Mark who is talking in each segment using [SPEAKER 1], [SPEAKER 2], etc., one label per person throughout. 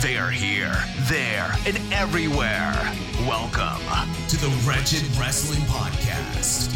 [SPEAKER 1] They are here, there, and everywhere. Welcome to the Wretched Wrestling Podcast.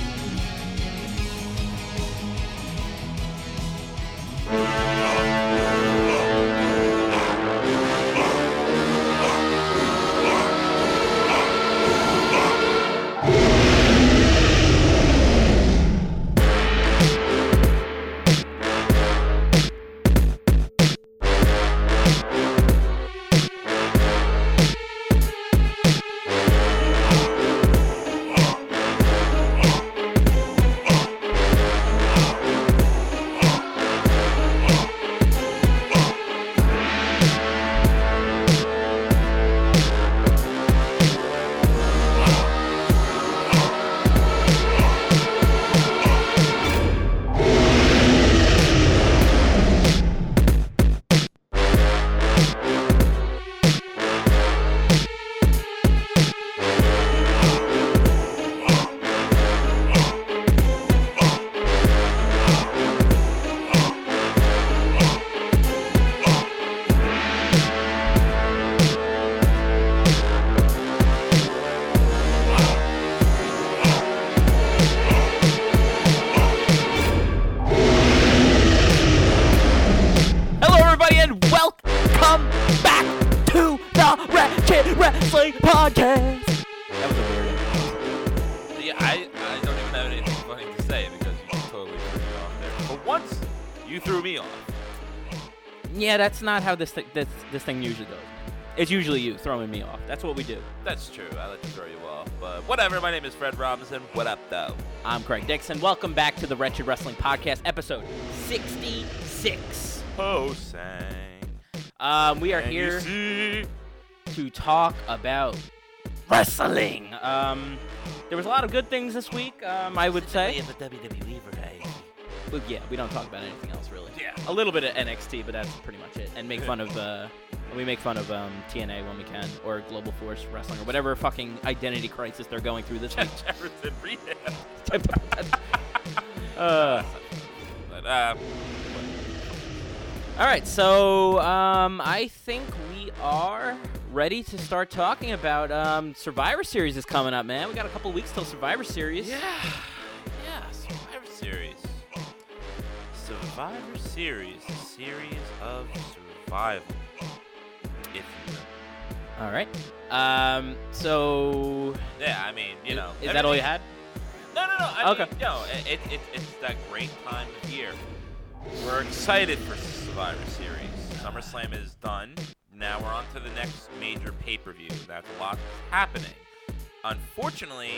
[SPEAKER 2] Hello, everybody, and welcome back to the Ratchet Wrestling Podcast.
[SPEAKER 3] That was a weird intro. Yeah, I, I don't even have anything funny to say because you totally threw me off there. But once you threw me off,
[SPEAKER 2] Yeah, that's not how this thi- this this thing usually goes. It's usually you throwing me off. That's what we do.
[SPEAKER 3] that's true. I like to throw you off. But whatever, my name is Fred Robinson. What up, though?
[SPEAKER 2] I'm Craig Dixon. Welcome back to the Wretched Wrestling Podcast, episode 66.
[SPEAKER 3] Ho sang.
[SPEAKER 2] Um, we are
[SPEAKER 3] And you
[SPEAKER 2] here
[SPEAKER 3] see-
[SPEAKER 2] to talk about wrestling. Um, there was a lot of good things this week. Um, I would say.
[SPEAKER 3] the WWE variety.
[SPEAKER 2] Well, yeah, we don't talk about anything else really.
[SPEAKER 3] Yeah.
[SPEAKER 2] A little bit of NXT, but that's pretty much it. And make fun of uh, we make fun of um, TNA when we can, or Global Force Wrestling, or whatever fucking identity crisis they're going through this week.
[SPEAKER 3] Jefferson Rehab.
[SPEAKER 2] uh,
[SPEAKER 3] But, um,
[SPEAKER 2] all right, so um, I think we are ready to start talking about um, Survivor Series is coming up, man. We got a couple weeks till Survivor Series.
[SPEAKER 3] yeah. Yeah, Survivor Series. Survivor Series. A series of survival. If you will.
[SPEAKER 2] All right. Um, so
[SPEAKER 3] Yeah, I mean, you know.
[SPEAKER 2] is that all you
[SPEAKER 3] everything-
[SPEAKER 2] had?
[SPEAKER 3] No, no, no. I
[SPEAKER 2] Okay.
[SPEAKER 3] Mean, no, it, it, it, it's that great time of year. We're excited for Survivor Series. SummerSlam is done. Now we're on to the next major pay per view. That's a lot that's happening. Unfortunately,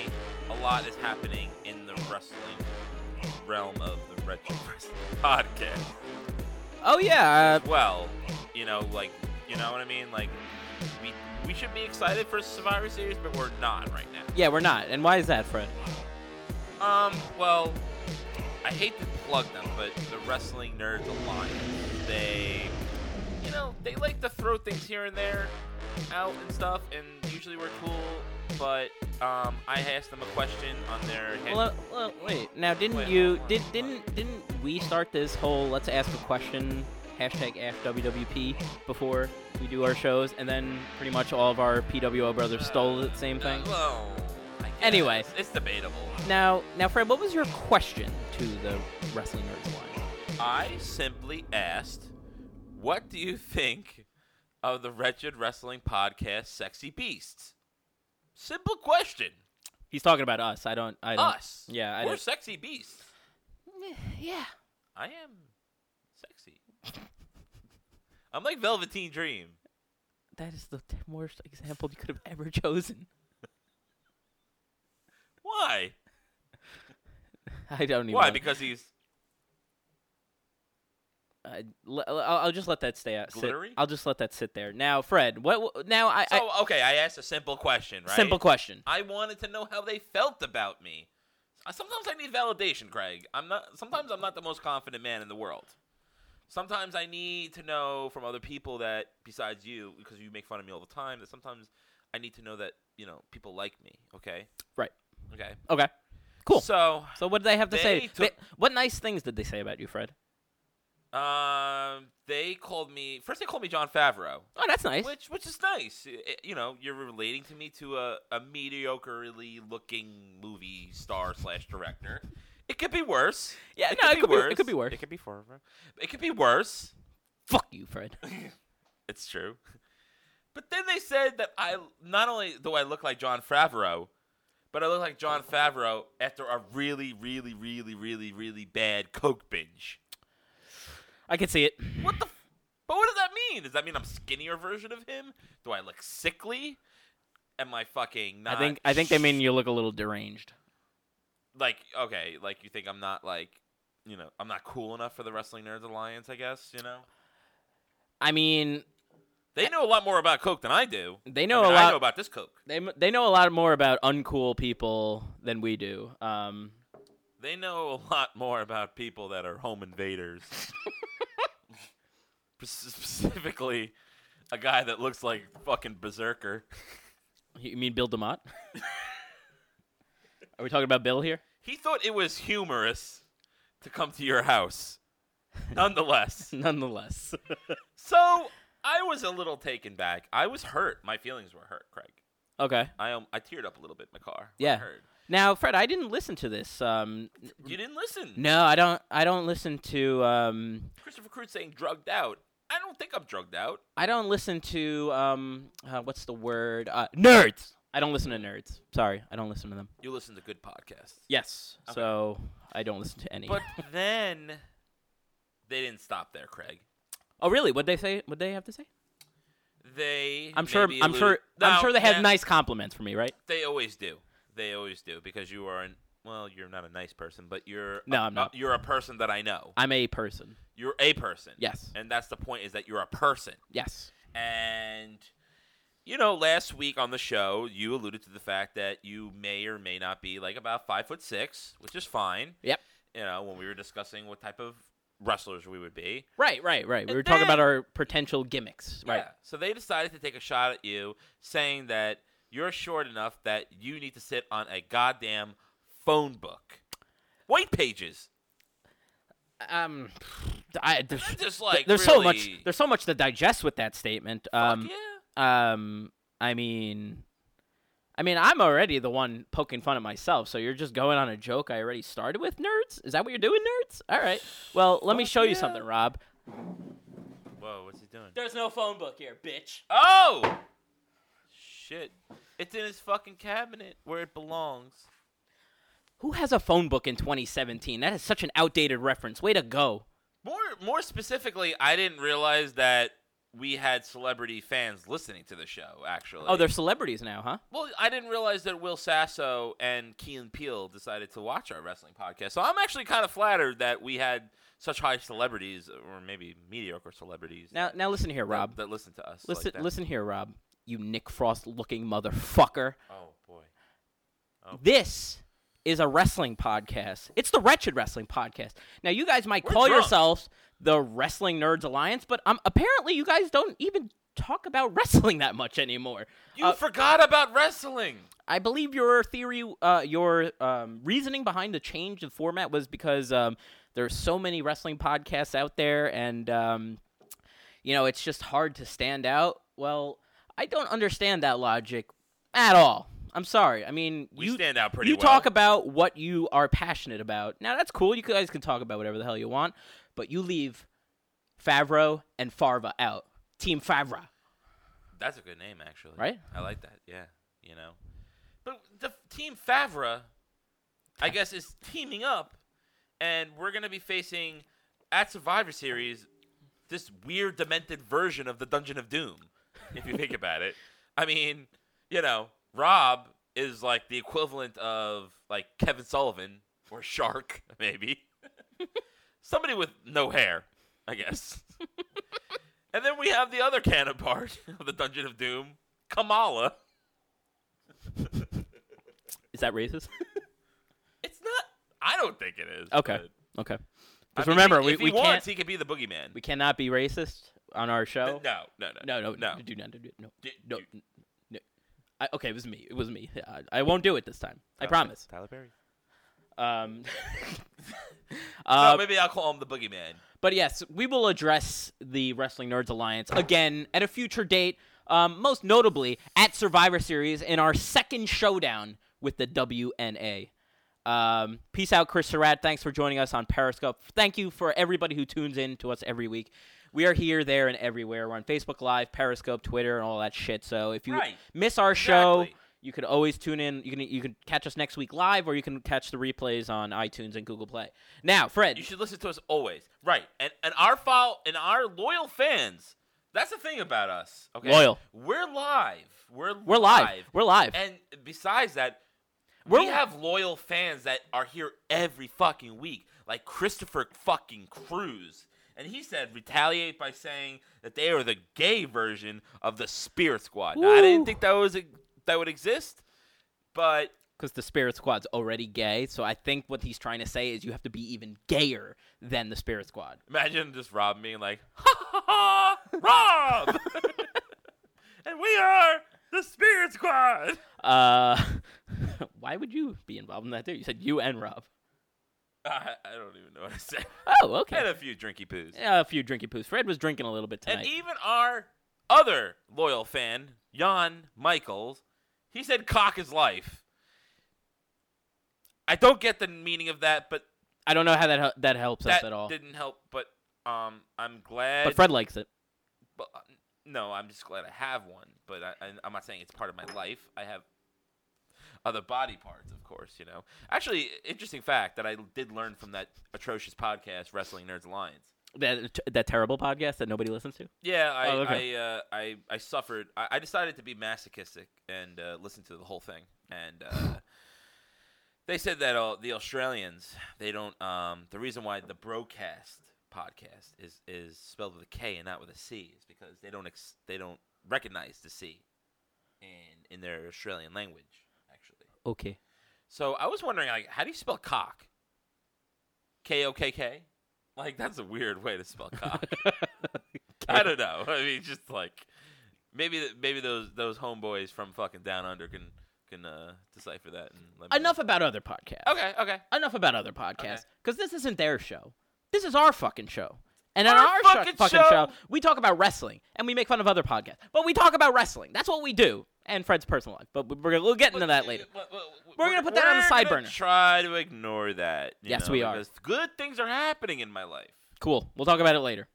[SPEAKER 3] a lot is happening in the wrestling realm of the Retro Wrestling Podcast
[SPEAKER 2] Oh yeah. Uh,
[SPEAKER 3] well, you know, like, you know what I mean? Like, we we should be excited for Survivor Series, but we're not right now.
[SPEAKER 2] yeah, we're not. And why is that, Fred?
[SPEAKER 3] Um, well, I hate to plug them, but the Wrestling Nerds Alliance, they, you know, they like to throw things here and there out and stuff, and usually we're cool. But um, I asked them a question on their.
[SPEAKER 2] Well, uh, well, wait. Now, didn't
[SPEAKER 3] Wait,
[SPEAKER 2] you
[SPEAKER 3] hold on,
[SPEAKER 2] did
[SPEAKER 3] hold on.
[SPEAKER 2] didn't didn't we start this whole let's ask a question hashtag ask WWP before we do our shows, and then pretty much all of our PWO brothers stole the same thing.
[SPEAKER 3] Uh, well, I guess.
[SPEAKER 2] Anyway.
[SPEAKER 3] it's debatable.
[SPEAKER 2] Now, now, Fred, what was your question to the wrestling nerds line?
[SPEAKER 3] I simply asked, "What do you think of the Wretched Wrestling Podcast, Sexy Beasts?" Simple question.
[SPEAKER 2] He's talking about us. I don't. I don't.
[SPEAKER 3] Us.
[SPEAKER 2] Yeah, I
[SPEAKER 3] we're
[SPEAKER 2] don't-
[SPEAKER 3] sexy beasts.
[SPEAKER 2] Yeah.
[SPEAKER 3] I am sexy. I'm like Velveteen Dream.
[SPEAKER 2] That is the t- worst example you could have ever chosen.
[SPEAKER 3] Why?
[SPEAKER 2] I don't even.
[SPEAKER 3] Why? Because he's
[SPEAKER 2] I, l- I'll, I'll just let that stay out. sit-
[SPEAKER 3] Glittery?
[SPEAKER 2] I'll just let that sit there. Now, Fred, what? Now, I, I
[SPEAKER 3] So okay, I asked a simple question, right?
[SPEAKER 2] simple question.
[SPEAKER 3] I wanted to know how they felt about me. Uh, Sometimes I need validation, Craig. I'm not. Sometimes I'm not the most confident man in the world. Sometimes I need to know from other people that besides you, because you make fun of me all the time, that sometimes I need to know that you know people like me. Okay.
[SPEAKER 2] Right.
[SPEAKER 3] Okay.
[SPEAKER 2] Okay. Cool. So,
[SPEAKER 3] So,
[SPEAKER 2] what did they have to say?
[SPEAKER 3] They
[SPEAKER 2] They-
[SPEAKER 3] took-
[SPEAKER 2] what nice things did they say about you, Fred?
[SPEAKER 3] um, they called me first. They called me John Favreau,
[SPEAKER 2] Oh, that's nice.
[SPEAKER 3] which which is nice. I- I- you know, you're relating to me to a, a mediocrely looking movie star slash director. It could be worse.
[SPEAKER 2] Yeah,
[SPEAKER 3] it
[SPEAKER 2] no,
[SPEAKER 3] could, be worse.
[SPEAKER 2] It could be worse.
[SPEAKER 3] It could be far. It could be worse.
[SPEAKER 2] Fuck you, Fred.
[SPEAKER 3] It's true. But then they said that I not only do I look like John Favreau, but I look like John Favreau after a really, really, really, really, really bad coke binge.
[SPEAKER 2] I can see it.
[SPEAKER 3] What the? F- but what does that mean? Does that mean I'm skinnier version of him? Do I look sickly? Am I fucking not?
[SPEAKER 2] I think I think they mean
[SPEAKER 3] sh-
[SPEAKER 2] you look a little deranged.
[SPEAKER 3] like okay, like you think I'm not like you know I'm not cool enough for the Wrestling Nerds Alliance, I guess you know.
[SPEAKER 2] I mean,
[SPEAKER 3] They know a lot more about coke than I do.
[SPEAKER 2] they
[SPEAKER 3] I
[SPEAKER 2] know
[SPEAKER 3] mean,
[SPEAKER 2] a lot.
[SPEAKER 3] I know about this coke.
[SPEAKER 2] they m- they know a lot more about uncool people than we do. Um,
[SPEAKER 3] They know a lot more about people that are home invaders. Spe- Specifically, a guy that looks like fucking berserker.
[SPEAKER 2] you mean Bill Demott? Are we talking about Bill here?
[SPEAKER 3] He thought it was humorous to come to your house. Nonetheless,
[SPEAKER 2] Nonetheless,
[SPEAKER 3] so I was a little taken back. I was hurt. My feelings were hurt, Craig.
[SPEAKER 2] okay.
[SPEAKER 3] I um, I teared up a little bit in my car. when I
[SPEAKER 2] Yeah.
[SPEAKER 3] heard.
[SPEAKER 2] Now, Fred, I didn't listen to this. Um,
[SPEAKER 3] You didn't listen.
[SPEAKER 2] no, I don't. I don't listen to. Um,
[SPEAKER 3] Christopher Crude saying drugged out. I don't think I'm drugged out.
[SPEAKER 2] I don't listen to. Um, uh, what's the word? Uh, nerds. I don't listen to nerds. Sorry, I don't listen to them.
[SPEAKER 3] You listen to good podcasts.
[SPEAKER 2] Yes.
[SPEAKER 3] Okay.
[SPEAKER 2] So I don't listen to any.
[SPEAKER 3] But then they didn't stop there, Craig.
[SPEAKER 2] oh, really? What they say? What they have to say?
[SPEAKER 3] They
[SPEAKER 2] I'm sure.
[SPEAKER 3] maybe
[SPEAKER 2] I'm
[SPEAKER 3] alluded-
[SPEAKER 2] sure. I'm
[SPEAKER 3] No,
[SPEAKER 2] sure they have
[SPEAKER 3] that-
[SPEAKER 2] nice compliments for me, right?
[SPEAKER 3] They always do. They always do because you are an well, you're not a nice person, but you're
[SPEAKER 2] No,
[SPEAKER 3] a-
[SPEAKER 2] I'm not.
[SPEAKER 3] a- you're a person that I know.
[SPEAKER 2] I'm a person.
[SPEAKER 3] You're a person.
[SPEAKER 2] Yes.
[SPEAKER 3] And that's the point is that you're a person.
[SPEAKER 2] Yes.
[SPEAKER 3] And you know, last week on the show, you alluded to the fact that you may or may not be like about five foot six, which is fine.
[SPEAKER 2] Yep.
[SPEAKER 3] You know, when we were discussing what type of wrestlers we would be.
[SPEAKER 2] Right. Right. Right. We
[SPEAKER 3] And
[SPEAKER 2] were talking about
[SPEAKER 3] then-
[SPEAKER 2] our potential gimmicks. Right.
[SPEAKER 3] Yeah. So they decided to take a shot at you, saying that you're short enough that you need to sit on a goddamn phone book, white pages.
[SPEAKER 2] Um. I, there's,
[SPEAKER 3] I'm just like
[SPEAKER 2] there's so much.
[SPEAKER 3] really-
[SPEAKER 2] There's so much to digest with that statement.
[SPEAKER 3] Fuck
[SPEAKER 2] Um.
[SPEAKER 3] yeah.
[SPEAKER 2] Um. I mean. I mean, I'm already the one poking fun at myself, so you're just going on a joke I already started with, nerds? Is that what you're doing, nerds? All right. Well, let me
[SPEAKER 3] Fuck
[SPEAKER 2] show you
[SPEAKER 3] yeah.
[SPEAKER 2] something, Rob.
[SPEAKER 3] Whoa, what's he doing?
[SPEAKER 2] There's no phone book here, bitch.
[SPEAKER 3] Oh, shit! It's in his fucking cabinet where it belongs.
[SPEAKER 2] Who has a phone book in 2017? That is such an outdated reference. Way to go.
[SPEAKER 3] More, more specifically, I didn't realize that we had celebrity fans listening to the show. Actually,
[SPEAKER 2] Oh, they're celebrities now, huh?
[SPEAKER 3] Well, I didn't realize that Will Sasso and Keelan Peele decided to watch our wrestling podcast. So I'm actually kind of flattered that we had such high celebrities, or maybe mediocre celebrities,
[SPEAKER 2] Now,
[SPEAKER 3] that,
[SPEAKER 2] now listen here, Rob.
[SPEAKER 3] that, that listen to us. like
[SPEAKER 2] listen,
[SPEAKER 3] that.
[SPEAKER 2] listen here, Rob. You Nick Frost looking motherfucker.
[SPEAKER 3] Oh boy. Oh.
[SPEAKER 2] This is a wrestling podcast. It's the Wretched Wrestling Podcast. Now, you guys might
[SPEAKER 3] We're
[SPEAKER 2] call
[SPEAKER 3] drunk.
[SPEAKER 2] yourselves the Wrestling Nerds Alliance, but um, apparently you guys don't even talk about wrestling that much anymore.
[SPEAKER 3] You
[SPEAKER 2] Uh,
[SPEAKER 3] forgot about wrestling.
[SPEAKER 2] I believe your theory, uh, your um, reasoning behind the change of format was because um, there's so many wrestling podcasts out there, and um, you know it's just hard to stand out. Well, I don't understand that logic at all. I'm sorry. I mean,
[SPEAKER 3] We
[SPEAKER 2] you
[SPEAKER 3] stand out pretty
[SPEAKER 2] You
[SPEAKER 3] well.
[SPEAKER 2] talk about what you are passionate about. Now that's cool. You guys can talk about whatever the hell you want, but you leave Favreau and Farva out. Team Favra.
[SPEAKER 3] That's a good name, actually.
[SPEAKER 2] Right?
[SPEAKER 3] I like that. Yeah. You know, but the f- team Favre, I guess, is teaming up, and we're gonna be facing at Survivor Series this weird, demented version of the Dungeon of Doom. If you think about it, I mean, you know, Rob is like the equivalent of like Kevin Sullivan or Shark, maybe. Somebody with no hair. I guess. and then we have the other counterpart of the Dungeon of Doom, Kamala.
[SPEAKER 2] Is that racist?
[SPEAKER 3] It's not. I don't think it is.
[SPEAKER 2] Okay.
[SPEAKER 3] but-
[SPEAKER 2] Okay.
[SPEAKER 3] I
[SPEAKER 2] Because
[SPEAKER 3] mean,
[SPEAKER 2] remember,
[SPEAKER 3] if
[SPEAKER 2] we,
[SPEAKER 3] if he
[SPEAKER 2] we
[SPEAKER 3] wants,
[SPEAKER 2] can't
[SPEAKER 3] he could be the boogeyman.
[SPEAKER 2] we cannot be racist on our show.
[SPEAKER 3] no, no,
[SPEAKER 2] No,
[SPEAKER 3] no,
[SPEAKER 2] no,
[SPEAKER 3] no.
[SPEAKER 2] do not do it. No,
[SPEAKER 3] D-
[SPEAKER 2] no,
[SPEAKER 3] d-
[SPEAKER 2] n- no. I, okay, it was me. It was me. I, I won't do it this time.
[SPEAKER 3] uh,
[SPEAKER 2] I promise.
[SPEAKER 3] Tyler Perry.
[SPEAKER 2] Um,
[SPEAKER 3] No,
[SPEAKER 2] uh,
[SPEAKER 3] maybe I'll call him the boogeyman.
[SPEAKER 2] but yes, we will address the Wrestling Nerds Alliance again at a future date. Um, most notably at Survivor Series in our second showdown with the WNA. Um, peace out, Chris Surratt. Thanks for joining us on Periscope. Thank you for everybody who tunes in to us every week. We are here, there, and everywhere. We're on Facebook Live, Periscope, Twitter, and all that shit. So if you
[SPEAKER 3] Right.
[SPEAKER 2] miss our show,
[SPEAKER 3] Exactly.
[SPEAKER 2] you could always tune in. You can you can catch us next week live, or you can catch the replays on iTunes and Google Play. Now, Fred,
[SPEAKER 3] You should listen to us always. Right. And and our file and our loyal fans. That's the thing about us. Okay.
[SPEAKER 2] Loyal.
[SPEAKER 3] We're live. We're
[SPEAKER 2] we're live. We're live.
[SPEAKER 3] And besides that, we
[SPEAKER 2] We're-
[SPEAKER 3] have loyal fans that are here every fucking week, like Christopher fucking Cruz. And he said retaliate by saying that they are the gay version of the Spirit Squad. Now, I
[SPEAKER 2] Woo.
[SPEAKER 3] didn't think that was e-, that would exist, but
[SPEAKER 2] because the Spirit Squad's already gay, so I think what he's trying to say is you have to be even gayer than the Spirit Squad.
[SPEAKER 3] Imagine just Rob being like, ha ha ha, Rob! and we are the Spirit Squad!
[SPEAKER 2] Uh, why would you be involved in that too? You said you and Rob.
[SPEAKER 3] I, I don't even know what to say.
[SPEAKER 2] Oh,
[SPEAKER 3] And
[SPEAKER 2] okay.
[SPEAKER 3] a few drinky poos.
[SPEAKER 2] Yeah, a few drinky poos. Fred was drinking a little bit
[SPEAKER 3] and
[SPEAKER 2] tonight.
[SPEAKER 3] even our other loyal fan, Jan Michaels, he said cock is life. I don't get the meaning of that, but
[SPEAKER 2] I don't know how that hel- that helps us
[SPEAKER 3] that
[SPEAKER 2] at all,
[SPEAKER 3] didn't help. But um, I'm glad.
[SPEAKER 2] but Fred likes it.
[SPEAKER 3] but, uh, no, I'm just glad I have one. But I, I, I'm not saying it's part of my life. I have other body parts, of course. You know, actually, interesting fact that I did learn from that atrocious podcast, Wrestling Nerds Alliance.
[SPEAKER 2] That that terrible podcast that nobody listens to.
[SPEAKER 3] Yeah, I
[SPEAKER 2] Oh, okay.
[SPEAKER 3] I, uh, I I suffered. I, I decided to be masochistic and uh, listen to the whole thing. And uh, they said that all, the Australians they don't. Um, the reason why the broadcast podcast is is spelled with a K and not with a C is because they don't ex- they don't recognize the C in in their Australian language actually.
[SPEAKER 2] Okay.
[SPEAKER 3] So I was wondering like how do you spell cock? K O K K. Like that's a weird way to spell cock. I don't know. I mean, just like maybe th- maybe those those homeboys from fucking down under can can uh, decipher that. And let me know.
[SPEAKER 2] Enough about other podcasts.
[SPEAKER 3] Okay. Okay.
[SPEAKER 2] Enough about other podcasts
[SPEAKER 3] Okay.
[SPEAKER 2] because this isn't their show. This is our fucking show. And on
[SPEAKER 3] Our
[SPEAKER 2] our
[SPEAKER 3] fucking
[SPEAKER 2] shu- fucking
[SPEAKER 3] show.
[SPEAKER 2] show, we talk about wrestling and we make fun of other podcasts. But we talk about wrestling. That's what we do. And Fred's personal life. But we- we're, we'll get into that later.
[SPEAKER 3] Well, well,
[SPEAKER 2] We're gonna put that on the
[SPEAKER 3] we're
[SPEAKER 2] side
[SPEAKER 3] gonna
[SPEAKER 2] burner.
[SPEAKER 3] Try to ignore that. you
[SPEAKER 2] Yes,
[SPEAKER 3] know,
[SPEAKER 2] we are.
[SPEAKER 3] Because good things are happening in my life.
[SPEAKER 2] Cool. We'll talk about it later.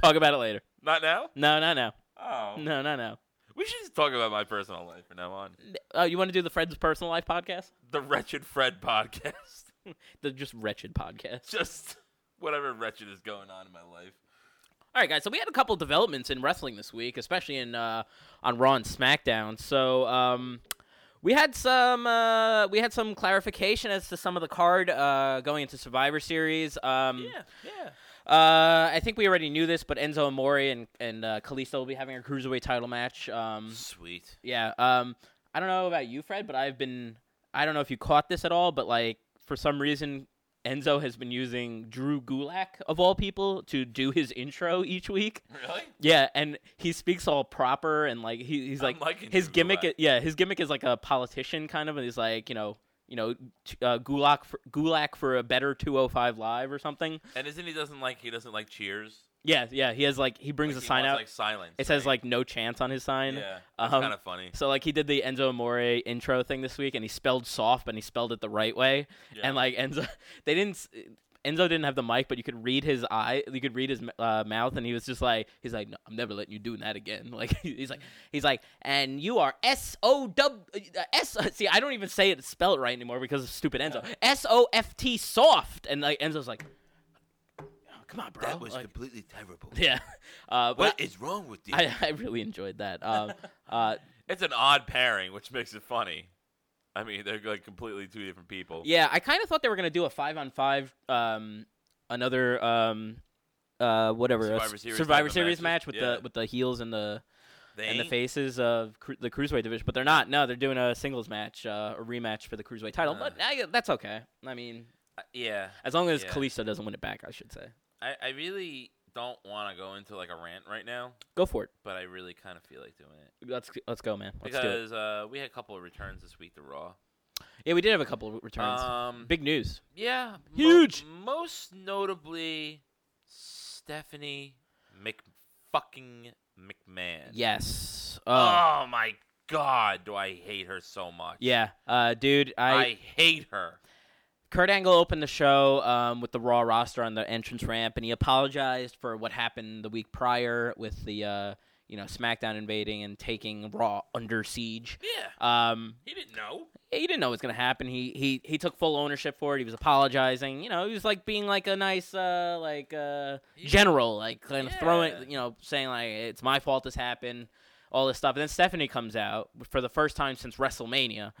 [SPEAKER 2] talk about it later.
[SPEAKER 3] Not now.
[SPEAKER 2] No, no, no.
[SPEAKER 3] Oh.
[SPEAKER 2] No, no, no.
[SPEAKER 3] We should just talk about my personal life from now on.
[SPEAKER 2] Oh, you want to do the Fred's personal life podcast?
[SPEAKER 3] The Wretched Fred podcast.
[SPEAKER 2] The just wretched podcast.
[SPEAKER 3] just whatever wretched is going on in my life.
[SPEAKER 2] All right, guys. So we had a couple developments in wrestling this week, especially in uh, on Raw and SmackDown. So um, we had some uh, we had some clarification as to some of the card uh, going into Survivor Series. Um,
[SPEAKER 3] Yeah.
[SPEAKER 2] uh, I think we already knew this, but Enzo Amore and and uh, Kalisto will be having a cruiserweight title match. Um,
[SPEAKER 3] Sweet.
[SPEAKER 2] yeah. Um, I don't know about you, Fred, but I've been I don't know if you caught this at all, but like for some reason. Enzo has been using Drew Gulak of all people to do his intro each week.
[SPEAKER 3] Really?
[SPEAKER 2] Yeah, and he speaks all proper and like he, he's
[SPEAKER 3] I'm
[SPEAKER 2] like
[SPEAKER 3] liking
[SPEAKER 2] his
[SPEAKER 3] Drew
[SPEAKER 2] gimmick.
[SPEAKER 3] Gulak.
[SPEAKER 2] i- yeah, his gimmick is like a politician kind of, and he's like you know you know t- uh, Gulak for, Gulak for a better 205 live or something.
[SPEAKER 3] And isn't he doesn't like he doesn't like cheers?
[SPEAKER 2] Yeah, yeah, he has like he brings
[SPEAKER 3] Like,
[SPEAKER 2] a
[SPEAKER 3] he
[SPEAKER 2] sign
[SPEAKER 3] wants,
[SPEAKER 2] out.
[SPEAKER 3] like silence.
[SPEAKER 2] it says
[SPEAKER 3] right?
[SPEAKER 2] like no chance on his sign.
[SPEAKER 3] Yeah, that's
[SPEAKER 2] Um,
[SPEAKER 3] kind of funny.
[SPEAKER 2] So like he did the Enzo Amore intro thing this week, and he spelled soft, but he spelled it the right way.
[SPEAKER 3] Yeah.
[SPEAKER 2] And like Enzo, they didn't. s- Enzo didn't have the mic, but you could read his eye. You could read his uh, mouth, and he was just like, he's like, no, I'm never letting you do that again. Like he's like, he's like, and you are S O W uh, S. See, I don't even say it spell it right anymore because of stupid Enzo. S O F T soft, and like Enzo's like, "Oh, come on, bro. Like,
[SPEAKER 3] completely terrible.
[SPEAKER 2] yeah. Uh, but
[SPEAKER 3] is wrong with you?
[SPEAKER 2] I, I really enjoyed that. Um, uh,
[SPEAKER 3] it's an odd pairing, which makes it funny. I mean, they're like completely two different people.
[SPEAKER 2] Yeah, I kind of thought they were gonna do a five on five um, another um uh whatever a
[SPEAKER 3] Survivor
[SPEAKER 2] s-
[SPEAKER 3] Series
[SPEAKER 2] Survivor
[SPEAKER 3] type of
[SPEAKER 2] Series
[SPEAKER 3] matches,
[SPEAKER 2] match with
[SPEAKER 3] yeah.
[SPEAKER 2] the with the heels and the
[SPEAKER 3] They
[SPEAKER 2] and the
[SPEAKER 3] ain't.
[SPEAKER 2] faces of cru- the cruiserweight division, but they're not. No, they're doing a singles match, uh, a rematch for the cruiserweight title.
[SPEAKER 3] Uh.
[SPEAKER 2] But I, that's okay. I mean,
[SPEAKER 3] Yeah,
[SPEAKER 2] as long as
[SPEAKER 3] Yeah.
[SPEAKER 2] Kalisto doesn't win it back, I should say.
[SPEAKER 3] I, I really don't want to go into like a rant right now,
[SPEAKER 2] Go for it.
[SPEAKER 3] but I really kind of feel like doing it
[SPEAKER 2] Let's let's go, man. Let's do it.
[SPEAKER 3] because uh, we had a couple of returns this week to Raw.
[SPEAKER 2] Yeah, we did have a couple of returns.
[SPEAKER 3] Um,
[SPEAKER 2] Big news.
[SPEAKER 3] yeah, mo-
[SPEAKER 2] Huge.
[SPEAKER 3] most notably, Stephanie Mc fucking McMahon.
[SPEAKER 2] Yes. Uh,
[SPEAKER 3] Oh my God, do I hate her so much?
[SPEAKER 2] Yeah, uh, dude.
[SPEAKER 3] I,
[SPEAKER 2] I,
[SPEAKER 3] hate her.
[SPEAKER 2] Kurt Angle opened the show um, with the Raw roster on the entrance ramp, and he apologized for what happened the week prior with the uh, you know SmackDown invading and taking Raw under siege.
[SPEAKER 3] Yeah,
[SPEAKER 2] Um,
[SPEAKER 3] he didn't know.
[SPEAKER 2] he didn't know it was gonna happen. He he he took full ownership for it. He was apologizing. You know, he was like being like a nice uh like uh
[SPEAKER 3] He-
[SPEAKER 2] general, like kind of
[SPEAKER 3] Yeah.
[SPEAKER 2] throwing you know saying like it's my fault this happened, all this stuff. And then Stephanie comes out for the first time since WrestleMania,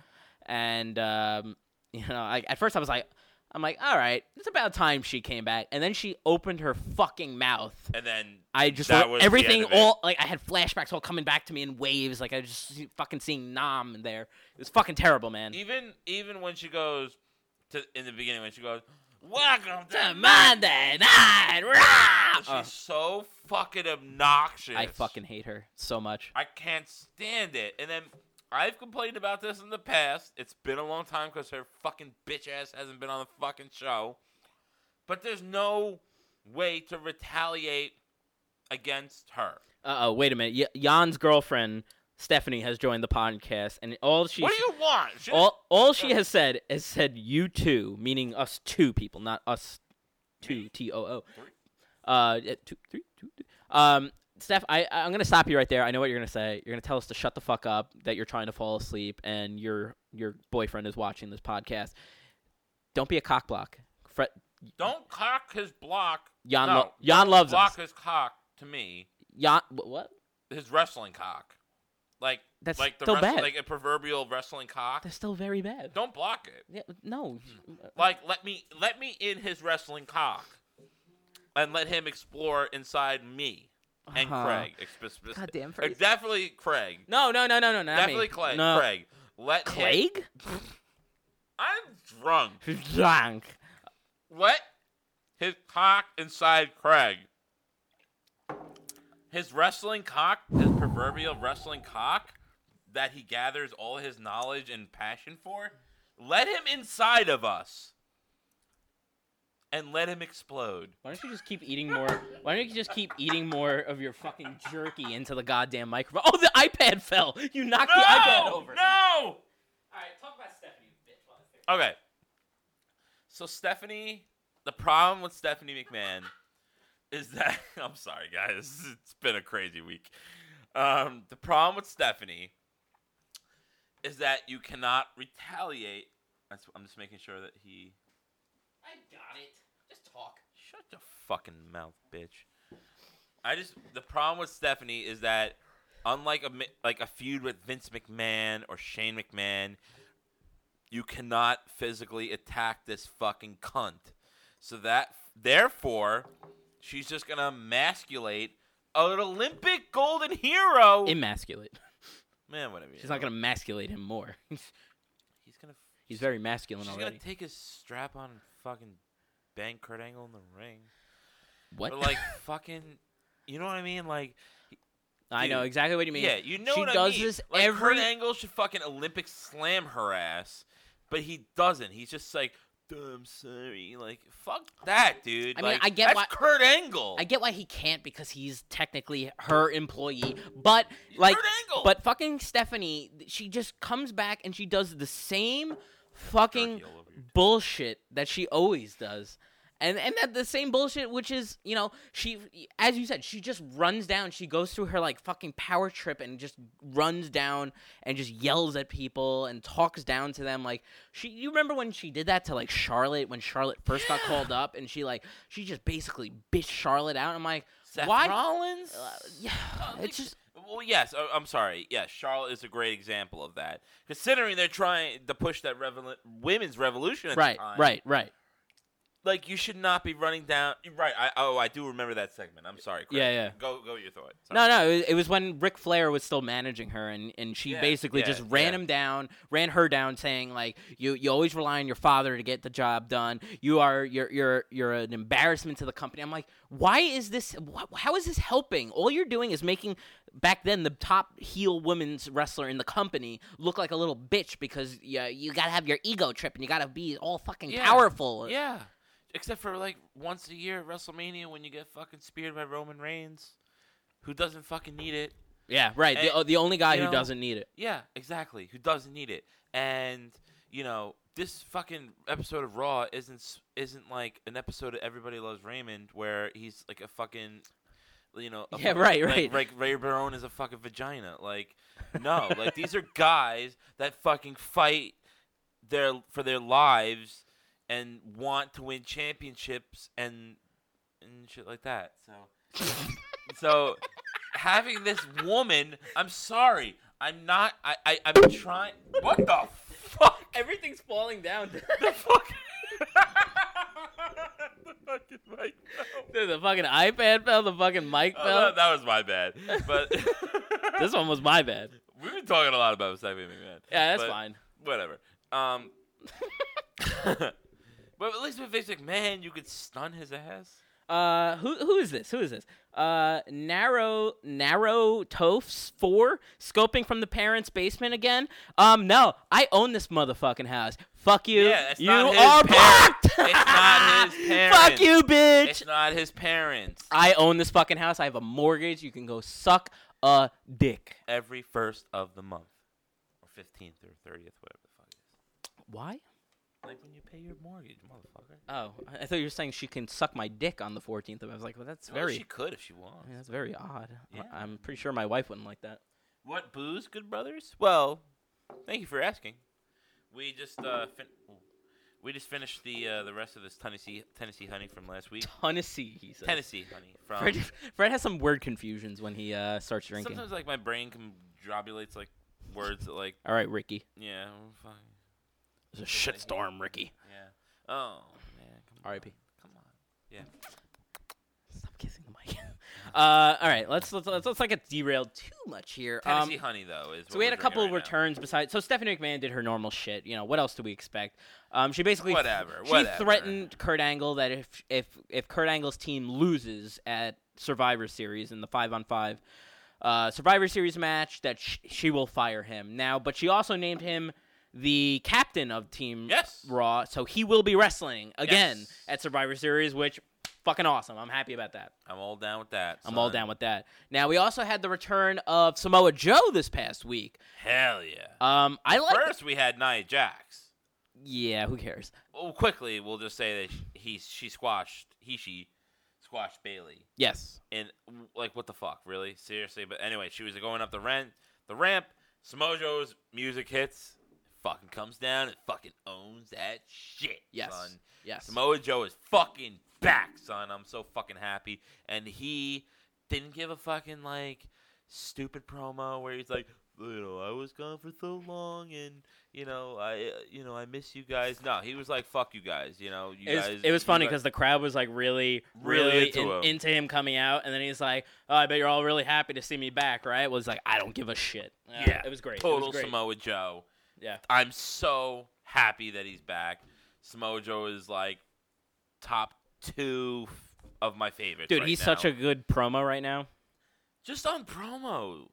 [SPEAKER 2] and um you know I, at first I was like I'm like all right it's about time she came back, and then she opened her fucking mouth.
[SPEAKER 3] And then
[SPEAKER 2] I just
[SPEAKER 3] That
[SPEAKER 2] wa-
[SPEAKER 3] was the
[SPEAKER 2] everything
[SPEAKER 3] end of it.
[SPEAKER 2] all like I had flashbacks all coming back to me in waves. Like I was just see- fucking seeing Nom there. It was fucking terrible, man.
[SPEAKER 3] even even when she goes to in the beginning when she goes, "Welcome to
[SPEAKER 2] To
[SPEAKER 3] my
[SPEAKER 2] Monday night Raw!"
[SPEAKER 3] She's
[SPEAKER 2] Oh,
[SPEAKER 3] so fucking obnoxious.
[SPEAKER 2] I fucking hate her so much.
[SPEAKER 3] I can't stand it. And then I've complained about this in the past. It's been a long time because her fucking bitch ass hasn't been on the fucking show. But there's no way to retaliate against her.
[SPEAKER 2] Uh oh, wait a minute. Y- Jan's girlfriend Stephanie has joined the podcast, and all she
[SPEAKER 3] what do you Uh. want? She
[SPEAKER 2] all all she has said is said you two, meaning us two people, not us two T O O. Uh, yeah, two, three, two, two. Um, Steph, I I- I'm gonna stop you right there. I know what you're gonna say. You're gonna tell us to shut the fuck up. That you're trying to fall asleep, and your your boyfriend is watching this podcast. Don't be a cockblock. Fre-
[SPEAKER 3] don't cock his block.
[SPEAKER 2] Jan,
[SPEAKER 3] no,
[SPEAKER 2] lo- Jan loves
[SPEAKER 3] block
[SPEAKER 2] us.
[SPEAKER 3] his cock to me.
[SPEAKER 2] Jan, wh- what?
[SPEAKER 3] His wrestling cock, like
[SPEAKER 2] That's
[SPEAKER 3] like the
[SPEAKER 2] still
[SPEAKER 3] wrestling-
[SPEAKER 2] bad.
[SPEAKER 3] like a proverbial wrestling cock.
[SPEAKER 2] That's still very bad.
[SPEAKER 3] Don't block it.
[SPEAKER 2] Yeah, no.
[SPEAKER 3] Like let me let me in his wrestling cock, and let him explore inside me and
[SPEAKER 2] Uh-huh.
[SPEAKER 3] Craig. Ex- ex- ex-
[SPEAKER 2] Goddamn
[SPEAKER 3] uh,
[SPEAKER 2] phrase.
[SPEAKER 3] Definitely Craig.
[SPEAKER 2] No, no, no, no, no, not
[SPEAKER 3] Definitely
[SPEAKER 2] me.
[SPEAKER 3] Craig.
[SPEAKER 2] No.
[SPEAKER 3] Craig. Let him-
[SPEAKER 2] Craig?
[SPEAKER 3] I'm drunk.
[SPEAKER 2] Drunk.
[SPEAKER 3] Let his cock inside Craig. His wrestling cock, his proverbial wrestling cock that he gathers all his knowledge and passion for, let him inside of us. And let him explode.
[SPEAKER 2] Why don't you just keep eating more? Why don't you just keep eating more of your fucking jerky into the goddamn microphone? Oh, the iPad fell. You knocked the iPad over.
[SPEAKER 3] No!
[SPEAKER 2] All right, talk about Stephanie, you bitch. while I figure-
[SPEAKER 3] Okay. So Stephanie, the problem with Stephanie McMahon is that I'm sorry, guys. It's been a crazy week. Um, the problem with Stephanie is that you cannot retaliate. That's, I'm just making sure that he.
[SPEAKER 2] I got it. Just talk.
[SPEAKER 3] Shut your fucking mouth, bitch. I just the problem with Stephanie is that unlike a mi- like a feud with Vince McMahon or Shane McMahon, you cannot physically attack this fucking cunt. So that therefore, she's just gonna emasculate an Olympic golden hero.
[SPEAKER 2] Emasculate.
[SPEAKER 3] Man, whatever. you
[SPEAKER 2] She's not
[SPEAKER 3] know.
[SPEAKER 2] gonna emasculate him more.
[SPEAKER 3] He's gonna.
[SPEAKER 2] He's very masculine
[SPEAKER 3] She's
[SPEAKER 2] already.
[SPEAKER 3] gonna take his strap on and fucking bang Kurt Angle in the ring.
[SPEAKER 2] what?
[SPEAKER 3] But like fucking, you know what I mean? Like,
[SPEAKER 2] I know
[SPEAKER 3] dude.
[SPEAKER 2] exactly what you mean.
[SPEAKER 3] yeah, you know
[SPEAKER 2] she
[SPEAKER 3] what I
[SPEAKER 2] does
[SPEAKER 3] mean.
[SPEAKER 2] this
[SPEAKER 3] like,
[SPEAKER 2] every.
[SPEAKER 3] Kurt Angle should fucking Olympic slam her ass, but he doesn't. He's just like, "Duh, I'm sorry. Like, fuck that, dude.
[SPEAKER 2] I mean,
[SPEAKER 3] Like,
[SPEAKER 2] I get
[SPEAKER 3] that's
[SPEAKER 2] why-
[SPEAKER 3] Kurt Angle.
[SPEAKER 2] I get why he can't because he's technically her employee, but like,
[SPEAKER 3] Kurt Angle.
[SPEAKER 2] but fucking Stephanie, she just comes back and she does the same fucking
[SPEAKER 3] Jerky all over your dick.
[SPEAKER 2] bullshit that she always does. And and that the same bullshit, which is you know she, as you said, she just runs down. She goes through her like fucking power trip and just runs down and just yells at people and talks down to them. Like she, you remember when she did that to like Charlotte when Charlotte first got called up and she like she just basically bitched Charlotte out. I'm like,
[SPEAKER 3] Seth
[SPEAKER 2] why?
[SPEAKER 3] Rollins?
[SPEAKER 2] Uh, yeah,
[SPEAKER 3] Uh, like,
[SPEAKER 2] it's just
[SPEAKER 3] Well, yes, I- I'm sorry. Yes, Charlotte is a great example of that. Considering they're trying to push that revol- women's revolution at the
[SPEAKER 2] right,
[SPEAKER 3] time,
[SPEAKER 2] right, right.
[SPEAKER 3] like you should not be running down. you're Right? I, oh, I do remember that segment. I'm sorry. Chris.
[SPEAKER 2] Yeah, yeah.
[SPEAKER 3] Go, go with your thought. Sorry.
[SPEAKER 2] No, no, it was, it was when Ric Flair was still managing her, and, and she
[SPEAKER 3] Yeah,
[SPEAKER 2] basically
[SPEAKER 3] yeah,
[SPEAKER 2] just ran
[SPEAKER 3] yeah.
[SPEAKER 2] him down, ran her down, saying like, "You you always rely on your father to get the job done. You are you're you're you're an embarrassment to the company." I'm like, why is this? Wh- how is this helping? All you're doing is making back then the top heel women's wrestler in the company look like a little bitch because yeah, you gotta have your ego trip and you gotta be all fucking
[SPEAKER 3] Yeah.
[SPEAKER 2] powerful.
[SPEAKER 3] Yeah. Except for like once a year at WrestleMania when you get fucking speared by Roman Reigns, who doesn't fucking need it.
[SPEAKER 2] yeah, right.
[SPEAKER 3] And,
[SPEAKER 2] the, oh, the only guy
[SPEAKER 3] Eh, you
[SPEAKER 2] who
[SPEAKER 3] know,
[SPEAKER 2] doesn't need it.
[SPEAKER 3] Yeah, exactly. Who doesn't need it? And you know, this fucking episode of Raw isn't s- isn't like an episode of Everybody Loves Raymond where he's like a fucking you know, a
[SPEAKER 2] Yeah,
[SPEAKER 3] fucking-
[SPEAKER 2] right,
[SPEAKER 3] like-
[SPEAKER 2] right.
[SPEAKER 3] Like Ray Barone is a fucking vagina. Like, no, like these are guys that fucking fight their for their lives and want to win championships and and shit like that. So, so having this woman, I'm sorry, I'm not. I, I I'm trying. What the fuck?
[SPEAKER 2] Everything's falling down.
[SPEAKER 3] The fuck? the fucking mic.
[SPEAKER 2] Dude, the fucking iPad fell. The fucking mic
[SPEAKER 3] Oh,
[SPEAKER 2] fell.
[SPEAKER 3] that, that was my bad. But
[SPEAKER 2] this one was my bad.
[SPEAKER 3] we've been talking a lot about Stephanie McMahon.
[SPEAKER 2] Yeah, that's
[SPEAKER 3] But-
[SPEAKER 2] fine.
[SPEAKER 3] whatever. Um, but at least with Vince McMahon, you could stun his ass.
[SPEAKER 2] Uh, who who is this? Who is this? Uh, narrow narrow tofs four scoping from the parents' basement again. Um, no, I own this motherfucking house. Fuck you.
[SPEAKER 3] Yeah, it's
[SPEAKER 2] you
[SPEAKER 3] not his
[SPEAKER 2] are
[SPEAKER 3] parent.
[SPEAKER 2] blocked.
[SPEAKER 3] It's not his
[SPEAKER 2] Fuck
[SPEAKER 3] parent.
[SPEAKER 2] you, bitch.
[SPEAKER 3] It's not his parents.
[SPEAKER 2] I own this fucking house. I have a mortgage. You can go suck a dick.
[SPEAKER 3] Every first of the month, or fifteenth or thirtieth, whatever the fuck it is.
[SPEAKER 2] Why?
[SPEAKER 3] Like when you pay your mortgage, motherfucker.
[SPEAKER 2] Oh, I- I thought you were saying she can suck my dick on the 14th. I was like, well, that's
[SPEAKER 3] Well,
[SPEAKER 2] very.
[SPEAKER 3] She could if she wants.
[SPEAKER 2] I mean, that's very odd. I-
[SPEAKER 3] Yeah.
[SPEAKER 2] I'm pretty sure my wife wouldn't like that.
[SPEAKER 3] What booze, good brothers? Well, thank you for asking. We just uh, fin- we just finished the uh, the rest of this Tennessee Tennessee honey from last week.
[SPEAKER 2] Tennessee, he says.
[SPEAKER 3] Tennessee honey from
[SPEAKER 2] Fred, Fred has some word confusions when he uh, starts drinking.
[SPEAKER 3] Sometimes like my brain combobulates like words that like
[SPEAKER 2] All right, Ricky.
[SPEAKER 3] yeah, well, fuck,
[SPEAKER 2] It's a shitstorm, Ricky.
[SPEAKER 3] yeah. Oh man, come on,
[SPEAKER 2] R.I.P.
[SPEAKER 3] come on. Yeah,
[SPEAKER 2] Stop kissing the mic. uh, all right, let's let's let's, let's not get derailed too much here. Um,
[SPEAKER 3] Tennessee honey though is.
[SPEAKER 2] so we had a couple
[SPEAKER 3] of
[SPEAKER 2] returns besides. So Stephanie McMahon did her normal shit. You know what else do we expect? Um, she basically
[SPEAKER 3] Whatever,
[SPEAKER 2] She
[SPEAKER 3] whatever.
[SPEAKER 2] threatened Kurt Angle that if if if Kurt Angle's team loses at Survivor Series in the five on five uh, Survivor Series match, that sh- she will fire him now. But she also named him the captain of Team
[SPEAKER 3] Yes.
[SPEAKER 2] Raw, so he will be wrestling again
[SPEAKER 3] Yes.
[SPEAKER 2] at Survivor Series, which fucking awesome. I'm happy about that.
[SPEAKER 3] I'm all down with that.
[SPEAKER 2] I'm all
[SPEAKER 3] son.
[SPEAKER 2] down with that. Now we also had the return of Samoa Joe this past week.
[SPEAKER 3] Hell yeah.
[SPEAKER 2] Um, I like.
[SPEAKER 3] First we had Nia Jax.
[SPEAKER 2] yeah, who cares?
[SPEAKER 3] Well, quickly we'll just say that sh- he she squashed he she squashed Bailey
[SPEAKER 2] Yes.
[SPEAKER 3] and like what the fuck really seriously. But anyway, she was going up the ramp. The ramp. Samojo's music hits. Fucking comes down and fucking owns that shit.
[SPEAKER 2] Yes.
[SPEAKER 3] son.
[SPEAKER 2] Yes.
[SPEAKER 3] Samoa Joe is fucking back, son. I'm so fucking happy. And he didn't give a fucking like stupid promo where he's like, you know, I was gone for so long, and you know, I, uh, you know, I miss you guys. No, he was like, fuck you guys. You know, you
[SPEAKER 2] it was,
[SPEAKER 3] guys.
[SPEAKER 2] it was
[SPEAKER 3] you
[SPEAKER 2] funny
[SPEAKER 3] guys-
[SPEAKER 2] because the crowd was like really,
[SPEAKER 3] Really
[SPEAKER 2] really
[SPEAKER 3] into
[SPEAKER 2] in-
[SPEAKER 3] him.
[SPEAKER 2] into him coming out, and then he's like, "Oh, I bet you're all really happy to see me back, right?" Was like, "I don't give a shit." Uh,
[SPEAKER 3] Yeah,
[SPEAKER 2] it was great. it
[SPEAKER 3] total
[SPEAKER 2] was great.
[SPEAKER 3] Samoa Joe.
[SPEAKER 2] Yeah.
[SPEAKER 3] I'm so happy that he's back. Samoa Joe is like top two of my favorites.
[SPEAKER 2] Dude,
[SPEAKER 3] right
[SPEAKER 2] he's
[SPEAKER 3] now.
[SPEAKER 2] such a good promo right now.
[SPEAKER 3] just on promo.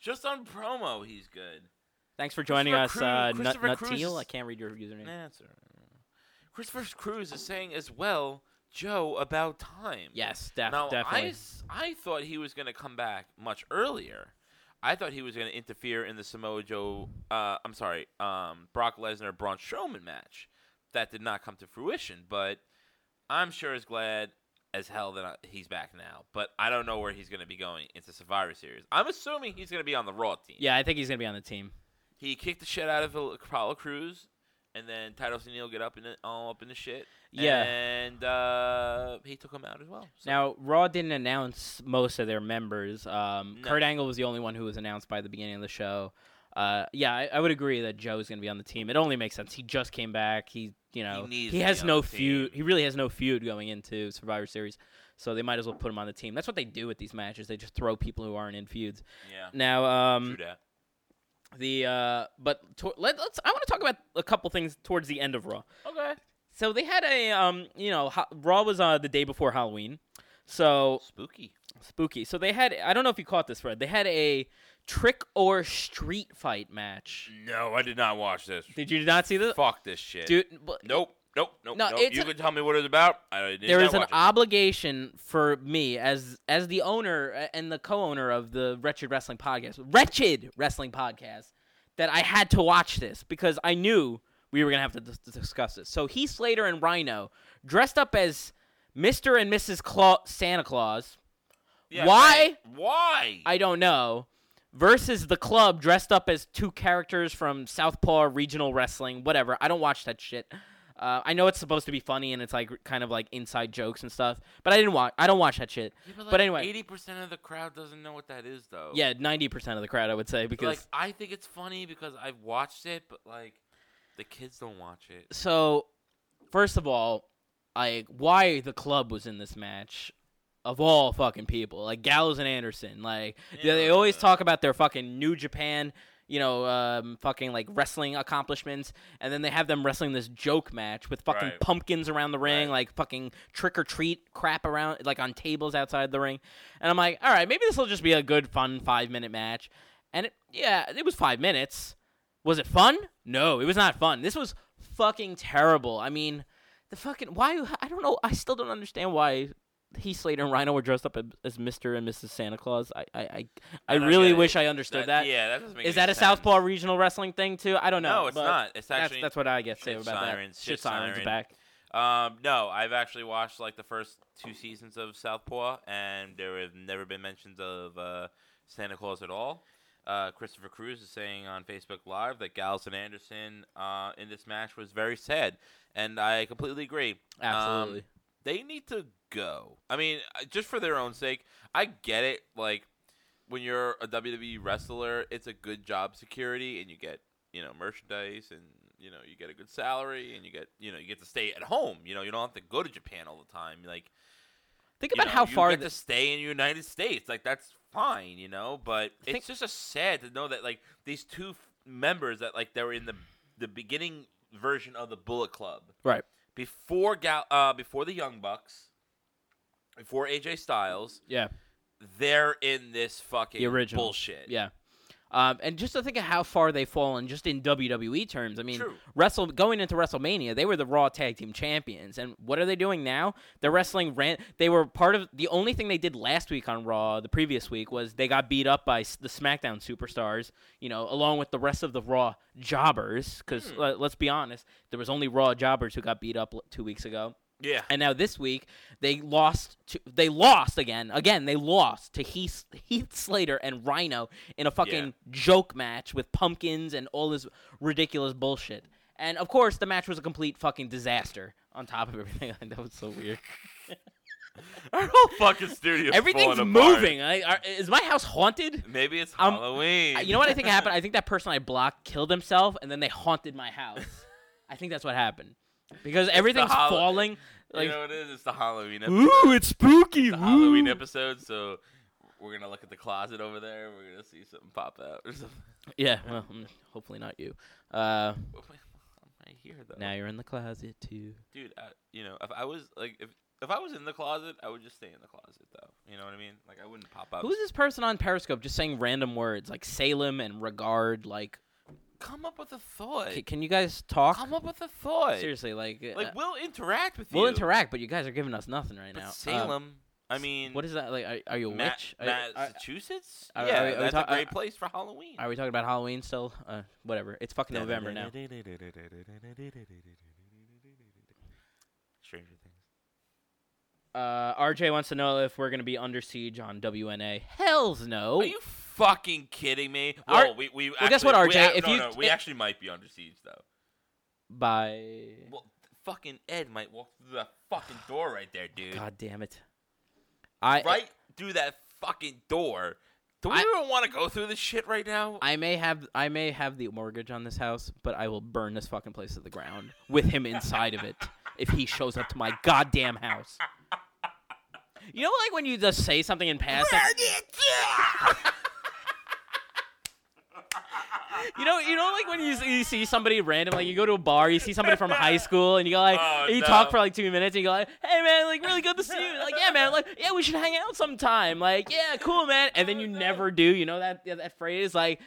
[SPEAKER 3] Just on promo, he's good.
[SPEAKER 2] Thanks for joining us,
[SPEAKER 3] Christopher
[SPEAKER 2] uh,
[SPEAKER 3] Cru-
[SPEAKER 2] Nut,
[SPEAKER 3] Christopher
[SPEAKER 2] Nut
[SPEAKER 3] Cruz
[SPEAKER 2] Teal.
[SPEAKER 3] is-
[SPEAKER 2] I can't read your username.
[SPEAKER 3] Nah, it's all right. Christopher Cruz is saying as well, Joe, about time.
[SPEAKER 2] Yes, def-
[SPEAKER 3] now, I,
[SPEAKER 2] definitely.
[SPEAKER 3] s- I thought he was going to come back much earlier. I thought he was going to interfere in the Samoa Joe, uh, I'm sorry, um, Brock Lesnar Braun Strowman match. That did not come to fruition, but I'm sure as glad as hell that I- he's back now. But I don't know where he's going to be going into Survivor Series. I'm assuming he's going to be on the Raw team.
[SPEAKER 2] yeah, I think he's gonna be on the team.
[SPEAKER 3] He kicked the shit out of Apollo- Apollo Cruz, and then Titus O'Neil get up in the, all up in the shit.
[SPEAKER 2] Yeah.
[SPEAKER 3] and uh, he took him out as well. So
[SPEAKER 2] Now, Raw didn't announce most of their members. Um,
[SPEAKER 3] No.
[SPEAKER 2] Kurt Angle was the only one who was announced by the beginning of the show. Uh, yeah, I, I would agree that Joe's going to be on the team. It only makes sense. He just came back. He you know
[SPEAKER 3] needs
[SPEAKER 2] he
[SPEAKER 3] to be
[SPEAKER 2] has
[SPEAKER 3] on
[SPEAKER 2] no
[SPEAKER 3] the team.
[SPEAKER 2] feud. He really has no feud going into Survivor Series, so they might as well put him on the team. That's what they do with these matches. They just throw people who aren't in feuds.
[SPEAKER 3] Yeah.
[SPEAKER 2] Now, um,
[SPEAKER 3] True that.
[SPEAKER 2] the uh, but to- let, us I want to talk about a couple things towards the end of Raw.
[SPEAKER 3] Okay.
[SPEAKER 2] So they had a um, you know, ho- Raw was uh, the day before Halloween, so
[SPEAKER 3] Spooky.
[SPEAKER 2] spooky. So they had I don't know if you caught this, Fred. They had a trick or street fight match.
[SPEAKER 3] No, I did not watch this.
[SPEAKER 2] Did you not see this,
[SPEAKER 3] Fuck this shit.
[SPEAKER 2] dude? but-
[SPEAKER 3] Nope. Nope. Nope.
[SPEAKER 2] No,
[SPEAKER 3] nope.
[SPEAKER 2] it's
[SPEAKER 3] You
[SPEAKER 2] a-
[SPEAKER 3] can tell me what it's about. I did
[SPEAKER 2] there
[SPEAKER 3] not
[SPEAKER 2] is an
[SPEAKER 3] watch it.
[SPEAKER 2] obligation for me as as the owner uh, and the co-owner of the Wretched Wrestling Podcast, Wretched Wrestling Podcast, that I had to watch this because I knew we were gonna have to dis- discuss this. So Heath Slater and Rhino dressed up as Mister and Mrs. Cla- Santa Claus.
[SPEAKER 3] Yeah,
[SPEAKER 2] Why?
[SPEAKER 3] right. Why?
[SPEAKER 2] I don't know. Versus the club dressed up as two characters from Southpaw Regional Wrestling, whatever. I don't watch that shit. Uh, I know it's supposed to be funny and it's like kind of like inside jokes and stuff, but I didn't watch. I don't watch that shit. but anyway,
[SPEAKER 3] eighty percent of the crowd doesn't know what that is, though.
[SPEAKER 2] yeah, ninety percent of the crowd I would say because
[SPEAKER 3] Like I think it's funny because I've watched it, but like the kids don't watch it.
[SPEAKER 2] so first of all, like why the club was in this match of all fucking people, like Gallows and Anderson, like they- they always
[SPEAKER 3] Yeah.
[SPEAKER 2] talk about their fucking New Japan, you know, um, fucking like wrestling accomplishments, and then they have them wrestling this joke match with fucking
[SPEAKER 3] Right.
[SPEAKER 2] pumpkins around the ring,
[SPEAKER 3] Right.
[SPEAKER 2] like fucking trick or treat crap around, like on tables outside the ring, and I'm like, all right, maybe this will just be a good fun five minute match, and it, yeah, it was five minutes. Was it fun? No, it was not fun. This was fucking terrible. I mean, the fucking why? I don't know. I still don't understand why Heath Slater and Rhino were dressed up as- as Mister and Mrs. Santa Claus. I I I, I
[SPEAKER 3] don't
[SPEAKER 2] really
[SPEAKER 3] get it.
[SPEAKER 2] wish I understood that. Is
[SPEAKER 3] Yeah, that doesn't make any
[SPEAKER 2] that a
[SPEAKER 3] sense.
[SPEAKER 2] Southpaw regional wrestling thing too? I don't know.
[SPEAKER 3] No, it's
[SPEAKER 2] but
[SPEAKER 3] not. It's
[SPEAKER 2] That's,
[SPEAKER 3] actually
[SPEAKER 2] that's what I guess say
[SPEAKER 3] Shit
[SPEAKER 2] about
[SPEAKER 3] Sirens,
[SPEAKER 2] that.
[SPEAKER 3] Shit
[SPEAKER 2] Shit sirens
[SPEAKER 3] Siren.
[SPEAKER 2] back.
[SPEAKER 3] Um, no, I've actually watched like the first two seasons of Southpaw, and there have never been mentions of uh, Santa Claus at all. Uh, Christopher Cruz is saying on Facebook Live that Gallows and Anderson uh, in this match was very sad, and I completely agree. Um,
[SPEAKER 2] Absolutely.
[SPEAKER 3] they need to go. I mean, uh, just for their own sake, I get it. Like when you're a WWE wrestler, it's a good job security, and you get you know merchandise, and you know you get a good salary, and you get you know you get to stay at home. You know you don't have to go to Japan all the time. Like
[SPEAKER 2] Think
[SPEAKER 3] you
[SPEAKER 2] about
[SPEAKER 3] know,
[SPEAKER 2] how
[SPEAKER 3] you
[SPEAKER 2] far
[SPEAKER 3] get
[SPEAKER 2] this.
[SPEAKER 3] to stay in the United States. Like that's fine, you know. But
[SPEAKER 2] Think-
[SPEAKER 3] it's just a sad to know that like these two f- members that like they were in the the beginning version of the Bullet Club
[SPEAKER 2] Right.
[SPEAKER 3] before Gal uh, before the Young Bucks, before AJ Styles,
[SPEAKER 2] Yeah.
[SPEAKER 3] they're in this fucking
[SPEAKER 2] The original.
[SPEAKER 3] bullshit.
[SPEAKER 2] Yeah. Um, and just to think of how far they've fallen just in WWE terms. I mean,
[SPEAKER 3] True.
[SPEAKER 2] wrestle going into WrestleMania, they were the Raw Tag Team Champions, and what are they doing now? They're wrestling. Ran- they were part of the only thing they did last week on Raw. The previous week was they got beat up by s- the SmackDown superstars, you know, along with the rest of the Raw jobbers. Because
[SPEAKER 3] Hmm.
[SPEAKER 2] let's be honest, there was only Raw jobbers who got beat up l- two weeks ago.
[SPEAKER 3] yeah.
[SPEAKER 2] And now this week they lost to they lost again. Again, they lost to Heath, Heath Slater and Rhino in a fucking
[SPEAKER 3] Yeah.
[SPEAKER 2] joke match with pumpkins and all this ridiculous bullshit. And of course, the match was a complete fucking disaster on top of everything. that was so weird.
[SPEAKER 3] Our whole fucking studio.
[SPEAKER 2] Everything's moving. I, are, is my house haunted?
[SPEAKER 3] Maybe it's
[SPEAKER 2] Um,
[SPEAKER 3] Halloween.
[SPEAKER 2] I- You know what I think happened? I think that person I blocked killed himself and then they haunted my house. I think that's what happened. Because everything's
[SPEAKER 3] hol-
[SPEAKER 2] falling. Like,
[SPEAKER 3] you know what it is? It's the Halloween episode.
[SPEAKER 2] ooh, it's spooky.
[SPEAKER 3] the Halloween
[SPEAKER 2] woo."
[SPEAKER 3] episode, so we're gonna look at the closet over there. We're gonna see something pop out or something.
[SPEAKER 2] Yeah, well, mm, hopefully not you. Uh,
[SPEAKER 3] I'm right here though,
[SPEAKER 2] now you're in the closet too.
[SPEAKER 3] dude. I, you know, if I was like, if if I was in the closet, I would just stay in the closet though. You know what I mean? Like I wouldn't pop out.
[SPEAKER 2] Who's this person on Periscope just saying random words like Salem and regard? Like,
[SPEAKER 3] Come up with a thought.
[SPEAKER 2] c- can you guys talk?
[SPEAKER 3] Uh, Come up with a thought.
[SPEAKER 2] Seriously, like, uh,
[SPEAKER 3] Like we'll interact with you.
[SPEAKER 2] we'll interact, but you guys are giving us nothing right
[SPEAKER 3] But
[SPEAKER 2] now. Um,
[SPEAKER 3] Salem. I mean,
[SPEAKER 2] what is that? Like, are, are you a
[SPEAKER 3] Ma-
[SPEAKER 2] witch? Are- are,
[SPEAKER 3] Massachusetts?
[SPEAKER 2] are- are
[SPEAKER 3] yeah,
[SPEAKER 2] we- are we
[SPEAKER 3] that's
[SPEAKER 2] talk-
[SPEAKER 3] a great
[SPEAKER 2] are-
[SPEAKER 3] place for Halloween.
[SPEAKER 2] are we talking about Halloween still? Uh, whatever. It's fucking November now.
[SPEAKER 3] Stranger Things.
[SPEAKER 2] Uh, RJ wants to know if we're gonna be under siege on WNA. Hell's no.
[SPEAKER 3] Are you fucking kidding me?
[SPEAKER 2] Our-
[SPEAKER 3] Well, we we
[SPEAKER 2] guess
[SPEAKER 3] actually-
[SPEAKER 2] what,
[SPEAKER 3] we
[SPEAKER 2] RJ?
[SPEAKER 3] ac-
[SPEAKER 2] If
[SPEAKER 3] no,
[SPEAKER 2] you-
[SPEAKER 3] no, we
[SPEAKER 2] it-
[SPEAKER 3] actually might be under siege though.
[SPEAKER 2] By
[SPEAKER 3] Well, th- fucking Ed might walk through that fucking door right there, dude.
[SPEAKER 2] God damn it. I
[SPEAKER 3] Right through that fucking door. Do we
[SPEAKER 2] I-
[SPEAKER 3] even want to go through this shit right now?
[SPEAKER 2] I may have I may have the mortgage on this house, but I will burn this fucking place to the ground with him inside of it if he shows up to my goddamn house. You know, like when you just say something in passing. You know, you know, like when you, you see somebody random, like you go to a bar, you see somebody from high school, and you go like,
[SPEAKER 3] Oh,
[SPEAKER 2] and you
[SPEAKER 3] no.
[SPEAKER 2] talk for like two minutes, and you go like, "Hey man, like really good to see you." Like, yeah man, like yeah, we should hang out sometime. Like, yeah, cool man. And then you never do. You know that that phrase like.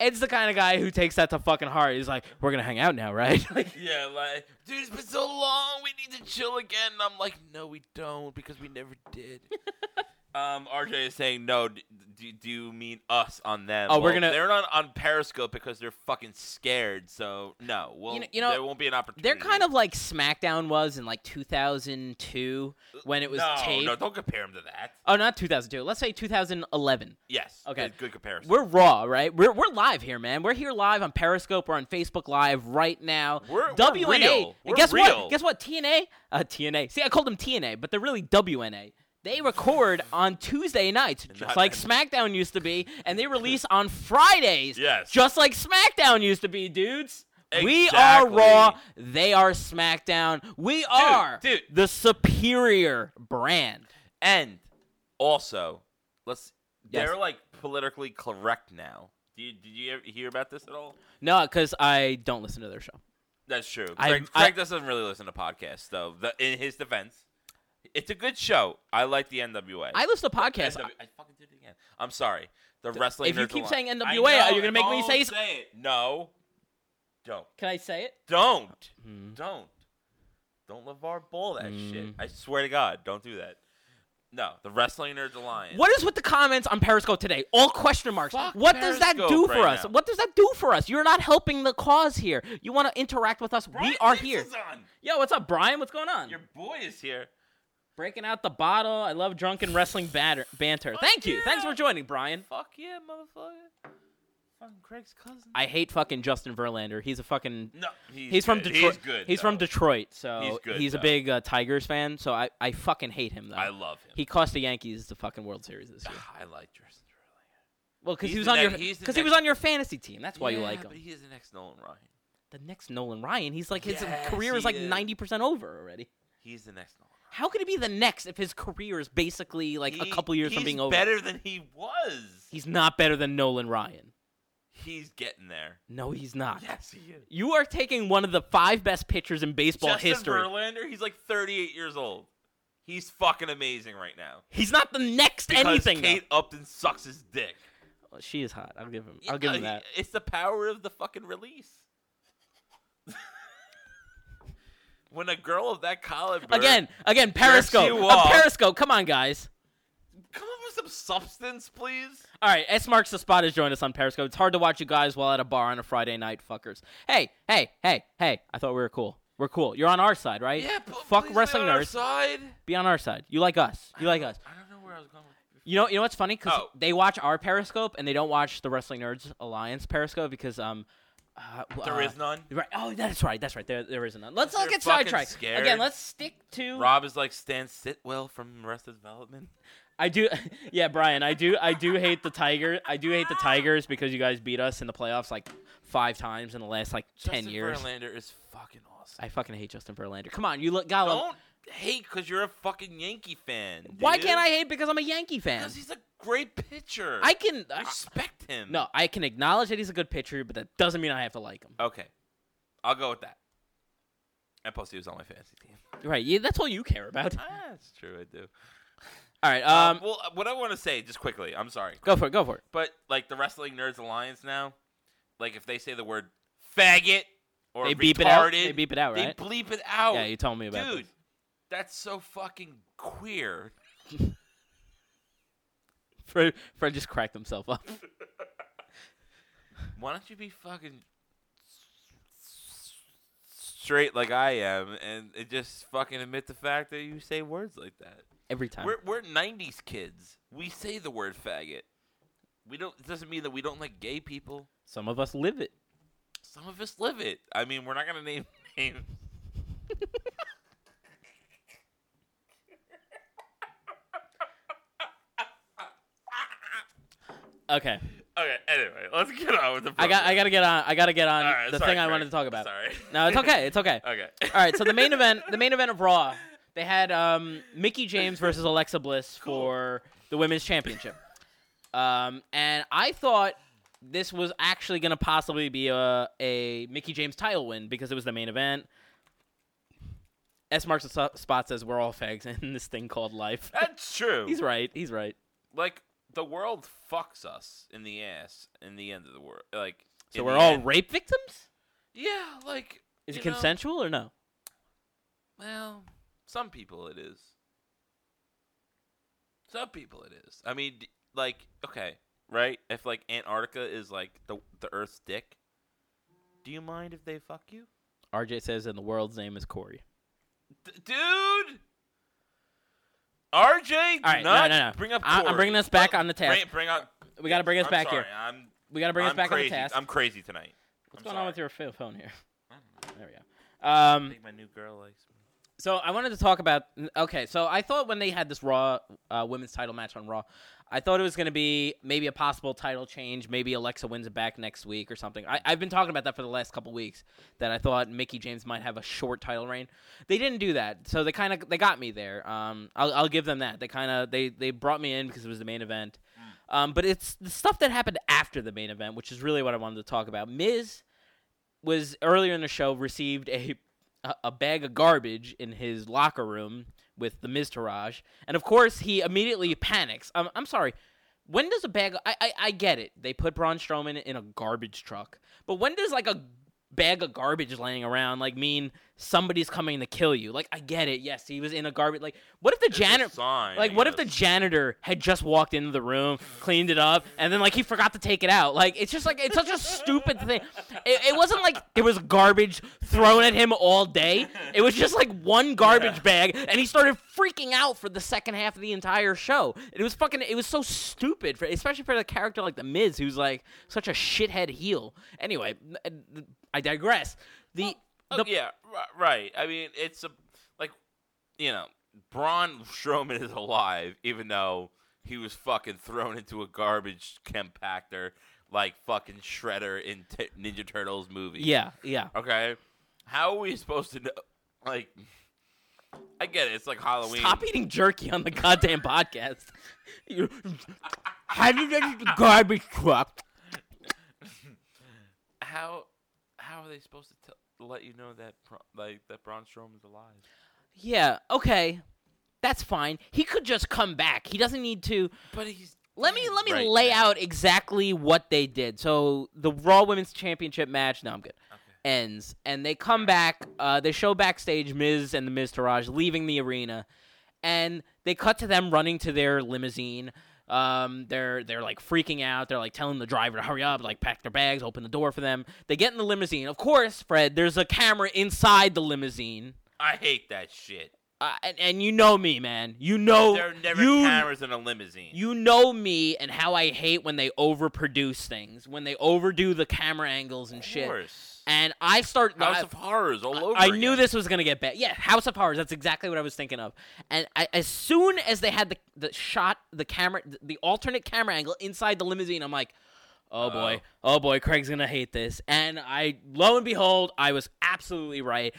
[SPEAKER 2] Ed's the kind of guy who takes that to fucking heart. He's like, "We're gonna hang out now, right?" Like,
[SPEAKER 3] Yeah, like, dude, it's been so long. We need to chill again. And I'm like, no, we don't, because we never did. um, RJ is saying, no, d- d- do you mean us on them?
[SPEAKER 2] Oh, we're
[SPEAKER 3] Well,
[SPEAKER 2] gonna-
[SPEAKER 3] They're not on Periscope because they're fucking scared. So no, well,
[SPEAKER 2] know- you know,
[SPEAKER 3] there won't be an opportunity.
[SPEAKER 2] they're kind of like SmackDown was in like 2002 when it was
[SPEAKER 3] no,
[SPEAKER 2] taped.
[SPEAKER 3] no, don't compare them to that.
[SPEAKER 2] Oh, not 2002. Let's say 2011.
[SPEAKER 3] Yes.
[SPEAKER 2] Okay.
[SPEAKER 3] Good, good comparison.
[SPEAKER 2] We're raw, right? We're, we're live here, man. We're here live on Periscope. We're on Facebook Live right now.
[SPEAKER 3] We're- we're
[SPEAKER 2] WNA.
[SPEAKER 3] real.
[SPEAKER 2] And
[SPEAKER 3] We're
[SPEAKER 2] guess
[SPEAKER 3] real.
[SPEAKER 2] what? Guess what? TNA. Uh, TNA. See, I called them TNA, but they're really WNA. They record on Tuesday nights, just
[SPEAKER 3] Not-
[SPEAKER 2] like SmackDown used to be, and they release on Fridays,
[SPEAKER 3] Yes.
[SPEAKER 2] just like SmackDown used to be, dudes. We are
[SPEAKER 3] Exactly.
[SPEAKER 2] Raw. They are SmackDown. We are
[SPEAKER 3] dude.
[SPEAKER 2] the superior brand.
[SPEAKER 3] and also, let's.
[SPEAKER 2] Yes.
[SPEAKER 3] They're like politically correct now. Do you, did you ever hear about this at all?
[SPEAKER 2] No, because I don't listen to their show.
[SPEAKER 3] That's true.
[SPEAKER 2] I-
[SPEAKER 3] Craig,
[SPEAKER 2] I-
[SPEAKER 3] Craig doesn't really listen to podcasts, though. The, in his defense, it's a good show. I like the NWA.
[SPEAKER 2] I listen to podcasts.
[SPEAKER 3] NW I fucking did it again. I'm sorry. The wrestling.
[SPEAKER 2] if you
[SPEAKER 3] Nerds
[SPEAKER 2] keep
[SPEAKER 3] Alliance.
[SPEAKER 2] saying
[SPEAKER 3] I
[SPEAKER 2] NWA,
[SPEAKER 3] know,
[SPEAKER 2] are you gonna make me
[SPEAKER 3] don't
[SPEAKER 2] say s-
[SPEAKER 3] say it? No. Don't.
[SPEAKER 2] Can I say it?
[SPEAKER 3] Don't.
[SPEAKER 2] Hmm.
[SPEAKER 3] Don't. Don't LeVar Ball that shit.
[SPEAKER 2] Mm.
[SPEAKER 3] I swear to God, don't do that. No, the Wrestling Nerds Alliance.
[SPEAKER 2] What is with the comments on Periscope today? All question marks.
[SPEAKER 3] Fuck
[SPEAKER 2] what does that
[SPEAKER 3] Periscope
[SPEAKER 2] do for
[SPEAKER 3] right
[SPEAKER 2] us?
[SPEAKER 3] now.
[SPEAKER 2] What does that do for us? You're not helping the cause here. You want to interact with us?
[SPEAKER 3] Brian
[SPEAKER 2] we are
[SPEAKER 3] Dix
[SPEAKER 2] here.
[SPEAKER 3] is on.
[SPEAKER 2] Yo, what's up, Brian? What's going on?
[SPEAKER 3] Your boy is here.
[SPEAKER 2] breaking out the bottle. I love drunken wrestling batter- banter.
[SPEAKER 3] Fuck
[SPEAKER 2] Thank you.
[SPEAKER 3] yeah.
[SPEAKER 2] Thanks for joining, Brian.
[SPEAKER 3] Fuck yeah, motherfucker. Fucking Craig's cousin.
[SPEAKER 2] I hate fucking Justin Verlander. He's a fucking.
[SPEAKER 3] no, he's,
[SPEAKER 2] He's, from
[SPEAKER 3] good.
[SPEAKER 2] Detroit.
[SPEAKER 3] He's good.
[SPEAKER 2] He's from
[SPEAKER 3] though.
[SPEAKER 2] Detroit, so
[SPEAKER 3] He's good,
[SPEAKER 2] a
[SPEAKER 3] though.
[SPEAKER 2] big uh, Tigers fan. So I, I fucking hate him though.
[SPEAKER 3] I love him.
[SPEAKER 2] He cost the Yankees the fucking World Series this year.
[SPEAKER 3] I like Justin Verlander.
[SPEAKER 2] Well, because
[SPEAKER 3] He's
[SPEAKER 2] he was
[SPEAKER 3] the
[SPEAKER 2] on
[SPEAKER 3] ne-
[SPEAKER 2] your
[SPEAKER 3] he's the
[SPEAKER 2] because he was
[SPEAKER 3] next-
[SPEAKER 2] on your fantasy team. That's why you like him.
[SPEAKER 3] But he's the next Nolan Ryan.
[SPEAKER 2] the next Nolan Ryan. He's like his
[SPEAKER 3] Yes,
[SPEAKER 2] career is
[SPEAKER 3] he
[SPEAKER 2] like
[SPEAKER 3] is.
[SPEAKER 2] ninety percent over already.
[SPEAKER 3] He's the next Nolan. Ryan.
[SPEAKER 2] How could it be the next if his career is basically like
[SPEAKER 3] He-
[SPEAKER 2] a couple years
[SPEAKER 3] he's
[SPEAKER 2] from being over?
[SPEAKER 3] better than he was.
[SPEAKER 2] He's not better than Nolan Ryan.
[SPEAKER 3] He's getting there.
[SPEAKER 2] No, he's not.
[SPEAKER 3] Yes, he is.
[SPEAKER 2] You are taking one of the five best pitchers in baseball
[SPEAKER 3] Justin
[SPEAKER 2] history.
[SPEAKER 3] Verlander, he's like 38 years old. He's fucking amazing right now.
[SPEAKER 2] He's not the next
[SPEAKER 3] Because
[SPEAKER 2] anything. though.
[SPEAKER 3] Kate Upton sucks his dick.
[SPEAKER 2] Well, she is hot. I'll give him. I'll give him
[SPEAKER 3] Yeah,
[SPEAKER 2] that.
[SPEAKER 3] It's the power of the fucking release. when a girl of that caliber
[SPEAKER 2] Again, again, Periscope.
[SPEAKER 3] you
[SPEAKER 2] A
[SPEAKER 3] are.
[SPEAKER 2] Periscope. Come on, guys.
[SPEAKER 3] come up with some substance, please.
[SPEAKER 2] All right, S marks the spot has joined us on Periscope. It's hard to watch you guys while at a bar on a Friday night, fuckers. Hey, hey, hey, hey! I thought we were cool. We're cool. You're on our side, right?
[SPEAKER 3] Yeah, but
[SPEAKER 2] Fuck
[SPEAKER 3] please be
[SPEAKER 2] wrestling
[SPEAKER 3] on our
[SPEAKER 2] nerds.
[SPEAKER 3] side.
[SPEAKER 2] Be on our side. You like us. You like us.
[SPEAKER 3] I don't know where I was going. With
[SPEAKER 2] You know. You know what's funny? Because
[SPEAKER 3] Oh.
[SPEAKER 2] they watch our Periscope and they don't watch the Wrestling Nerds Alliance Periscope because um. Uh, w-
[SPEAKER 3] There
[SPEAKER 2] uh,
[SPEAKER 3] is none.
[SPEAKER 2] Right. Oh, that's right. That's right. There, there is none. Let's
[SPEAKER 3] You're
[SPEAKER 2] not get
[SPEAKER 3] fucking
[SPEAKER 2] sidetracked
[SPEAKER 3] scared.
[SPEAKER 2] again. Let's stick to
[SPEAKER 3] Rob is like Stan Sitwell from Arrested Development.
[SPEAKER 2] I do, yeah, Brian. I do, I do hate the tiger. I do hate the Tigers because you guys beat us in the playoffs like five times in the last like ten
[SPEAKER 3] Justin
[SPEAKER 2] years.
[SPEAKER 3] Verlander is fucking awesome.
[SPEAKER 2] I fucking hate Justin Verlander. Come on, you look, gotta love-
[SPEAKER 3] don't hate because you're a fucking Yankee fan.
[SPEAKER 2] Why
[SPEAKER 3] dude.
[SPEAKER 2] can't I hate because I'm a Yankee fan?
[SPEAKER 3] Because he's a great pitcher.
[SPEAKER 2] I can. I-
[SPEAKER 3] respect him.
[SPEAKER 2] no, I can acknowledge that he's a good pitcher, but that doesn't mean I have to like him.
[SPEAKER 3] Okay, I'll go with that. And plus, he was on my fantasy team.
[SPEAKER 2] Right? Yeah, that's all you care about.
[SPEAKER 3] Ah, that's true. I do.
[SPEAKER 2] All right.
[SPEAKER 3] Um,
[SPEAKER 2] Um,
[SPEAKER 3] well, what I want to say, just quickly, I'm sorry,
[SPEAKER 2] go for it. Go for it.
[SPEAKER 3] but like the Wrestling Nerds Alliance now, like if they say the word faggot or
[SPEAKER 2] They
[SPEAKER 3] retarded,
[SPEAKER 2] beep it out. They beep it out,
[SPEAKER 3] they
[SPEAKER 2] right?
[SPEAKER 3] bleep it out.
[SPEAKER 2] Yeah, you told me about
[SPEAKER 3] oh, Dude,
[SPEAKER 2] this.
[SPEAKER 3] that's so fucking queer.
[SPEAKER 2] Fred, Fred just cracked himself up.
[SPEAKER 3] Why don't you be fucking straight like I am and it just fucking admit the fact that you say words like that?
[SPEAKER 2] Every time.
[SPEAKER 3] We're we're '90s kids. We say the word faggot. We don't. It doesn't mean that we don't like gay people.
[SPEAKER 2] Some of us live it.
[SPEAKER 3] Some of us live it. I mean, we're not gonna name names.
[SPEAKER 2] Okay,
[SPEAKER 3] Okay, anyway, let's get on with the.
[SPEAKER 2] I got I
[SPEAKER 3] program.
[SPEAKER 2] gotta get on. I gotta get on
[SPEAKER 3] All right,
[SPEAKER 2] the
[SPEAKER 3] sorry,
[SPEAKER 2] thing I
[SPEAKER 3] Craig.
[SPEAKER 2] wanted to talk about.
[SPEAKER 3] Sorry.
[SPEAKER 2] No, it's okay. It's okay.
[SPEAKER 3] Okay.
[SPEAKER 2] All right, so the main event, the main event of Raw, they had um, Mickey James versus Alexa Bliss for the women's championship, um, and I thought this was actually going to possibly be a, a Mickey James title win because it was the main event. S marks the so- spot says we're all fags in this thing called life.
[SPEAKER 3] That's true.
[SPEAKER 2] He's right. He's right.
[SPEAKER 3] Like the world fucks us in the ass in the end of the world. Like
[SPEAKER 2] So
[SPEAKER 3] in
[SPEAKER 2] we're
[SPEAKER 3] the
[SPEAKER 2] all
[SPEAKER 3] end.
[SPEAKER 2] rape victims.
[SPEAKER 3] Yeah, like
[SPEAKER 2] Is
[SPEAKER 3] you
[SPEAKER 2] it
[SPEAKER 3] know,
[SPEAKER 2] consensual or no?
[SPEAKER 3] Well, some people it is. Some people it is. I mean, d- like okay, right? If like Antarctica is like the the Earth's dick, do you mind if they fuck you,
[SPEAKER 2] RJ says, and the world's name is Corey.
[SPEAKER 3] D- dude? RJ,
[SPEAKER 2] All right, no,
[SPEAKER 3] not
[SPEAKER 2] no, no.
[SPEAKER 3] Bring up.
[SPEAKER 2] I- I'm
[SPEAKER 3] Corey.
[SPEAKER 2] bringing us back
[SPEAKER 3] Well,
[SPEAKER 2] on the task.
[SPEAKER 3] Bring, bring on.
[SPEAKER 2] We got to bring us
[SPEAKER 3] I'm
[SPEAKER 2] back
[SPEAKER 3] sorry,
[SPEAKER 2] here.
[SPEAKER 3] I'm.
[SPEAKER 2] We got to bring
[SPEAKER 3] I'm
[SPEAKER 2] us back
[SPEAKER 3] crazy.
[SPEAKER 2] on the task.
[SPEAKER 3] I'm crazy tonight.
[SPEAKER 2] What's
[SPEAKER 3] I'm
[SPEAKER 2] going
[SPEAKER 3] sorry.
[SPEAKER 2] on with your ph- phone here? There we go. Um,
[SPEAKER 3] I think my new girl likes me.
[SPEAKER 2] so I wanted to talk about. Okay, so I thought when they had this Raw uh, women's title match on Raw, I thought it was going to be maybe a possible title change. Maybe Alexa wins it back next week or something. I, I've been talking about that for the last couple weeks. That I thought Mickey James might have a short title reign. They didn't do that, so they kind of they got me there. Um, I'll, I'll give them that. They kind of they they brought me in because it was the main event.
[SPEAKER 3] Mm.
[SPEAKER 2] Um, but it's the stuff that happened after the main event, which is really what I wanted to talk about. Miz was earlier in the show received a a- a bag of garbage in his locker room with the Miztourage, and of course he immediately panics. Um, I'm, I'm sorry. When does a bag? I, I I get it. They put Braun Strowman in a garbage truck, but when does like a bag of garbage laying around like mean somebody's coming to kill you? Like I get it. Yes, he was in a garbage. Like what if the
[SPEAKER 3] There's a
[SPEAKER 2] janitor?
[SPEAKER 3] sign,
[SPEAKER 2] Like,
[SPEAKER 3] I
[SPEAKER 2] what if the
[SPEAKER 3] guess.
[SPEAKER 2] janitor had just walked into the room, cleaned it up, and then like he forgot to take it out? Like, it's just like it's such a stupid thing. It, it wasn't like there was garbage thrown at him all day. It was just like one garbage bag, and he started freaking out for the second half of the entire show. It was fucking. It was so stupid, for, especially for the character like the Miz, who's like such a shithead heel. Anyway, I digress. The the
[SPEAKER 3] Oh, yeah, ri- right. I mean, it's a like, you know, Braun Strowman is alive, even though he was fucking thrown into a garbage compactor like fucking Shredder in t- Ninja Turtles movie.
[SPEAKER 2] yeah yeah.
[SPEAKER 3] Okay. How are we supposed to know? Like, I get it. It's like Halloween.
[SPEAKER 2] Stop eating jerky on the goddamn podcast. You headed into the garbage truck.
[SPEAKER 3] How how are they supposed to tell, let you know that Bra- like that Braun Strowman's alive?
[SPEAKER 2] Yeah, okay. That's fine. He could just come back. He doesn't need to
[SPEAKER 3] But he's
[SPEAKER 2] let me let me
[SPEAKER 3] Right,
[SPEAKER 2] lay
[SPEAKER 3] yeah.
[SPEAKER 2] out exactly what they did. So the Raw Women's Championship match, no I'm good. Ends and they come back, uh, they show backstage Miz and the Miz Taraj leaving the arena and they cut to them running to their limousine. Um, they're they're like freaking out. They're like telling the driver to hurry up, like pack their bags, open the door for them. They get in the limousine. Of course, Fred, there's a camera inside the limousine.
[SPEAKER 3] I hate that shit.
[SPEAKER 2] Uh, and, and you know me, man. You know
[SPEAKER 3] There are never
[SPEAKER 2] Oh, you
[SPEAKER 3] cameras in a limousine.
[SPEAKER 2] you know me and how I hate when they overproduce things, when they overdo the camera angles and shit.
[SPEAKER 3] course.
[SPEAKER 2] And I start
[SPEAKER 3] House
[SPEAKER 2] I-
[SPEAKER 3] of Horrors all over.
[SPEAKER 2] I knew
[SPEAKER 3] again.
[SPEAKER 2] this was gonna get bad. Yeah, House of Horrors. That's exactly what I was thinking of. And I, as soon as they had the the shot, the camera, the, alternate camera angle inside the limousine, I'm like, oh boy, oh boy, Craig's gonna hate this. And I, lo and behold, I was absolutely right.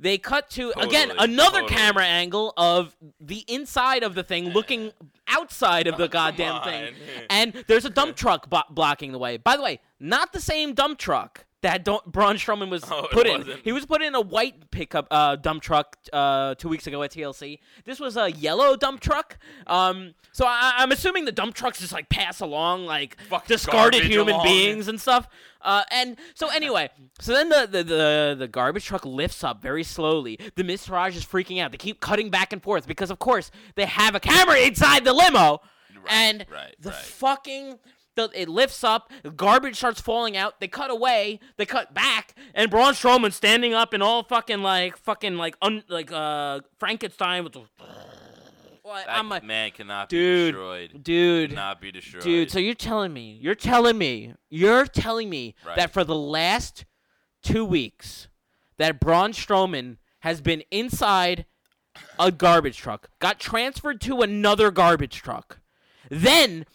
[SPEAKER 2] They cut to again
[SPEAKER 3] Totally,
[SPEAKER 2] another
[SPEAKER 3] totally.
[SPEAKER 2] camera angle of the inside of the thing looking outside of the goddamn thing,
[SPEAKER 3] on.
[SPEAKER 2] and there's a dump truck bo- blocking the way. By the way, not the same dump truck that Don- Braun Strowman was
[SPEAKER 3] Oh, it
[SPEAKER 2] put in.
[SPEAKER 3] wasn't.
[SPEAKER 2] He was put in a white pickup uh, dump truck uh, two weeks ago at TLC. This was a yellow dump truck. Um, so I- I'm assuming the dump trucks just like pass along like
[SPEAKER 3] Fucking
[SPEAKER 2] discarded
[SPEAKER 3] garbage
[SPEAKER 2] human
[SPEAKER 3] along.
[SPEAKER 2] beings and stuff. Uh, and so anyway, so then the, the, the, the garbage truck lifts up very slowly. The Miss Raj is freaking out. They keep cutting back and forth because of course they have a camera inside the limo. and
[SPEAKER 3] right,
[SPEAKER 2] the
[SPEAKER 3] right.
[SPEAKER 2] fucking the, it lifts up, garbage starts falling out. They cut away, they cut back, and Braun Strowman standing up and all fucking like fucking like un like uh Frankenstein with the. Well,
[SPEAKER 3] That
[SPEAKER 2] I'm like,
[SPEAKER 3] man cannot be
[SPEAKER 2] dude,
[SPEAKER 3] destroyed.
[SPEAKER 2] dude,
[SPEAKER 3] Cannot be destroyed.
[SPEAKER 2] dude. So you're telling me, you're telling me, you're telling me
[SPEAKER 3] Right.
[SPEAKER 2] that for the last two weeks, that Braun Strowman has been inside a garbage truck, got transferred to another garbage truck, then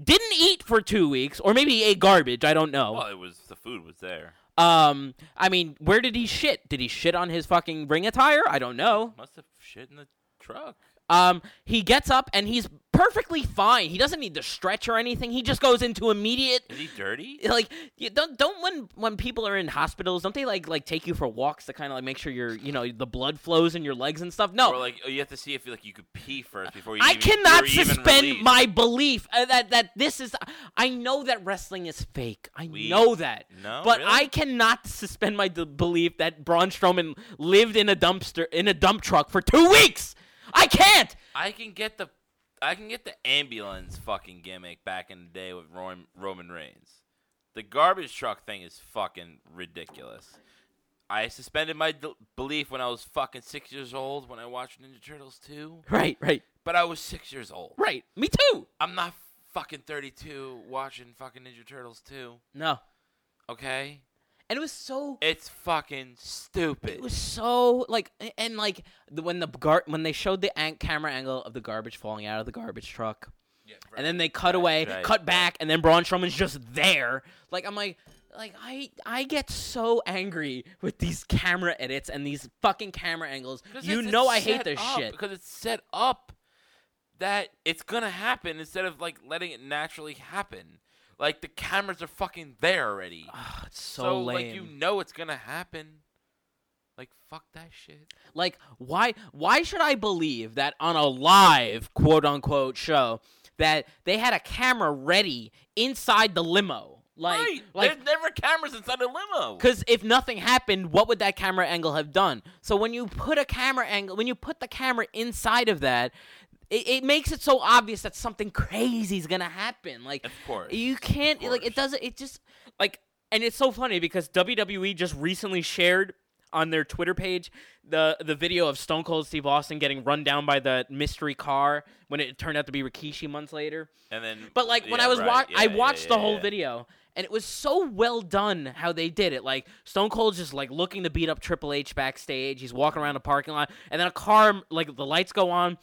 [SPEAKER 2] didn't eat for two weeks, or maybe he ate garbage. I don't know.
[SPEAKER 3] Well, it was the food was there.
[SPEAKER 2] Um, I mean, where did he shit? Did he shit on his fucking ring attire? I don't know.
[SPEAKER 3] Must have shit in the truck.
[SPEAKER 2] Um, he gets up and he's perfectly fine. He doesn't need to stretch or anything. He just goes into immediate
[SPEAKER 3] Is he dirty?
[SPEAKER 2] like you don't don't when when people are in hospitals don't they like like take you for walks to kind of like make sure your you know the blood flows in your legs and stuff no
[SPEAKER 3] Or like oh, you have to see if you like you could pee first before you.
[SPEAKER 2] I
[SPEAKER 3] even,
[SPEAKER 2] cannot
[SPEAKER 3] you're even
[SPEAKER 2] suspend
[SPEAKER 3] released.
[SPEAKER 2] my belief uh, that that this is. I know that wrestling is fake. I
[SPEAKER 3] We-
[SPEAKER 2] know that.
[SPEAKER 3] No,
[SPEAKER 2] but
[SPEAKER 3] really?
[SPEAKER 2] I cannot suspend my d- belief that Braun Strowman lived in a dumpster in a dump truck for two weeks. I can't.
[SPEAKER 3] I can get the, I can get the ambulance fucking gimmick back in the day with Roman, Roman Reigns. The garbage truck thing is fucking ridiculous. I suspended my d- belief when I was fucking six years old when I watched Ninja Turtles 2,
[SPEAKER 2] Right, right,
[SPEAKER 3] but I was six years old.
[SPEAKER 2] right. Me too.
[SPEAKER 3] I'm not fucking 32 watching fucking Ninja Turtles 2,
[SPEAKER 2] No,
[SPEAKER 3] okay?
[SPEAKER 2] and it was so.
[SPEAKER 3] It's fucking stupid.
[SPEAKER 2] It was so like a- and like the, when the gar- when they showed the an- camera angle of the garbage falling out of the garbage truck. And then they cut away,
[SPEAKER 3] right,
[SPEAKER 2] cut
[SPEAKER 3] right.
[SPEAKER 2] back, and then Braun Strowman's just there. Like I'm like, like I I get so angry with these camera edits and these fucking camera angles.
[SPEAKER 3] 'Cause
[SPEAKER 2] You
[SPEAKER 3] it's-
[SPEAKER 2] know
[SPEAKER 3] it's
[SPEAKER 2] I hate
[SPEAKER 3] set
[SPEAKER 2] this
[SPEAKER 3] up,
[SPEAKER 2] shit.
[SPEAKER 3] because it's set up that it's gonna happen instead of like letting it naturally happen. Like the cameras are fucking there already,
[SPEAKER 2] Ugh, it's Ah, so,
[SPEAKER 3] so
[SPEAKER 2] lame.
[SPEAKER 3] like you know it's gonna happen. Like fuck that shit.
[SPEAKER 2] Like, why why should I believe that on a live quote unquote show that they had a camera ready inside the limo? Like,
[SPEAKER 3] right?
[SPEAKER 2] like
[SPEAKER 3] There's never cameras inside a limo.
[SPEAKER 2] Because if nothing happened, what would that camera angle have done? So when you put a camera angle, when you put the camera inside of that, it, it makes it so obvious that something crazy is gonna happen. Like,
[SPEAKER 3] Of course,
[SPEAKER 2] you can't.
[SPEAKER 3] of
[SPEAKER 2] Like, it
[SPEAKER 3] course.
[SPEAKER 2] doesn't. It just like, and it's so funny because WWE just recently shared on their Twitter page the the video of Stone Cold Steve Austin getting run down by the mystery car when it turned out to be Rikishi months later.
[SPEAKER 3] And then,
[SPEAKER 2] But like when
[SPEAKER 3] yeah,
[SPEAKER 2] I was
[SPEAKER 3] right,
[SPEAKER 2] wa-
[SPEAKER 3] yeah,
[SPEAKER 2] I
[SPEAKER 3] yeah,
[SPEAKER 2] watched the
[SPEAKER 3] yeah,
[SPEAKER 2] whole
[SPEAKER 3] yeah.
[SPEAKER 2] video and it was so well done how they did it. Like Stone Cold's just like looking to beat up Triple H backstage. He's walking around a parking lot and then a car like the lights go on.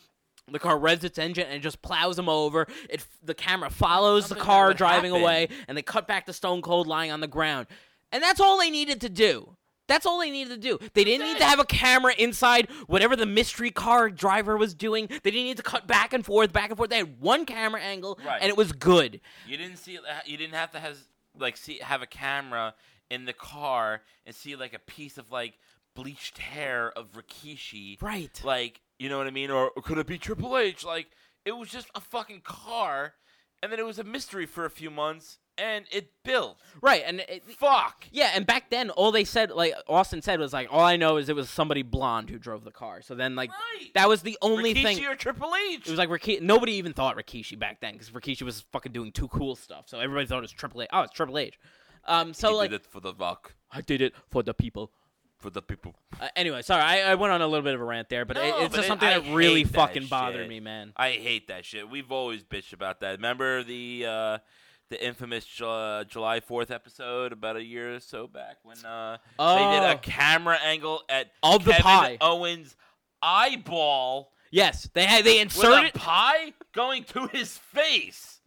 [SPEAKER 2] The car revs its engine and it just plows him over. It the camera follows the
[SPEAKER 3] Something that
[SPEAKER 2] car
[SPEAKER 3] would
[SPEAKER 2] driving
[SPEAKER 3] happen.
[SPEAKER 2] away and they cut back to Stone Cold lying on the ground. And that's all they needed to do. That's all they needed to do. They didn't need to have a camera inside whatever the mystery car driver was doing. They didn't need to cut back and forth, back and forth. They had one camera angle
[SPEAKER 3] Right.
[SPEAKER 2] and it was good.
[SPEAKER 3] You didn't see. it- You didn't have to has like see have a camera in the car and see like a piece of like bleached hair of Rikishi.
[SPEAKER 2] Right.
[SPEAKER 3] Like you know what I mean? Or could it be Triple H? Like it was just a fucking car, and then it was a mystery for a few months, and it built.
[SPEAKER 2] Right. And it,
[SPEAKER 3] Fuck.
[SPEAKER 2] yeah, and back then all they said like Austin said was like all I know is it was somebody blonde who drove the car. So then like
[SPEAKER 3] Right.
[SPEAKER 2] that was the only
[SPEAKER 3] Rikishi
[SPEAKER 2] thing
[SPEAKER 3] or Triple H.
[SPEAKER 2] It was like Rikishi. Nobody even thought Rikishi back then because Rikishi was fucking doing too cool stuff. So everybody thought it was Triple H. Oh, it's Triple H. Um, so
[SPEAKER 3] He
[SPEAKER 2] like
[SPEAKER 3] did it for the rock,
[SPEAKER 2] I did it for the people.
[SPEAKER 3] for the people.
[SPEAKER 2] Uh, anyway, sorry, I, I went on a little bit of a rant there, but it,
[SPEAKER 3] No,
[SPEAKER 2] it's
[SPEAKER 3] but
[SPEAKER 2] just
[SPEAKER 3] it-
[SPEAKER 2] something
[SPEAKER 3] I
[SPEAKER 2] that really
[SPEAKER 3] hate that
[SPEAKER 2] fucking bothered
[SPEAKER 3] shit.
[SPEAKER 2] me, man.
[SPEAKER 3] I hate that shit. We've always bitched about that. Remember the uh, the infamous Ju- uh, July Fourth episode about a year or so back when uh, they did
[SPEAKER 2] Oh.
[SPEAKER 3] a camera angle at
[SPEAKER 2] Of the
[SPEAKER 3] Kevin
[SPEAKER 2] pie.
[SPEAKER 3] Owens' eyeball
[SPEAKER 2] Yes, they had they
[SPEAKER 3] with
[SPEAKER 2] inserted.
[SPEAKER 3] a pie going to his face.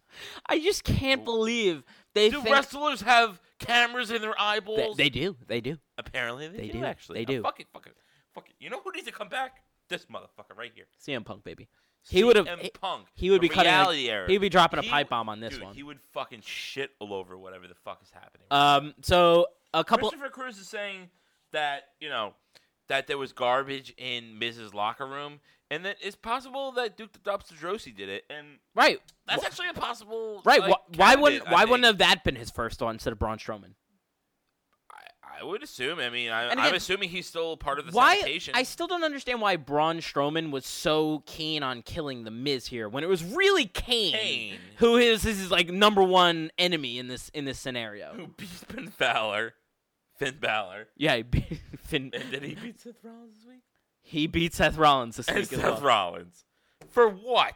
[SPEAKER 2] I just can't believe they
[SPEAKER 3] Do
[SPEAKER 2] think
[SPEAKER 3] wrestlers have cameras in their
[SPEAKER 2] they,
[SPEAKER 3] eyeballs?
[SPEAKER 2] they do. They do.
[SPEAKER 3] apparently they,
[SPEAKER 2] they
[SPEAKER 3] do,
[SPEAKER 2] do.
[SPEAKER 3] Actually,
[SPEAKER 2] They do.
[SPEAKER 3] Fucking fucking fucking. You know who needs to come back? This motherfucker right here.
[SPEAKER 2] CM Punk, baby. He would have.
[SPEAKER 3] CM Punk.
[SPEAKER 2] He would be
[SPEAKER 3] a
[SPEAKER 2] cutting. a-
[SPEAKER 3] reality error.
[SPEAKER 2] He'd be dropping a
[SPEAKER 3] He
[SPEAKER 2] pipe
[SPEAKER 3] w-
[SPEAKER 2] bomb on this
[SPEAKER 3] dude,
[SPEAKER 2] one.
[SPEAKER 3] He would fucking shit all over whatever the fuck is happening.
[SPEAKER 2] um. So a couple.
[SPEAKER 3] Christopher Cruz is saying that you know that there was garbage in Mrs. locker room, and that it's possible that Duke the Dumpster Drosy did it, and
[SPEAKER 2] Right.
[SPEAKER 3] that's
[SPEAKER 2] Wh-
[SPEAKER 3] actually a possible.
[SPEAKER 2] Right.
[SPEAKER 3] like,
[SPEAKER 2] wh- why
[SPEAKER 3] candidate,
[SPEAKER 2] wouldn't
[SPEAKER 3] I
[SPEAKER 2] Why
[SPEAKER 3] think.
[SPEAKER 2] wouldn't have that been his first one instead of Braun Strowman?
[SPEAKER 3] I, I would assume. I mean, I,
[SPEAKER 2] And
[SPEAKER 3] I'm
[SPEAKER 2] again,
[SPEAKER 3] assuming he's still part of the
[SPEAKER 2] why
[SPEAKER 3] sanitation.
[SPEAKER 2] I still don't understand why Braun Strowman was so keen on killing the Miz here when it was really Kane,
[SPEAKER 3] Kane.
[SPEAKER 2] who is his like number one enemy in this in this scenario.
[SPEAKER 3] who beat Finn Balor? Finn Balor,
[SPEAKER 2] Yeah, he beat, Finn,
[SPEAKER 3] and then he beat Seth Rollins this week.
[SPEAKER 2] he beat Seth Rollins this
[SPEAKER 3] and
[SPEAKER 2] week as
[SPEAKER 3] Seth
[SPEAKER 2] well.
[SPEAKER 3] Rollins. For what?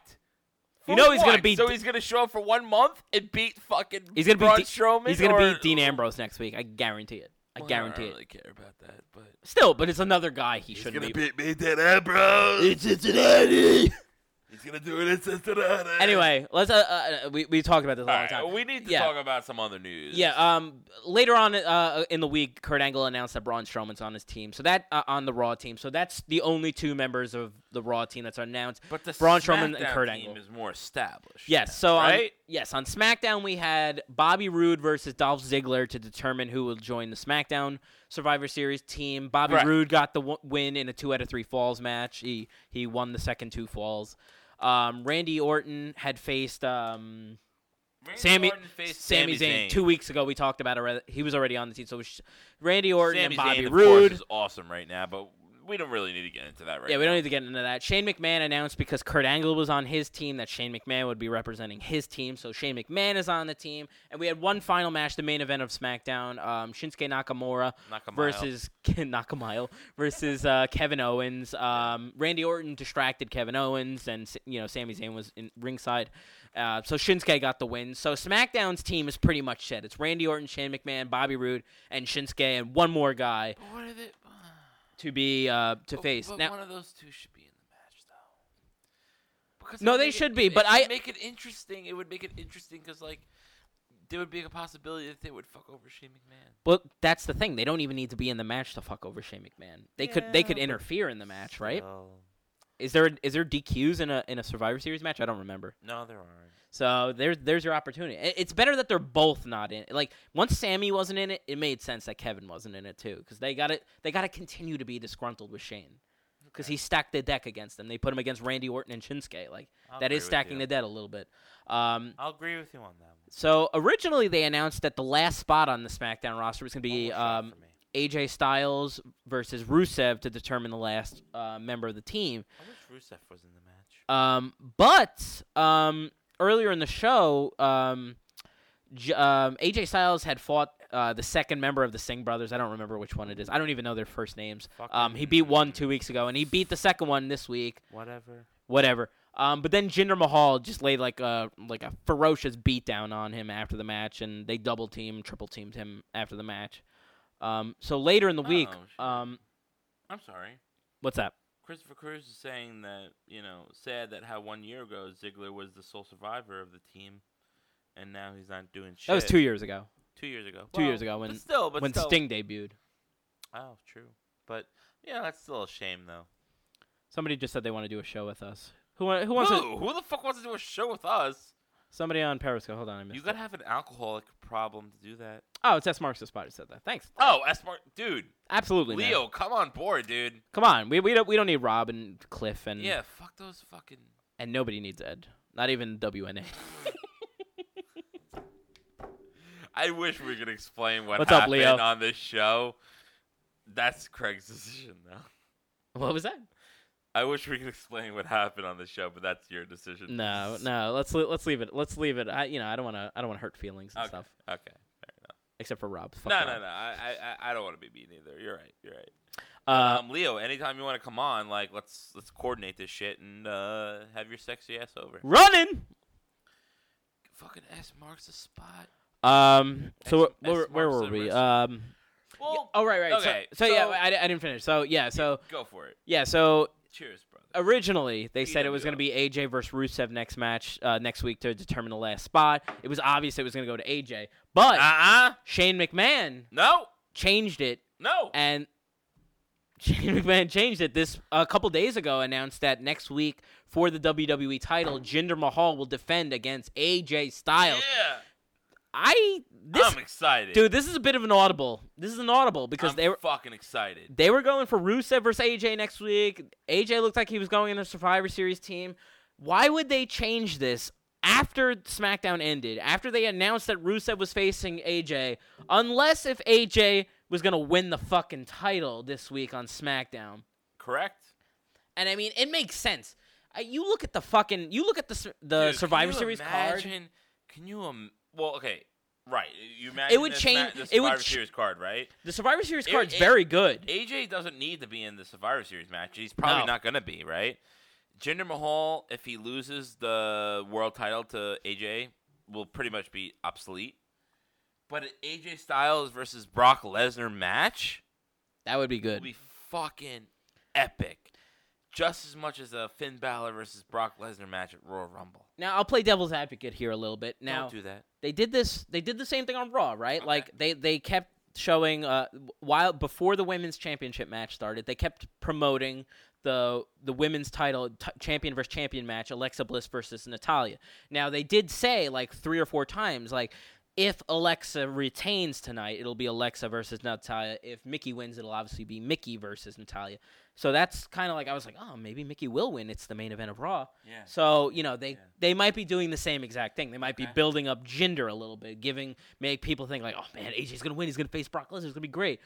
[SPEAKER 2] You
[SPEAKER 3] For
[SPEAKER 2] know he's gonna
[SPEAKER 3] what?
[SPEAKER 2] beat
[SPEAKER 3] So
[SPEAKER 2] D-
[SPEAKER 3] he's gonna show up for one month and beat fucking.
[SPEAKER 2] He's gonna
[SPEAKER 3] Braun
[SPEAKER 2] beat De-
[SPEAKER 3] Strowman.
[SPEAKER 2] he's gonna
[SPEAKER 3] or-
[SPEAKER 2] beat Dean Ambrose next week. I guarantee it. I
[SPEAKER 3] Well,
[SPEAKER 2] guarantee
[SPEAKER 3] I don't
[SPEAKER 2] it.
[SPEAKER 3] really care about that, but
[SPEAKER 2] Still, but it's another guy he
[SPEAKER 3] he's
[SPEAKER 2] shouldn't
[SPEAKER 3] gonna
[SPEAKER 2] be.
[SPEAKER 3] beat me, Dean Ambrose.
[SPEAKER 2] Cincinnati.
[SPEAKER 3] He's gonna do it. It's just another-
[SPEAKER 2] Anyway, let's. Uh, uh, we we talked about this a
[SPEAKER 3] All
[SPEAKER 2] long
[SPEAKER 3] right,
[SPEAKER 2] time.
[SPEAKER 3] we need to
[SPEAKER 2] Yeah.
[SPEAKER 3] talk about some other news.
[SPEAKER 2] Yeah. Um. Later on uh, in the week, Kurt Angle announced that Braun Strowman's on his team. So that uh, on the Raw team. So that's the only two members of the Raw team that's announced.
[SPEAKER 3] but the
[SPEAKER 2] Braun Strowman and
[SPEAKER 3] SmackDown
[SPEAKER 2] Kurt
[SPEAKER 3] team
[SPEAKER 2] Angle.
[SPEAKER 3] is more established.
[SPEAKER 2] Yes. So on-
[SPEAKER 3] right.
[SPEAKER 2] yes, on SmackDown we had Bobby Roode versus Dolph Ziggler to determine who will join the SmackDown Survivor Series team. Bobby
[SPEAKER 3] Right.
[SPEAKER 2] Roode got the w- win in a two out of three falls match. He he won the second two falls. Um, Randy Orton had faced um,
[SPEAKER 3] Randy
[SPEAKER 2] Sammy
[SPEAKER 3] Orton faced
[SPEAKER 2] Sami Zayn two weeks ago. We talked about it. already- He was already on the team. So it was Randy Orton
[SPEAKER 3] Sami
[SPEAKER 2] and Bobby
[SPEAKER 3] Zayn, of course,
[SPEAKER 2] Roode.
[SPEAKER 3] is awesome right now, but we don't really need to get into that right.
[SPEAKER 2] Yeah, we
[SPEAKER 3] now.
[SPEAKER 2] don't need to get into that. Shane McMahon announced because Kurt Angle was on his team that Shane McMahon would be representing his team. So Shane McMahon is on the team. And we had one final match, the main event of SmackDown um, Shinsuke Nakamura
[SPEAKER 3] Nakamile.
[SPEAKER 2] versus Nakamile versus uh, Kevin Owens. Um, Randy Orton distracted Kevin Owens, and you know Sami Zayn was in ringside. Uh, so Shinsuke got the win. So SmackDown's team is pretty much set. It's Randy Orton, Shane McMahon, Bobby Roode, and Shinsuke, and one more guy
[SPEAKER 3] What are they- but-
[SPEAKER 2] to be uh, to face.
[SPEAKER 3] Oh, But
[SPEAKER 2] Now-
[SPEAKER 3] one of those two should be in the match, though. Because
[SPEAKER 2] No,
[SPEAKER 3] it'd
[SPEAKER 2] they
[SPEAKER 3] make it-
[SPEAKER 2] should be,
[SPEAKER 3] it
[SPEAKER 2] but
[SPEAKER 3] would
[SPEAKER 2] I-
[SPEAKER 3] make it interesting. It would make it interesting because like there would be a possibility that they would fuck over Shane McMahon.
[SPEAKER 2] Well, that's the thing. They don't even need to be in the match to fuck over Shane McMahon. They could they could interfere in the match, right? Is there is there DQs in a in a Survivor Series match? I don't remember.
[SPEAKER 3] No, there aren't.
[SPEAKER 2] So there's there's your opportunity. I- It's better that they're both not in. Like once Sammy wasn't in it, it made sense that Kevin wasn't in it too, because they got to They got to continue to be disgruntled with Shane, because he stacked the deck against them. They put him against Randy Orton and Shinsuke. Like
[SPEAKER 3] I'll
[SPEAKER 2] that
[SPEAKER 3] agree
[SPEAKER 2] is
[SPEAKER 3] with
[SPEAKER 2] stacking
[SPEAKER 3] you.
[SPEAKER 2] the deck a little bit. Um,
[SPEAKER 3] I'll agree with you on that. One.
[SPEAKER 2] so originally they announced that the last spot on the SmackDown roster was going to be
[SPEAKER 3] more shot
[SPEAKER 2] um,
[SPEAKER 3] for me.
[SPEAKER 2] AJ Styles versus Rusev to determine the last uh, member of the team.
[SPEAKER 3] I wish Rusev was in the match.
[SPEAKER 2] Um, but um, earlier in the show, um, J- um, AJ Styles had fought uh, the second member of the Singh brothers. I don't remember which one it is. I don't even know their first names. Um, he beat one two weeks ago, and he beat the second one this week.
[SPEAKER 3] Whatever.
[SPEAKER 2] Whatever. Um, but then Jinder Mahal just laid like a like a ferocious beatdown on him after the match, and they double teamed, triple teamed him after the match. Um, so later in the week,
[SPEAKER 3] Oh, shit.
[SPEAKER 2] um,
[SPEAKER 3] I'm sorry.
[SPEAKER 2] what's that?
[SPEAKER 3] Christopher Cruz is saying that you know sad that how one year ago Ziggler was the sole survivor of the team, and now he's not doing shit.
[SPEAKER 2] That was two years ago.
[SPEAKER 3] Two years ago.
[SPEAKER 2] two years
[SPEAKER 3] Well,
[SPEAKER 2] ago when-
[SPEAKER 3] but still, but
[SPEAKER 2] when
[SPEAKER 3] still.
[SPEAKER 2] Sting debuted.
[SPEAKER 3] Oh, true. But yeah, that's still a shame though.
[SPEAKER 2] Somebody just said they want to do a show with us. Who wa- who wants to?
[SPEAKER 3] Who? Who the fuck wants to do a show with us?
[SPEAKER 2] Somebody on Periscope. Hold on, I missed.
[SPEAKER 3] You
[SPEAKER 2] it.
[SPEAKER 3] gotta have an alcoholic problem to do that.
[SPEAKER 2] Oh, it's S Marks the Spider said that. Thanks.
[SPEAKER 3] Oh, S Mark, dude,
[SPEAKER 2] Absolutely, man.
[SPEAKER 3] Leo, come on board, dude.
[SPEAKER 2] Come on, we we don't we don't need Rob and Cliff and
[SPEAKER 3] Yeah, fuck those fucking.
[SPEAKER 2] and nobody needs Ed. Not even WNA.
[SPEAKER 3] I wish we could explain what
[SPEAKER 2] What's up,
[SPEAKER 3] happened
[SPEAKER 2] Leo?
[SPEAKER 3] on this show. That's Craig's decision, though.
[SPEAKER 2] what was that?
[SPEAKER 3] I wish we could explain what happened on the show, but that's your decision.
[SPEAKER 2] No, no. Let's le- let's leave it. Let's leave it. I you know I don't want to I don't want to hurt feelings and
[SPEAKER 3] Okay.
[SPEAKER 2] stuff.
[SPEAKER 3] Okay.
[SPEAKER 2] Except for Rob. Fuck
[SPEAKER 3] No,
[SPEAKER 2] Rob.
[SPEAKER 3] no, no. I, I- I, I don't want to be mean either. You're right. You're right.
[SPEAKER 2] Uh,
[SPEAKER 3] Um, Leo, anytime you want to come on, like let's let's coordinate this shit and uh, have your sexy ass over.
[SPEAKER 2] Mm. running.
[SPEAKER 3] Fucking ass marks the spot.
[SPEAKER 2] Um. So
[SPEAKER 3] That's-
[SPEAKER 2] where,
[SPEAKER 3] that's
[SPEAKER 2] where
[SPEAKER 3] Mark
[SPEAKER 2] were we?
[SPEAKER 3] Zimmer's.
[SPEAKER 2] Um.
[SPEAKER 3] Well,
[SPEAKER 2] Oh right, right. So-
[SPEAKER 3] Okay,
[SPEAKER 2] So, yeah,
[SPEAKER 3] so-
[SPEAKER 2] I, I didn't finish. So yeah, so
[SPEAKER 3] go for it.
[SPEAKER 2] yeah, so
[SPEAKER 3] Cheers, brother.
[SPEAKER 2] originally they said it was going to be
[SPEAKER 3] PWO.
[SPEAKER 2] AJ versus Rusev next match uh, next week to determine the last spot. It was obvious it was going to go to AJ, but
[SPEAKER 3] Uh uh
[SPEAKER 2] Shane McMahon
[SPEAKER 3] No.
[SPEAKER 2] changed it
[SPEAKER 3] No.
[SPEAKER 2] and Shane McMahon changed it this a couple days ago. Announced that next week for the WWE title, Jinder Mahal will defend against AJ Styles.
[SPEAKER 3] yeah.
[SPEAKER 2] I this
[SPEAKER 3] I'm excited.
[SPEAKER 2] dude, this is a bit of an audible. This is an audible because
[SPEAKER 3] I'm
[SPEAKER 2] they were
[SPEAKER 3] fucking excited.
[SPEAKER 2] they were going for Rusev versus AJ next week. AJ looked like he was going in the Survivor Series team. Why would they change this after SmackDown ended? After they announced that Rusev was facing AJ, unless if AJ was gonna win the fucking title this week on SmackDown.
[SPEAKER 3] Correct.
[SPEAKER 2] And I mean, it makes sense. Uh, you look at the fucking, you look at the s- the
[SPEAKER 3] Dude, can
[SPEAKER 2] Survivor
[SPEAKER 3] you
[SPEAKER 2] Series
[SPEAKER 3] imagine,
[SPEAKER 2] card.
[SPEAKER 3] Can you um? Well, okay. Right. You imagine
[SPEAKER 2] would
[SPEAKER 3] this
[SPEAKER 2] change-
[SPEAKER 3] Ma- the
[SPEAKER 2] it would
[SPEAKER 3] Survivor
[SPEAKER 2] ch-
[SPEAKER 3] Series card, right?
[SPEAKER 2] The Survivor Series
[SPEAKER 3] It-
[SPEAKER 2] card's
[SPEAKER 3] it-
[SPEAKER 2] very good.
[SPEAKER 3] AJ doesn't need to be in the Survivor Series match. He's probably
[SPEAKER 2] No.
[SPEAKER 3] not going to be, right? Jinder Mahal, if he loses the world title to AJ, will pretty much be obsolete. But an AJ Styles versus Brock Lesnar match
[SPEAKER 2] That would be
[SPEAKER 3] will
[SPEAKER 2] good.
[SPEAKER 3] be fucking epic. just as much as a Finn Balor versus Brock Lesnar match at Royal Rumble.
[SPEAKER 2] Now I'll play devil's advocate here a little bit. Now
[SPEAKER 3] Don't do that.
[SPEAKER 2] they did this. They did the same thing on Raw, right?
[SPEAKER 3] Okay.
[SPEAKER 2] Like they they kept showing uh while before the women's championship match started, they kept promoting the the women's title t- champion versus champion match, Alexa Bliss versus Natalia. Now they did say like three or four times like if Alexa retains tonight, it'll be Alexa versus Natalia. If Mickey wins, it'll obviously be Mickey versus Natalia. So that's kind of like I was like, oh, maybe Mickey will win. It's the main event of Raw.
[SPEAKER 3] Yeah.
[SPEAKER 2] So you know they they might be doing the same exact thing. They might be
[SPEAKER 3] Okay.
[SPEAKER 2] building up gender a little bit, giving make people think like, oh man, AJ's gonna win. He's gonna face Brock Lesnar. It's gonna be great.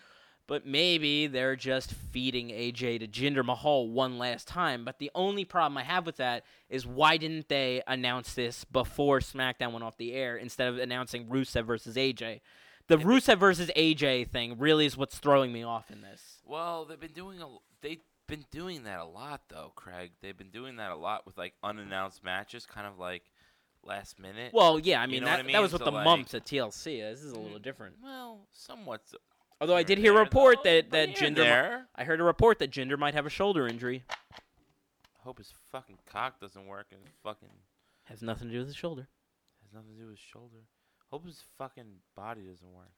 [SPEAKER 2] But maybe they're just feeding AJ to Jinder Mahal one last time. But the only problem I have with that is why didn't they announce this before SmackDown went off the air instead of announcing Rusev versus AJ? The Rusev versus AJ thing really is what's throwing me off in this.
[SPEAKER 3] Well, they've been doing a l- they've been doing that a lot though, Craig. They've been doing that a lot with like unannounced matches, kind of like last minute.
[SPEAKER 2] Well, yeah, I
[SPEAKER 3] You
[SPEAKER 2] mean,
[SPEAKER 3] know
[SPEAKER 2] that,
[SPEAKER 3] what I
[SPEAKER 2] that was
[SPEAKER 3] mean?
[SPEAKER 2] with
[SPEAKER 3] So,
[SPEAKER 2] the
[SPEAKER 3] like- Mm-hmm.
[SPEAKER 2] mumps at TLC. This is a little different.
[SPEAKER 3] well, somewhat. so-
[SPEAKER 2] Although I
[SPEAKER 3] here
[SPEAKER 2] did
[SPEAKER 3] and
[SPEAKER 2] hear a
[SPEAKER 3] there,
[SPEAKER 2] report
[SPEAKER 3] though,
[SPEAKER 2] that
[SPEAKER 3] but
[SPEAKER 2] that
[SPEAKER 3] here and
[SPEAKER 2] Jinder. mi-
[SPEAKER 3] Oh, there.
[SPEAKER 2] I heard a report that Jinder might have a shoulder injury.
[SPEAKER 3] hope his fucking cock doesn't work and his fucking
[SPEAKER 2] Has nothing to do with his shoulder.
[SPEAKER 3] has nothing to do with his shoulder. Hope his fucking body doesn't work.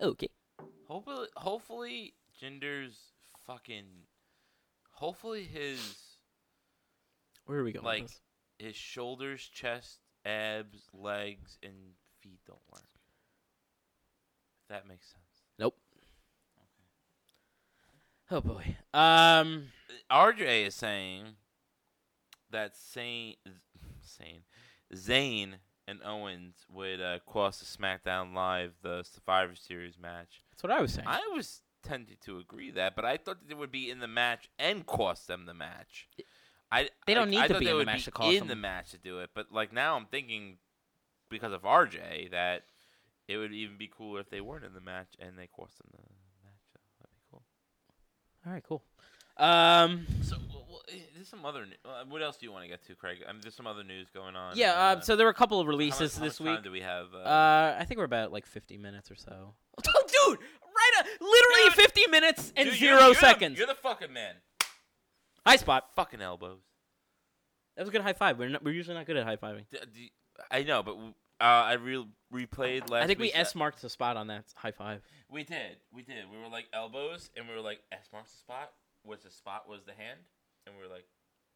[SPEAKER 2] Okay.
[SPEAKER 3] Hopefully, hopefully, Jinder's fucking. Hopefully, his
[SPEAKER 2] Where are we going? with
[SPEAKER 3] like
[SPEAKER 2] this?
[SPEAKER 3] his shoulders, chest, abs, legs, and feet don't work. If that makes sense.
[SPEAKER 2] nope. Oh boy. Um.
[SPEAKER 3] RJ is saying that Sane, Sane, Zayn and Owens would uh, cross the SmackDown Live the Survivor Series match.
[SPEAKER 2] That's what I was saying.
[SPEAKER 3] I was tended to agree with that, but I thought that they would be in the match and cost them the match. I
[SPEAKER 2] They don't
[SPEAKER 3] like,
[SPEAKER 2] need
[SPEAKER 3] I
[SPEAKER 2] to
[SPEAKER 3] thought
[SPEAKER 2] be
[SPEAKER 3] they
[SPEAKER 2] in the
[SPEAKER 3] would
[SPEAKER 2] match to cost
[SPEAKER 3] in
[SPEAKER 2] them.
[SPEAKER 3] the match to do it, but like now I'm thinking because of RJ that it would even be cooler if they weren't in the match and they cost them the match. So that'd be cool.
[SPEAKER 2] All right. Cool. Um.
[SPEAKER 3] So, well, well, eh, there's some other. ne- uh, What else do you want to get to, Craig? I mean, there's some other news going on.
[SPEAKER 2] Yeah.
[SPEAKER 3] uh,
[SPEAKER 2] Uh, so there were a couple of
[SPEAKER 3] how much-
[SPEAKER 2] releases
[SPEAKER 3] how
[SPEAKER 2] this
[SPEAKER 3] much time
[SPEAKER 2] week.
[SPEAKER 3] do we have? Uh,
[SPEAKER 2] Uh, I think we're about like 50 minutes or so. Oh, dude! Right, uh, literally
[SPEAKER 3] Dude.
[SPEAKER 2] 50 minutes and
[SPEAKER 3] dude,
[SPEAKER 2] 0
[SPEAKER 3] you're, you're
[SPEAKER 2] seconds.
[SPEAKER 3] The, you're the fucking man.
[SPEAKER 2] high spot.
[SPEAKER 3] Fucking elbows.
[SPEAKER 2] That was a good high five. We're not, we're usually not good at high fiving.
[SPEAKER 3] D- uh, d- I know, but w- uh, I re- replayed last. uh,
[SPEAKER 2] I think we
[SPEAKER 3] week's-
[SPEAKER 2] S marked the spot on that high five.
[SPEAKER 3] We did. We did. We were like elbows, and we were like S marks the spot. Which the spot was the hand, and we were like,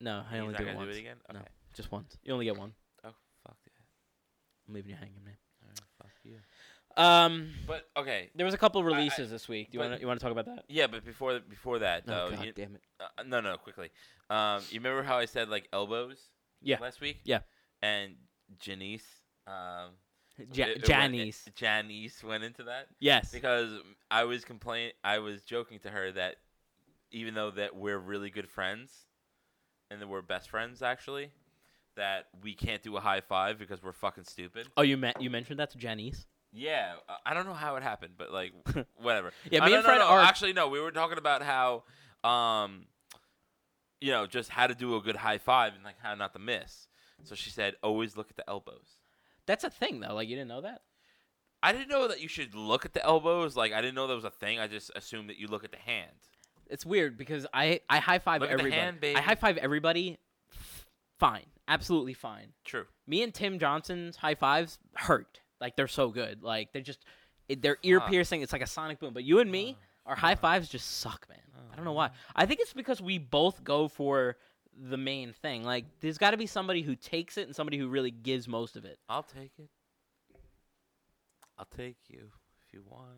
[SPEAKER 2] No, I
[SPEAKER 3] he's
[SPEAKER 2] only
[SPEAKER 3] not
[SPEAKER 2] do it
[SPEAKER 3] gonna
[SPEAKER 2] once.
[SPEAKER 3] do it again.
[SPEAKER 2] No,
[SPEAKER 3] Okay.
[SPEAKER 2] just once. You only get one.
[SPEAKER 3] Oh fuck that.
[SPEAKER 2] I'm leaving you hanging, man.
[SPEAKER 3] Alright, fuck you.
[SPEAKER 2] Um,
[SPEAKER 3] But okay.
[SPEAKER 2] there was a couple
[SPEAKER 3] I-
[SPEAKER 2] releases this week. Do you
[SPEAKER 3] but-
[SPEAKER 2] want to you want to talk about that?
[SPEAKER 3] Yeah, but before th- before that
[SPEAKER 2] No,
[SPEAKER 3] though,
[SPEAKER 2] God
[SPEAKER 3] you,
[SPEAKER 2] damn it.
[SPEAKER 3] uh, no, no, quickly. Um, you remember how I said like elbows?
[SPEAKER 2] Yeah.
[SPEAKER 3] Last week.
[SPEAKER 2] Yeah.
[SPEAKER 3] And Janice. Um.
[SPEAKER 2] Ja-
[SPEAKER 3] it- it went-
[SPEAKER 2] Janice.
[SPEAKER 3] it- Janice went into that.
[SPEAKER 2] yes.
[SPEAKER 3] because I was complain I was joking to her that even though that we're really good friends and that we're best friends actually that we can't do a high five because we're fucking stupid.
[SPEAKER 2] Oh, you me- you mentioned that to Janice.
[SPEAKER 3] Yeah, I- I don't know how it happened, but like whatever.
[SPEAKER 2] Yeah,
[SPEAKER 3] Uh,
[SPEAKER 2] me
[SPEAKER 3] no,
[SPEAKER 2] and
[SPEAKER 3] no,
[SPEAKER 2] Fred
[SPEAKER 3] no,
[SPEAKER 2] are-
[SPEAKER 3] actually no, we were talking about how um you know, just how to do a good high five and like how not to miss. So she said always look at the elbows.
[SPEAKER 2] That's a thing though. Like you didn't know that.
[SPEAKER 3] I didn't know that you should look at the elbows. Like I didn't know that was a thing. I just assumed that you look at the hand.
[SPEAKER 2] It's weird because I I high five
[SPEAKER 3] Look at the
[SPEAKER 2] everybody.
[SPEAKER 3] hand, baby.
[SPEAKER 2] I high five everybody. f- Fine, absolutely fine.
[SPEAKER 3] True.
[SPEAKER 2] me and Tim Johnson's high fives hurt. Like they're so good. Like they're just it- they're ear
[SPEAKER 3] Fuck.
[SPEAKER 2] piercing. It's like a sonic boom. But you and me, our high fives just suck, man. I don't know why. I think it's because we both go for the main thing. Like there's got to be somebody who takes it and somebody who really gives most of it.
[SPEAKER 3] I'll take it. I'll take you if you want.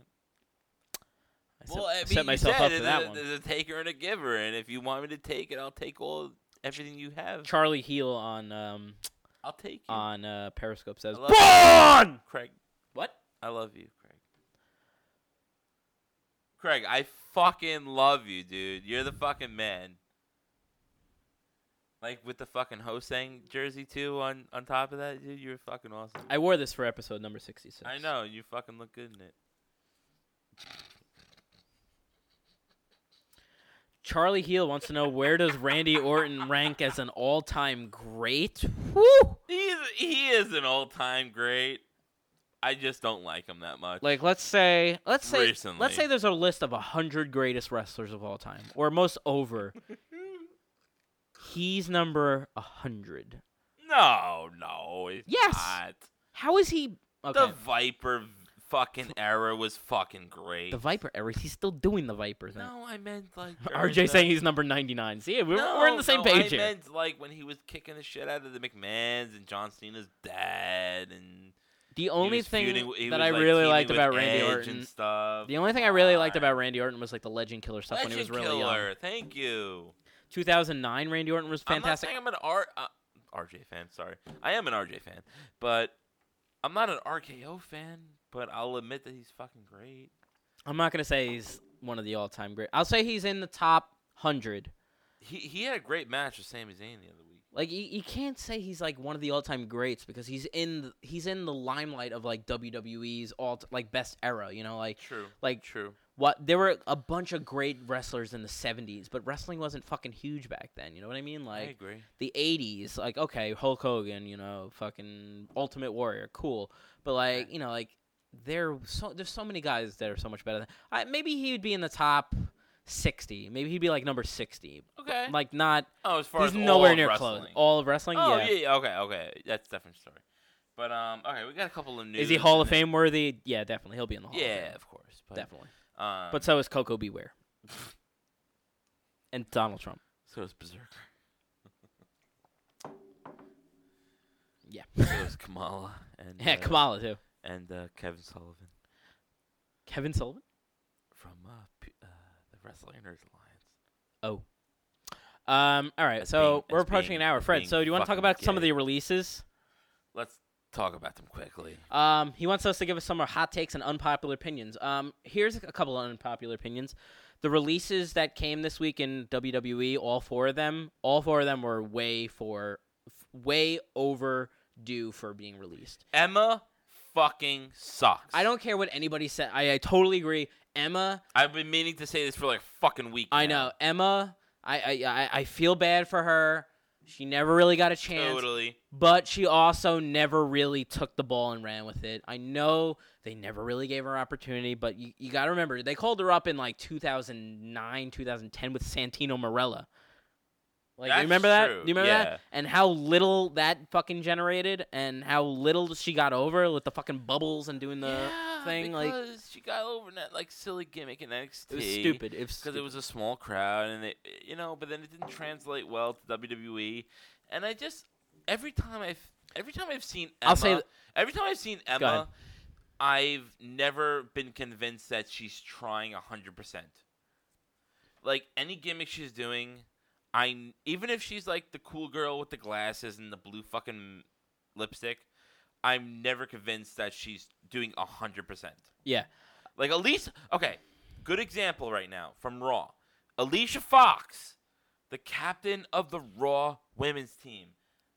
[SPEAKER 2] I set, I set myself up for that one.
[SPEAKER 3] uh, There's a taker and a giver, and if you want me to take it, I'll take all everything you have.
[SPEAKER 2] Charlie Heel on um
[SPEAKER 3] I'll take you.
[SPEAKER 2] on uh, Periscope says
[SPEAKER 3] I love
[SPEAKER 2] "Born!"
[SPEAKER 3] Craig,
[SPEAKER 2] What?
[SPEAKER 3] I love you, Craig. Craig, I fucking love you, dude. You're the fucking man. Like with the fucking Hosang jersey too on on top of that, dude. You're fucking awesome.
[SPEAKER 2] I wore this for episode number sixty six.
[SPEAKER 3] I know you fucking look good in it.
[SPEAKER 2] Charlie Heel wants to know where does Randy Orton rank as an all time great? Woo!
[SPEAKER 3] He's he is an all time great. I just don't like him that much.
[SPEAKER 2] Like let's say let's say
[SPEAKER 3] Recently.
[SPEAKER 2] let's say there's a list of hundred greatest wrestlers of all time or most over. He's number 100.
[SPEAKER 3] No, no, it's
[SPEAKER 2] Yes.
[SPEAKER 3] not.
[SPEAKER 2] How is he? Okay.
[SPEAKER 3] The Viper fucking era was fucking great.
[SPEAKER 2] The Viper errors. He's still doing the Viper thing.
[SPEAKER 3] no, I meant like during
[SPEAKER 2] RJ saying he's number 99. See, we're,
[SPEAKER 3] No,
[SPEAKER 2] we're on the same
[SPEAKER 3] no,
[SPEAKER 2] page
[SPEAKER 3] I
[SPEAKER 2] here.
[SPEAKER 3] meant like when he was kicking the shit out of the McMahons and John Cena's dad, and
[SPEAKER 2] the
[SPEAKER 3] he
[SPEAKER 2] only
[SPEAKER 3] was
[SPEAKER 2] thing
[SPEAKER 3] feuding, he
[SPEAKER 2] that
[SPEAKER 3] was,
[SPEAKER 2] I
[SPEAKER 3] like,
[SPEAKER 2] really
[SPEAKER 3] teaming
[SPEAKER 2] liked
[SPEAKER 3] with
[SPEAKER 2] about Randy
[SPEAKER 3] Edge
[SPEAKER 2] Orton,
[SPEAKER 3] and stuff.
[SPEAKER 2] the only thing I really liked
[SPEAKER 3] Come on.
[SPEAKER 2] about Randy Orton was like the legend killer stuff when he was
[SPEAKER 3] Legend
[SPEAKER 2] really
[SPEAKER 3] killer.
[SPEAKER 2] young.
[SPEAKER 3] Thank you.
[SPEAKER 2] 2009, Randy Orton was fantastic.
[SPEAKER 3] I'm not saying I'm an R, uh, RJ fan. Sorry, I am an RJ fan, but I'm not an RKO fan. But I'll admit that he's fucking great.
[SPEAKER 2] I'm not gonna say he's one of the all-time great. I'll say he's in the top hundred.
[SPEAKER 3] He he had a great match with Sami Zayn the other week.
[SPEAKER 2] Like you, you can't say he's like one of the all-time greats because he's in the, he's in the limelight of like WWE's all like best era. You know, like
[SPEAKER 3] True.
[SPEAKER 2] Like-
[SPEAKER 3] true.
[SPEAKER 2] what there were a bunch of great wrestlers in the '70s, but wrestling wasn't fucking huge back then. You know what I mean?
[SPEAKER 3] I
[SPEAKER 2] Like
[SPEAKER 3] agree.
[SPEAKER 2] the '80s, like okay, Hulk Hogan, you know, fucking Ultimate Warrior, cool. But like you know, like there so there's so many guys that are so much better. Than, I, maybe he would be in the top. 60 maybe he'd be like number 60
[SPEAKER 3] Okay.
[SPEAKER 2] like not
[SPEAKER 3] oh, as far
[SPEAKER 2] he's
[SPEAKER 3] as all
[SPEAKER 2] nowhere
[SPEAKER 3] of
[SPEAKER 2] near
[SPEAKER 3] wrestling.
[SPEAKER 2] close all of wrestling
[SPEAKER 3] Oh
[SPEAKER 2] yeah.
[SPEAKER 3] yeah. yeah. Okay. Okay. That's a different story. But um. Okay. We got a couple of news.
[SPEAKER 2] is he hall of
[SPEAKER 3] and-
[SPEAKER 2] fame worthy yeah definitely he'll be in the hall of
[SPEAKER 3] Yeah,
[SPEAKER 2] Fame.
[SPEAKER 3] of course. But,
[SPEAKER 2] definitely
[SPEAKER 3] Um,
[SPEAKER 2] but so is coco beware and donald trump
[SPEAKER 3] so is Berserker.
[SPEAKER 2] yeah
[SPEAKER 3] So is Kamala and
[SPEAKER 2] yeah
[SPEAKER 3] uh,
[SPEAKER 2] kamala too
[SPEAKER 3] and uh, Kevin Sullivan.
[SPEAKER 2] kevin sullivan
[SPEAKER 3] from uh, P- uh, the Wrestlingers Alliance.
[SPEAKER 2] Oh. um all right
[SPEAKER 3] As
[SPEAKER 2] so
[SPEAKER 3] being-
[SPEAKER 2] we're
[SPEAKER 3] as
[SPEAKER 2] approaching
[SPEAKER 3] being-
[SPEAKER 2] an hour
[SPEAKER 3] as
[SPEAKER 2] fred
[SPEAKER 3] being
[SPEAKER 2] so do you want to talk
[SPEAKER 3] fucking
[SPEAKER 2] about some of
[SPEAKER 3] gay.
[SPEAKER 2] the releases
[SPEAKER 3] Let's talk about them quickly.
[SPEAKER 2] um he wants us to give us some of our hot takes and unpopular opinions um here's a couple of unpopular opinions the releases that came this week in WWE, all four of them, all four of them were way for, way overdue for being released.
[SPEAKER 3] Emma fucking sucks.
[SPEAKER 2] I don't care what anybody said. I, I totally agree. Emma,
[SPEAKER 3] I've been meaning to say this for like a fucking week.
[SPEAKER 2] I
[SPEAKER 3] now.
[SPEAKER 2] know Emma. I I I, I feel bad for her. She never really got a chance,
[SPEAKER 3] Totally.
[SPEAKER 2] but she also never really took the ball and ran with it. I know they never really gave her opportunity, but you, you got to remember they called her up in like 2009, 2010 with Santino Morella. Like you
[SPEAKER 3] That's
[SPEAKER 2] remember that?
[SPEAKER 3] true,
[SPEAKER 2] You remember
[SPEAKER 3] yeah.
[SPEAKER 2] that? And how little that fucking generated, and how little she got over with the fucking bubbles and doing the thing. Like
[SPEAKER 3] because she got over that like silly gimmick in NXT.
[SPEAKER 2] It was stupid. It was
[SPEAKER 3] because it
[SPEAKER 2] stupid.
[SPEAKER 3] was a small crowd, and it, you know, but then it didn't translate well to WWE. And I just every time I've every time I've seen Emma,
[SPEAKER 2] I'll say th-
[SPEAKER 3] every time I've seen
[SPEAKER 2] ahead.
[SPEAKER 3] Emma, I've never been convinced that she's trying hundred percent. Like any gimmick she's doing, I even if she's like the cool girl with the glasses and the blue fucking lipstick, I'm never convinced that she's doing hundred percent.
[SPEAKER 2] yeah.
[SPEAKER 3] Like Elise, okay, good example right now from Raw. Alicia Fox, the captain of the Raw women's team.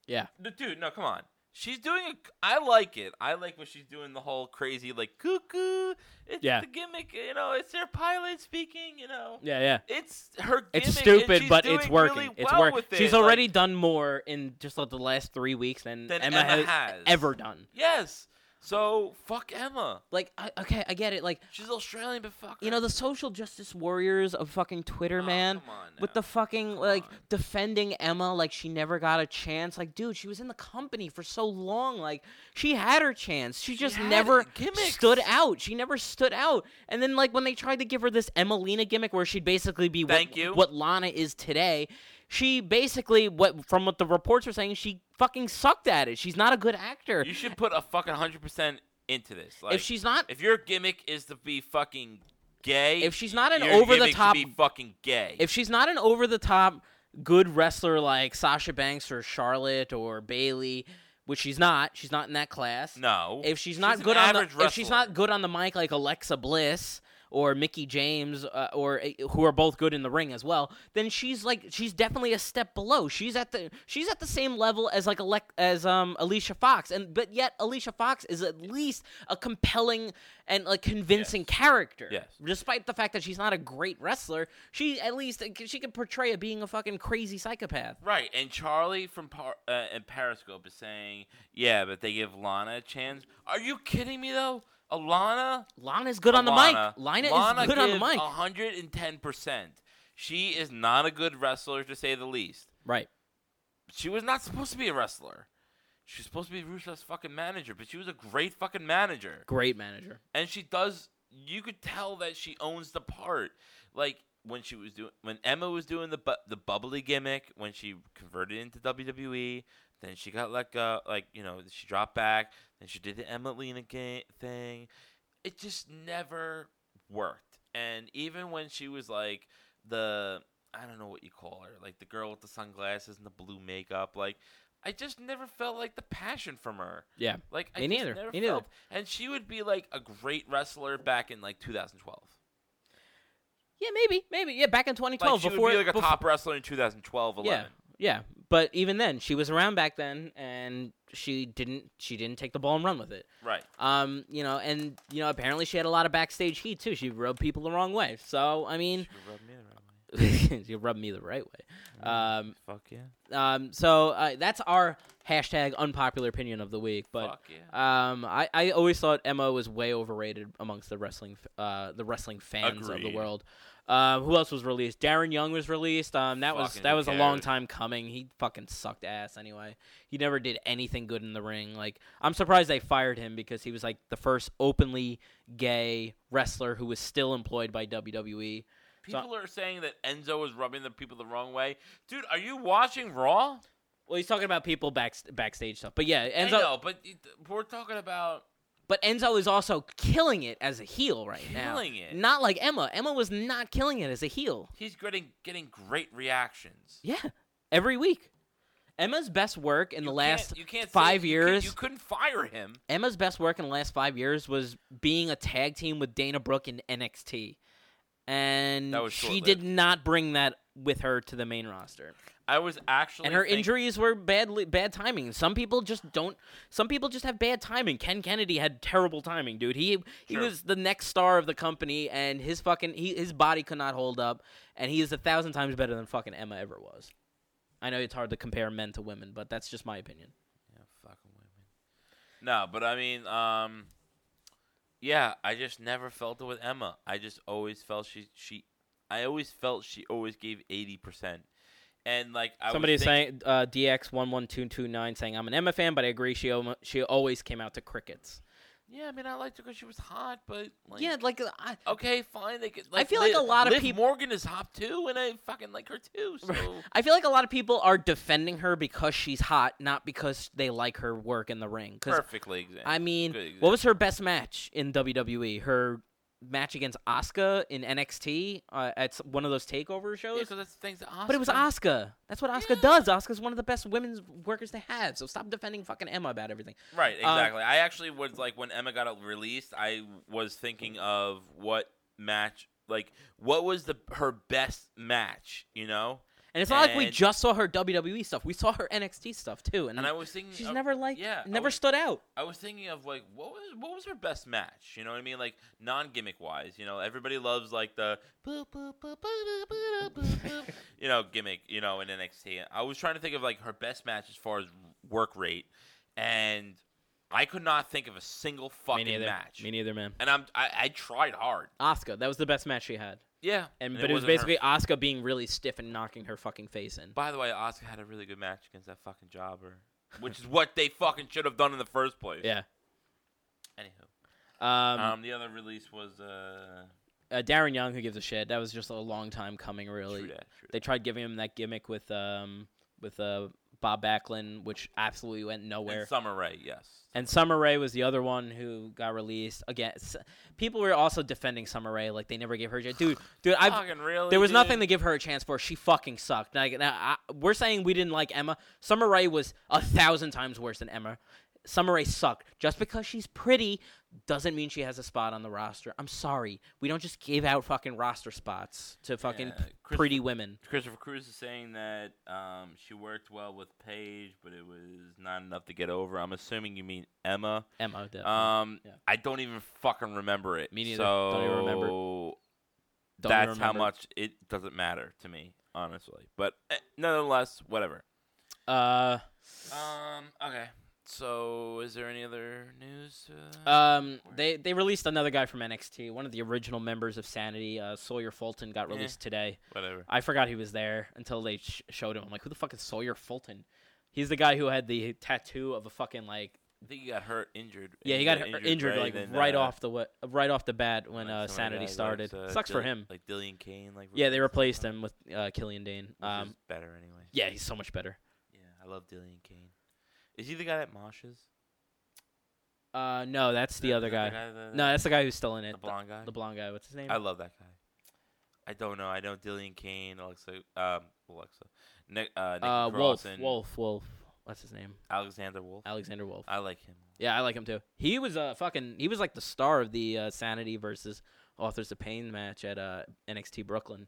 [SPEAKER 2] Yeah.
[SPEAKER 3] The dude, no, come on. She's doing. A, I like it. I like what she's doing. The whole crazy like cuckoo. It's
[SPEAKER 2] Yeah.
[SPEAKER 3] the gimmick. You know, it's their pilot speaking. You know,
[SPEAKER 2] Yeah, yeah.
[SPEAKER 3] it's her. Gimmick,
[SPEAKER 2] It's
[SPEAKER 3] and
[SPEAKER 2] stupid,
[SPEAKER 3] she's
[SPEAKER 2] but
[SPEAKER 3] doing
[SPEAKER 2] it's working.
[SPEAKER 3] really
[SPEAKER 2] it's
[SPEAKER 3] well
[SPEAKER 2] working.
[SPEAKER 3] with
[SPEAKER 2] She's
[SPEAKER 3] it, like-
[SPEAKER 2] already done more in just like the last three weeks than,
[SPEAKER 3] Than
[SPEAKER 2] Emma,
[SPEAKER 3] Emma
[SPEAKER 2] has,
[SPEAKER 3] has.
[SPEAKER 2] ever done.
[SPEAKER 3] yes. So fuck Emma.
[SPEAKER 2] Like, I, okay, I get it. Like,
[SPEAKER 3] She's Australian, but fuck.
[SPEAKER 2] you
[SPEAKER 3] her.
[SPEAKER 2] know, the social justice warriors of fucking Twitter,
[SPEAKER 3] Oh,
[SPEAKER 2] man.
[SPEAKER 3] come on
[SPEAKER 2] With
[SPEAKER 3] now.
[SPEAKER 2] the fucking like
[SPEAKER 3] on.
[SPEAKER 2] defending Emma, like she never got a chance. Like, dude, she was in the company for so long. Like, she had her chance. She, just
[SPEAKER 3] had
[SPEAKER 2] never
[SPEAKER 3] gimmicks.
[SPEAKER 2] stood out. She never stood out. And then like when they tried to give her this Emelina gimmick, where she'd basically be
[SPEAKER 3] Thank
[SPEAKER 2] what,
[SPEAKER 3] you.
[SPEAKER 2] what Lana is today, she basically what from what the reports are saying, she fucking sucked at it. She's not a good actor.
[SPEAKER 3] You should put a fucking hundred percent into this. Like,
[SPEAKER 2] if she's not
[SPEAKER 3] if your gimmick is to be fucking gay,
[SPEAKER 2] If she's not an
[SPEAKER 3] your
[SPEAKER 2] over the
[SPEAKER 3] gimmick should
[SPEAKER 2] top-
[SPEAKER 3] be fucking gay.
[SPEAKER 2] if she's not an over the top good wrestler like Sasha Banks or Charlotte or Bailey, which she's not, she's not in that class.
[SPEAKER 3] no,
[SPEAKER 2] If she's not
[SPEAKER 3] an
[SPEAKER 2] good on the
[SPEAKER 3] average wrestler,
[SPEAKER 2] if she's not good on the mic like Alexa Bliss or Mickey James uh, or uh, who are both good in the ring as well, then she's like she's definitely a step below. She's at the she's at the same level as like Alec, as um Alicia Fox and but yet Alicia Fox is at least a compelling and like convincing character.
[SPEAKER 3] Yes.
[SPEAKER 2] Despite the fact that she's not a great wrestler, she at least eh, she can portray it being a fucking crazy psychopath.
[SPEAKER 3] right, and Charlie from Par- uh, and Periscope is saying, yeah, but they give Lana a chance. Are you kidding me though? Alana,
[SPEAKER 2] Lana's good on the mic. Lana, is good on the mic.
[SPEAKER 3] hundred and ten percent. She is not a good wrestler to say the least.
[SPEAKER 2] Right.
[SPEAKER 3] She was not supposed to be a wrestler. She was supposed to be Rusev's fucking manager, but she was a great fucking manager.
[SPEAKER 2] Great manager.
[SPEAKER 3] And she does you could tell that she owns the part. Like when she was doing when Emma was doing the bu- the bubbly gimmick when she converted into WWE, then she got let go, like you know, she dropped back, then she did the Emma Lena ga- thing. It just never worked. And even when she was like the I don't know what you call her, like the girl with the sunglasses and the blue makeup, like I just never felt like the passion from her.
[SPEAKER 2] Yeah.
[SPEAKER 3] Like I
[SPEAKER 2] Me
[SPEAKER 3] just
[SPEAKER 2] neither.
[SPEAKER 3] never
[SPEAKER 2] Me neither.
[SPEAKER 3] felt. And she would be like a great wrestler back in like 2012.
[SPEAKER 2] Yeah, maybe, maybe. Yeah, back in 2012,
[SPEAKER 3] Like she
[SPEAKER 2] before
[SPEAKER 3] would be like a
[SPEAKER 2] befo-
[SPEAKER 3] top wrestler in 2012, 11.
[SPEAKER 2] Yeah, yeah. But even then, she was around back then, and she didn't. She didn't take the ball and run with it.
[SPEAKER 3] Right.
[SPEAKER 2] Um, you know, and you know, apparently she had a lot of backstage heat too. She rubbed people the wrong way. So I mean,
[SPEAKER 3] She could rub me the wrong way.
[SPEAKER 2] she rubbed me the right way. Um,
[SPEAKER 3] Fuck yeah.
[SPEAKER 2] um. So uh, that's our hashtag unpopular opinion of the week. But
[SPEAKER 3] Fuck yeah.
[SPEAKER 2] Um, I, I always thought Emma was way overrated amongst the wrestling f- uh the wrestling fans of
[SPEAKER 3] Agreed.
[SPEAKER 2] the world. Um, who else was released? Darren Young was released. Um, that was
[SPEAKER 3] Fucking
[SPEAKER 2] that
[SPEAKER 3] who
[SPEAKER 2] was a long
[SPEAKER 3] cares?
[SPEAKER 2] time coming. He fucking sucked ass anyway. He never did anything good in the ring. Like I'm surprised they fired him because he was like the first openly gay wrestler who was still employed by E. WWE. so-
[SPEAKER 3] People are saying that Enzo was rubbing the people the wrong way. Dude, are you watching Raw?
[SPEAKER 2] Well, he's talking about people back backstage stuff, but yeah,
[SPEAKER 3] I
[SPEAKER 2] Enzo.
[SPEAKER 3] know, but it- we're talking about
[SPEAKER 2] But Enzo is also killing it as a heel right now.
[SPEAKER 3] Killing it.
[SPEAKER 2] Not like Emma. Emma was not killing it as a heel.
[SPEAKER 3] he's getting getting great reactions.
[SPEAKER 2] Yeah, every week. Emma's best work in the
[SPEAKER 3] You
[SPEAKER 2] last
[SPEAKER 3] can't- you can't say-
[SPEAKER 2] five
[SPEAKER 3] you can't-
[SPEAKER 2] years.
[SPEAKER 3] you couldn't fire him.
[SPEAKER 2] Emma's best work in the last five years was being a tag team with Dana Brooke in NXT, and
[SPEAKER 3] That was
[SPEAKER 2] she
[SPEAKER 3] short-lived.
[SPEAKER 2] did not bring that with her to the main roster.
[SPEAKER 3] I was actually
[SPEAKER 2] And her
[SPEAKER 3] think-
[SPEAKER 2] injuries were badly bad timing. Some people just don't. Some people just have bad timing. Ken Kennedy had terrible timing, dude. He he
[SPEAKER 3] Sure.
[SPEAKER 2] was the next star of the company, and his fucking he, his body could not hold up. And he is a thousand times better than fucking Emma ever was. I know it's hard to compare men to women, but that's just my opinion.
[SPEAKER 3] Yeah, fucking women. No, but I mean, um, yeah, I just never felt it with Emma. I just always felt she she, I always felt she always gave eighty percent, and like I
[SPEAKER 2] Somebody
[SPEAKER 3] was
[SPEAKER 2] is
[SPEAKER 3] think-
[SPEAKER 2] saying uh, DX one one two two nine saying I'm an Emma fan, but I agree she almo- she always came out to crickets.
[SPEAKER 3] yeah, I mean, I liked her because she was hot, but like,
[SPEAKER 2] yeah, like I,
[SPEAKER 3] okay, fine. They could,
[SPEAKER 2] I
[SPEAKER 3] like,
[SPEAKER 2] feel like
[SPEAKER 3] Liv-
[SPEAKER 2] a lot of
[SPEAKER 3] Liv
[SPEAKER 2] peop-
[SPEAKER 3] Morgan is hot too, and I fucking like her too. So
[SPEAKER 2] I feel like a lot of people are defending her because she's hot, not because they like her work in the ring. 'Cause
[SPEAKER 3] perfectly example.
[SPEAKER 2] I mean,
[SPEAKER 3] Good
[SPEAKER 2] what was her best match in WWE? Her match against Asuka in NXT uh, at s- one of those takeover shows.
[SPEAKER 3] because that's the things that
[SPEAKER 2] but it was
[SPEAKER 3] Asuka-
[SPEAKER 2] Asuka. That's what Asuka
[SPEAKER 3] Yeah.
[SPEAKER 2] does. Asuka's one of the best women's workers they have. So stop defending fucking Emma about everything.
[SPEAKER 3] Right,
[SPEAKER 2] Um,
[SPEAKER 3] exactly. I actually was like when Emma got released, I was thinking of what match like what was the her best match, you know?
[SPEAKER 2] And it's not like we
[SPEAKER 3] And-
[SPEAKER 2] just saw her WWE stuff. We saw her NXT stuff too. And,
[SPEAKER 3] And I was thinking
[SPEAKER 2] Mm. she's
[SPEAKER 3] of-
[SPEAKER 2] never like
[SPEAKER 3] yeah, I
[SPEAKER 2] never
[SPEAKER 3] was-
[SPEAKER 2] stood out.
[SPEAKER 3] I was thinking of like what was what was her best match? You know what I mean? Like non gimmick wise, you know, everybody loves like the boop, boop, boop, boop, boop, boop, boop, boop, you know gimmick, you know, in NXT. I was trying to think of like her best match as far as work rate, and I could not think of a single fucking match.
[SPEAKER 2] Me neither, man.
[SPEAKER 3] and I'm I, I tried hard.
[SPEAKER 2] Asuka, that was the best match she had.
[SPEAKER 3] Yeah,
[SPEAKER 2] And, but it, was
[SPEAKER 3] wasn't her.
[SPEAKER 2] basically Asuka being really stiff and knocking her fucking face in.
[SPEAKER 3] By the way, Oscar had a really good match against that fucking jobber, which is what they fucking should have done in the first place.
[SPEAKER 2] Yeah.
[SPEAKER 3] Anywho,
[SPEAKER 2] Um,
[SPEAKER 3] um, the other release was uh,
[SPEAKER 2] uh, Darren Young, who gives a shit. That was just a long time coming, really.
[SPEAKER 3] true that, true
[SPEAKER 2] They tried giving him that gimmick with um with uh Bob Backlund, which absolutely went
[SPEAKER 3] that.
[SPEAKER 2] nowhere.
[SPEAKER 3] And Summer Rae, yes.
[SPEAKER 2] And Summer Rae was the other one who got released. Again, s- people were also defending Summer Rae, like they never gave her a chance. Dude, dude, I've
[SPEAKER 3] fucking really.
[SPEAKER 2] there was
[SPEAKER 3] dude?
[SPEAKER 2] nothing to give her a chance for. She fucking sucked. Like now, I, we're saying we didn't like Emma. Summer Rae was a thousand times worse than Emma. Summer Rae sucked. Just because she's pretty doesn't mean she has a spot on the roster. I'm sorry. We don't just give out fucking roster spots to fucking
[SPEAKER 3] Yeah,
[SPEAKER 2] p- pretty women.
[SPEAKER 3] Christopher Cruz is saying that um, she worked well with Paige, but it was not enough to get over. I'm assuming you mean Emma.
[SPEAKER 2] Emma, definitely.
[SPEAKER 3] Um,
[SPEAKER 2] Yeah.
[SPEAKER 3] I don't even fucking remember it.
[SPEAKER 2] Me neither.
[SPEAKER 3] So
[SPEAKER 2] Don't even remember. Don't
[SPEAKER 3] that's how
[SPEAKER 2] remember.
[SPEAKER 3] much it doesn't matter to me, honestly. But eh, nonetheless, whatever.
[SPEAKER 2] Uh,
[SPEAKER 3] Um. Okay. So, is there any other news? Uh,
[SPEAKER 2] Um, they they released another guy from NXT, one of the original members of Sanity. Uh, Sawyer Fulton got
[SPEAKER 3] Yeah.
[SPEAKER 2] released today.
[SPEAKER 3] whatever.
[SPEAKER 2] I forgot he was there until they sh- showed him. I'm like, who the fuck is Sawyer Fulton? He's the guy who had the tattoo of a fucking like.
[SPEAKER 3] I think he got hurt, injured.
[SPEAKER 2] Yeah, he got hurt- injured, like
[SPEAKER 3] and then,
[SPEAKER 2] right
[SPEAKER 3] uh,
[SPEAKER 2] off the wa- right off the bat when
[SPEAKER 3] like
[SPEAKER 2] uh,
[SPEAKER 3] some
[SPEAKER 2] Sanity
[SPEAKER 3] of the guys like,
[SPEAKER 2] started.
[SPEAKER 3] uh,
[SPEAKER 2] Sucks for
[SPEAKER 3] Dylan-
[SPEAKER 2] him.
[SPEAKER 3] Like Dillian Kane, like
[SPEAKER 2] Yeah, they replaced him with uh, Killian Dane.
[SPEAKER 3] which
[SPEAKER 2] Um,
[SPEAKER 3] is better anyway.
[SPEAKER 2] yeah, he's so much better.
[SPEAKER 3] Yeah, I love Dillian Kane. Is he the guy that moshes?
[SPEAKER 2] Uh, no, that's the
[SPEAKER 3] That-
[SPEAKER 2] other
[SPEAKER 3] is that
[SPEAKER 2] guy.
[SPEAKER 3] the that-
[SPEAKER 2] No, that's the guy who's still in it.
[SPEAKER 3] the blonde guy.
[SPEAKER 2] The blonde guy. What's his name?
[SPEAKER 3] I love that guy. I don't know. I know Dillian Kane, Alexa, um, Alexa, Nick, uh, Nick
[SPEAKER 2] uh, Wolf.
[SPEAKER 3] Carlson,
[SPEAKER 2] Wolf. Wolf. What's his name?
[SPEAKER 3] Alexander Wolf.
[SPEAKER 2] Alexander Wolf.
[SPEAKER 3] I like him.
[SPEAKER 2] Yeah, I like him too. He was a fucking. He was like the star of the uh, Sanity versus Authors of Pain match at uh, NXT Brooklyn.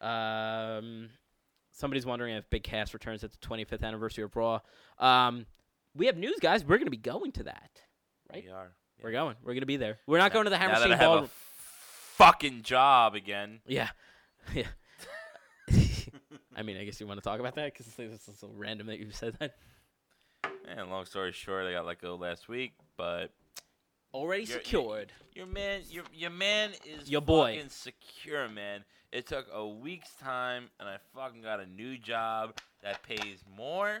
[SPEAKER 2] Um, somebody's wondering if Big Cass returns at the 25th anniversary of Raw. Um, we have news, guys. We're gonna be going to that. Right?
[SPEAKER 3] We are. Yeah.
[SPEAKER 2] We're going. We're gonna be there. We're not going to the
[SPEAKER 3] now that
[SPEAKER 2] Hammerstein
[SPEAKER 3] I have a
[SPEAKER 2] Ballroom.
[SPEAKER 3] f- fucking job again.
[SPEAKER 2] yeah, yeah. I mean, I guess you want to talk about that because it's so random that you said that.
[SPEAKER 3] And Eh, long story short, I got let go last week, but
[SPEAKER 2] Already
[SPEAKER 3] You're- you-
[SPEAKER 2] secured.
[SPEAKER 3] Your man, your your man is
[SPEAKER 2] Your boy.
[SPEAKER 3] fucking secure, man. It took a week's time, and I fucking got a new job that pays more,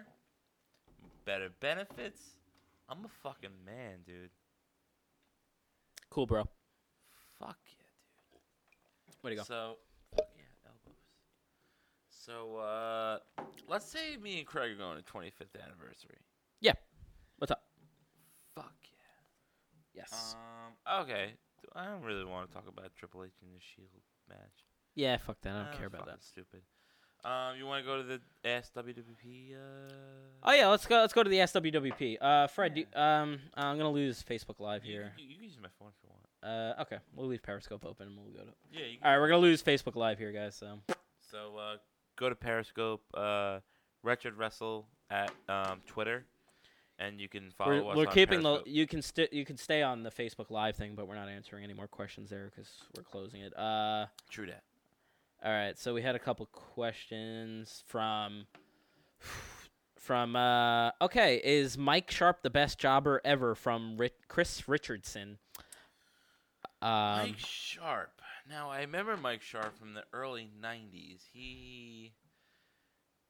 [SPEAKER 3] better benefits. I'm a fucking man, dude.
[SPEAKER 2] Cool, bro.
[SPEAKER 3] Fuck yeah,
[SPEAKER 2] Where do you
[SPEAKER 3] dude.
[SPEAKER 2] go?
[SPEAKER 3] So, fuck yeah, elbows. So, uh, let's say me and Craig are going to 25th anniversary.
[SPEAKER 2] Yeah. What's up?
[SPEAKER 3] Fuck yeah.
[SPEAKER 2] Yes.
[SPEAKER 3] Um, okay. I don't really want to talk about Triple H and the Shield match.
[SPEAKER 2] yeah, fuck that. I don't
[SPEAKER 3] Ah,
[SPEAKER 2] care about that.
[SPEAKER 3] fucking Stupid. Um, you want to go to the ask WWP? Uh,
[SPEAKER 2] Oh yeah, let's go. Let's go to the SWWP. Uh, Fred, do, um, I'm gonna lose Facebook Live
[SPEAKER 3] you,
[SPEAKER 2] here.
[SPEAKER 3] You, you can use my phone if you want.
[SPEAKER 2] Uh, okay, we'll leave Periscope open and we'll go to.
[SPEAKER 3] Yeah. You can.
[SPEAKER 2] All right, we're gonna lose Facebook Live here, guys. So
[SPEAKER 3] So uh, go to Periscope, uh, Richard Wrestle at um, Twitter, and you can follow
[SPEAKER 2] we're,
[SPEAKER 3] us.
[SPEAKER 2] we're
[SPEAKER 3] on
[SPEAKER 2] keeping the.
[SPEAKER 3] Periscope.
[SPEAKER 2] You can st- you can stay on the Facebook Live thing, but we're not answering any more questions there because we're closing it. Uh,
[SPEAKER 3] True that.
[SPEAKER 2] all right. So we had a couple questions from. From uh okay, is Mike Sharp the best jobber ever? From Ri- Chris Richardson. Um,
[SPEAKER 3] Mike Sharp. Now I remember Mike Sharp from the early '90s. He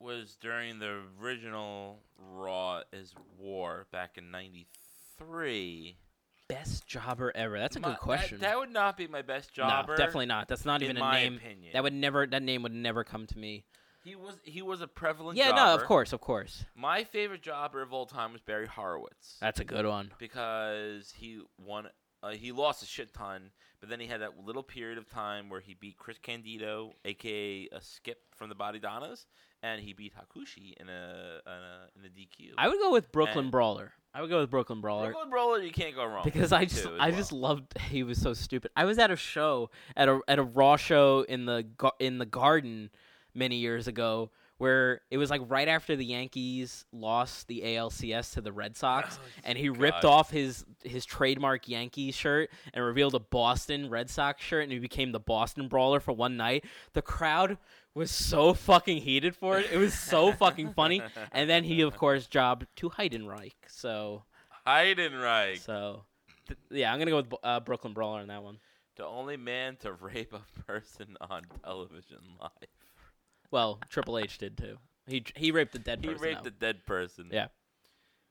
[SPEAKER 3] was during the original Raw is War back in '93.
[SPEAKER 2] best jobber ever? That's a
[SPEAKER 3] My-
[SPEAKER 2] good question.
[SPEAKER 3] That, that would not be my best jobber.
[SPEAKER 2] no, definitely not. That's not
[SPEAKER 3] in
[SPEAKER 2] even a
[SPEAKER 3] my
[SPEAKER 2] name.
[SPEAKER 3] opinion.
[SPEAKER 2] That would never. That name would never come to me.
[SPEAKER 3] He was he was a prevalent.
[SPEAKER 2] yeah, no,
[SPEAKER 3] jobber.
[SPEAKER 2] of course, of course.
[SPEAKER 3] My favorite jobber of all time was Barry Horowitz
[SPEAKER 2] That's a good one.
[SPEAKER 3] because he won. Uh, he lost a shit ton, but then he had that little period of time where he beat Chris Candido, aka a Skip from the Body Donnas, and he beat Hakushi in a in a, in a DQ.
[SPEAKER 2] I would go with Brooklyn
[SPEAKER 3] And-
[SPEAKER 2] Brawler. I would go with Brooklyn Brawler.
[SPEAKER 3] Brooklyn Brawler, you can't go wrong. with
[SPEAKER 2] because I
[SPEAKER 3] him
[SPEAKER 2] just
[SPEAKER 3] too, as
[SPEAKER 2] I
[SPEAKER 3] well.
[SPEAKER 2] just loved he was so stupid. I was at a show at a at a Raw show in the gar- in the Garden many years ago where it was like right after the Yankees lost the ALCS to the Red Sox and he ripped
[SPEAKER 3] Oh, God.
[SPEAKER 2] off his his trademark Yankees shirt and revealed a Boston Red Sox shirt and he became the Boston Brawler for one night. The crowd was so fucking heated for it. It was so fucking funny. And then he of course jobbed to Heidenreich. So
[SPEAKER 3] Heidenreich,
[SPEAKER 2] so, th- yeah, I'm gonna go with Bo- uh, Brooklyn Brawler on that one.
[SPEAKER 3] the only man to rape a person on television live.
[SPEAKER 2] Well, Triple H did too. He he raped a dead
[SPEAKER 3] He
[SPEAKER 2] person.
[SPEAKER 3] raped
[SPEAKER 2] though.
[SPEAKER 3] a dead person.
[SPEAKER 2] Yeah.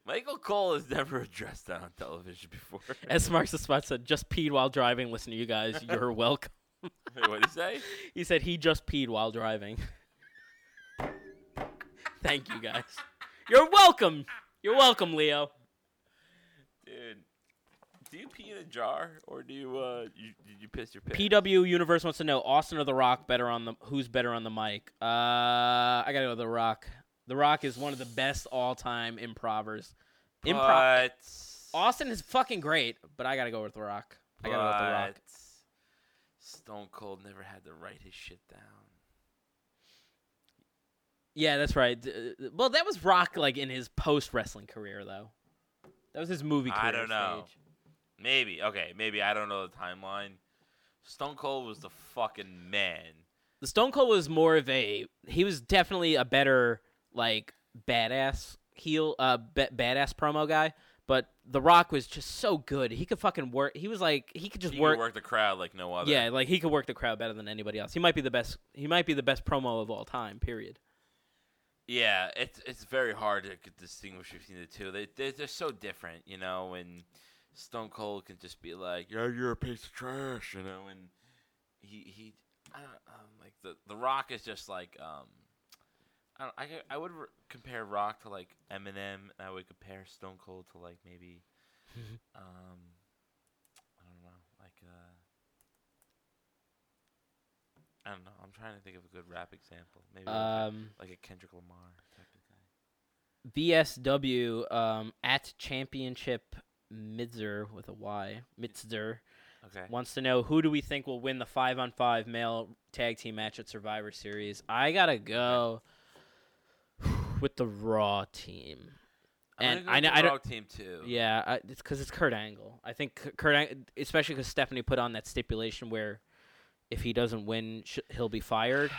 [SPEAKER 3] Michael Cole has never addressed that on television before.
[SPEAKER 2] S marks the spot said just peed while driving. Listen to you guys. You're welcome.
[SPEAKER 3] Wait, what did he say?
[SPEAKER 2] He said he just peed while driving. Thank you guys. You're welcome. You're welcome, Leo.
[SPEAKER 3] Dude, do you pee in a jar or do you uh you, did you piss your pants?
[SPEAKER 2] PW Universe wants to know Austin or The Rock better on the who's better on the mic. Uh, I gotta go with The Rock. The Rock is one of the best all-time improvers. Improv.
[SPEAKER 3] But,
[SPEAKER 2] Austin is fucking great, but I gotta go with The Rock. I gotta go with The Rock.
[SPEAKER 3] but Stone Cold never had to write his shit down.
[SPEAKER 2] Yeah, that's right. D- uh, Well, that was Rock like in his post wrestling career though. That was his movie career.
[SPEAKER 3] I don't know.
[SPEAKER 2] stage.
[SPEAKER 3] Maybe okay, maybe I don't know the timeline. Stone Cold was the fucking man.
[SPEAKER 2] The Stone Cold was more of a. He was definitely a better like badass heel uh ba- badass promo guy, but The Rock was just so good. He could fucking work. He was like he could just
[SPEAKER 3] He
[SPEAKER 2] work.
[SPEAKER 3] could work the crowd like no other.
[SPEAKER 2] yeah, like he could work the crowd better than anybody else. He might be the best. He might be the best promo of all time. Period.
[SPEAKER 3] Yeah, it's it's very hard to c- distinguish between the two. They they're, they're so different, you know. And Stone Cold can just be like, "Yeah, you're a piece of trash," you know. And he he, I don't, um, like the the Rock is just like um, I don't, I g- I would r compare Rock to like Eminem, and I would compare Stone Cold to like maybe, um, I don't know, like uh. I don't know. I'm trying to think of a good rap example. Maybe like a-
[SPEAKER 2] Um,
[SPEAKER 3] like a Kendrick Lamar type of guy.
[SPEAKER 2] BSW um, at championship Midzer with a Y Mitzer
[SPEAKER 3] Okay.
[SPEAKER 2] wants to know who do we think will win the five on five male tag team match at Survivor Series. I gotta go with the Raw team.
[SPEAKER 3] I'm
[SPEAKER 2] and
[SPEAKER 3] gonna
[SPEAKER 2] I
[SPEAKER 3] go
[SPEAKER 2] know-
[SPEAKER 3] with
[SPEAKER 2] I
[SPEAKER 3] the
[SPEAKER 2] don't-
[SPEAKER 3] Raw team too.
[SPEAKER 2] Yeah, I, it's because it's Kurt Angle. I think K- Kurt, Ang- especially because Stephanie put on that stipulation where if he doesn't win, sh- he'll be fired.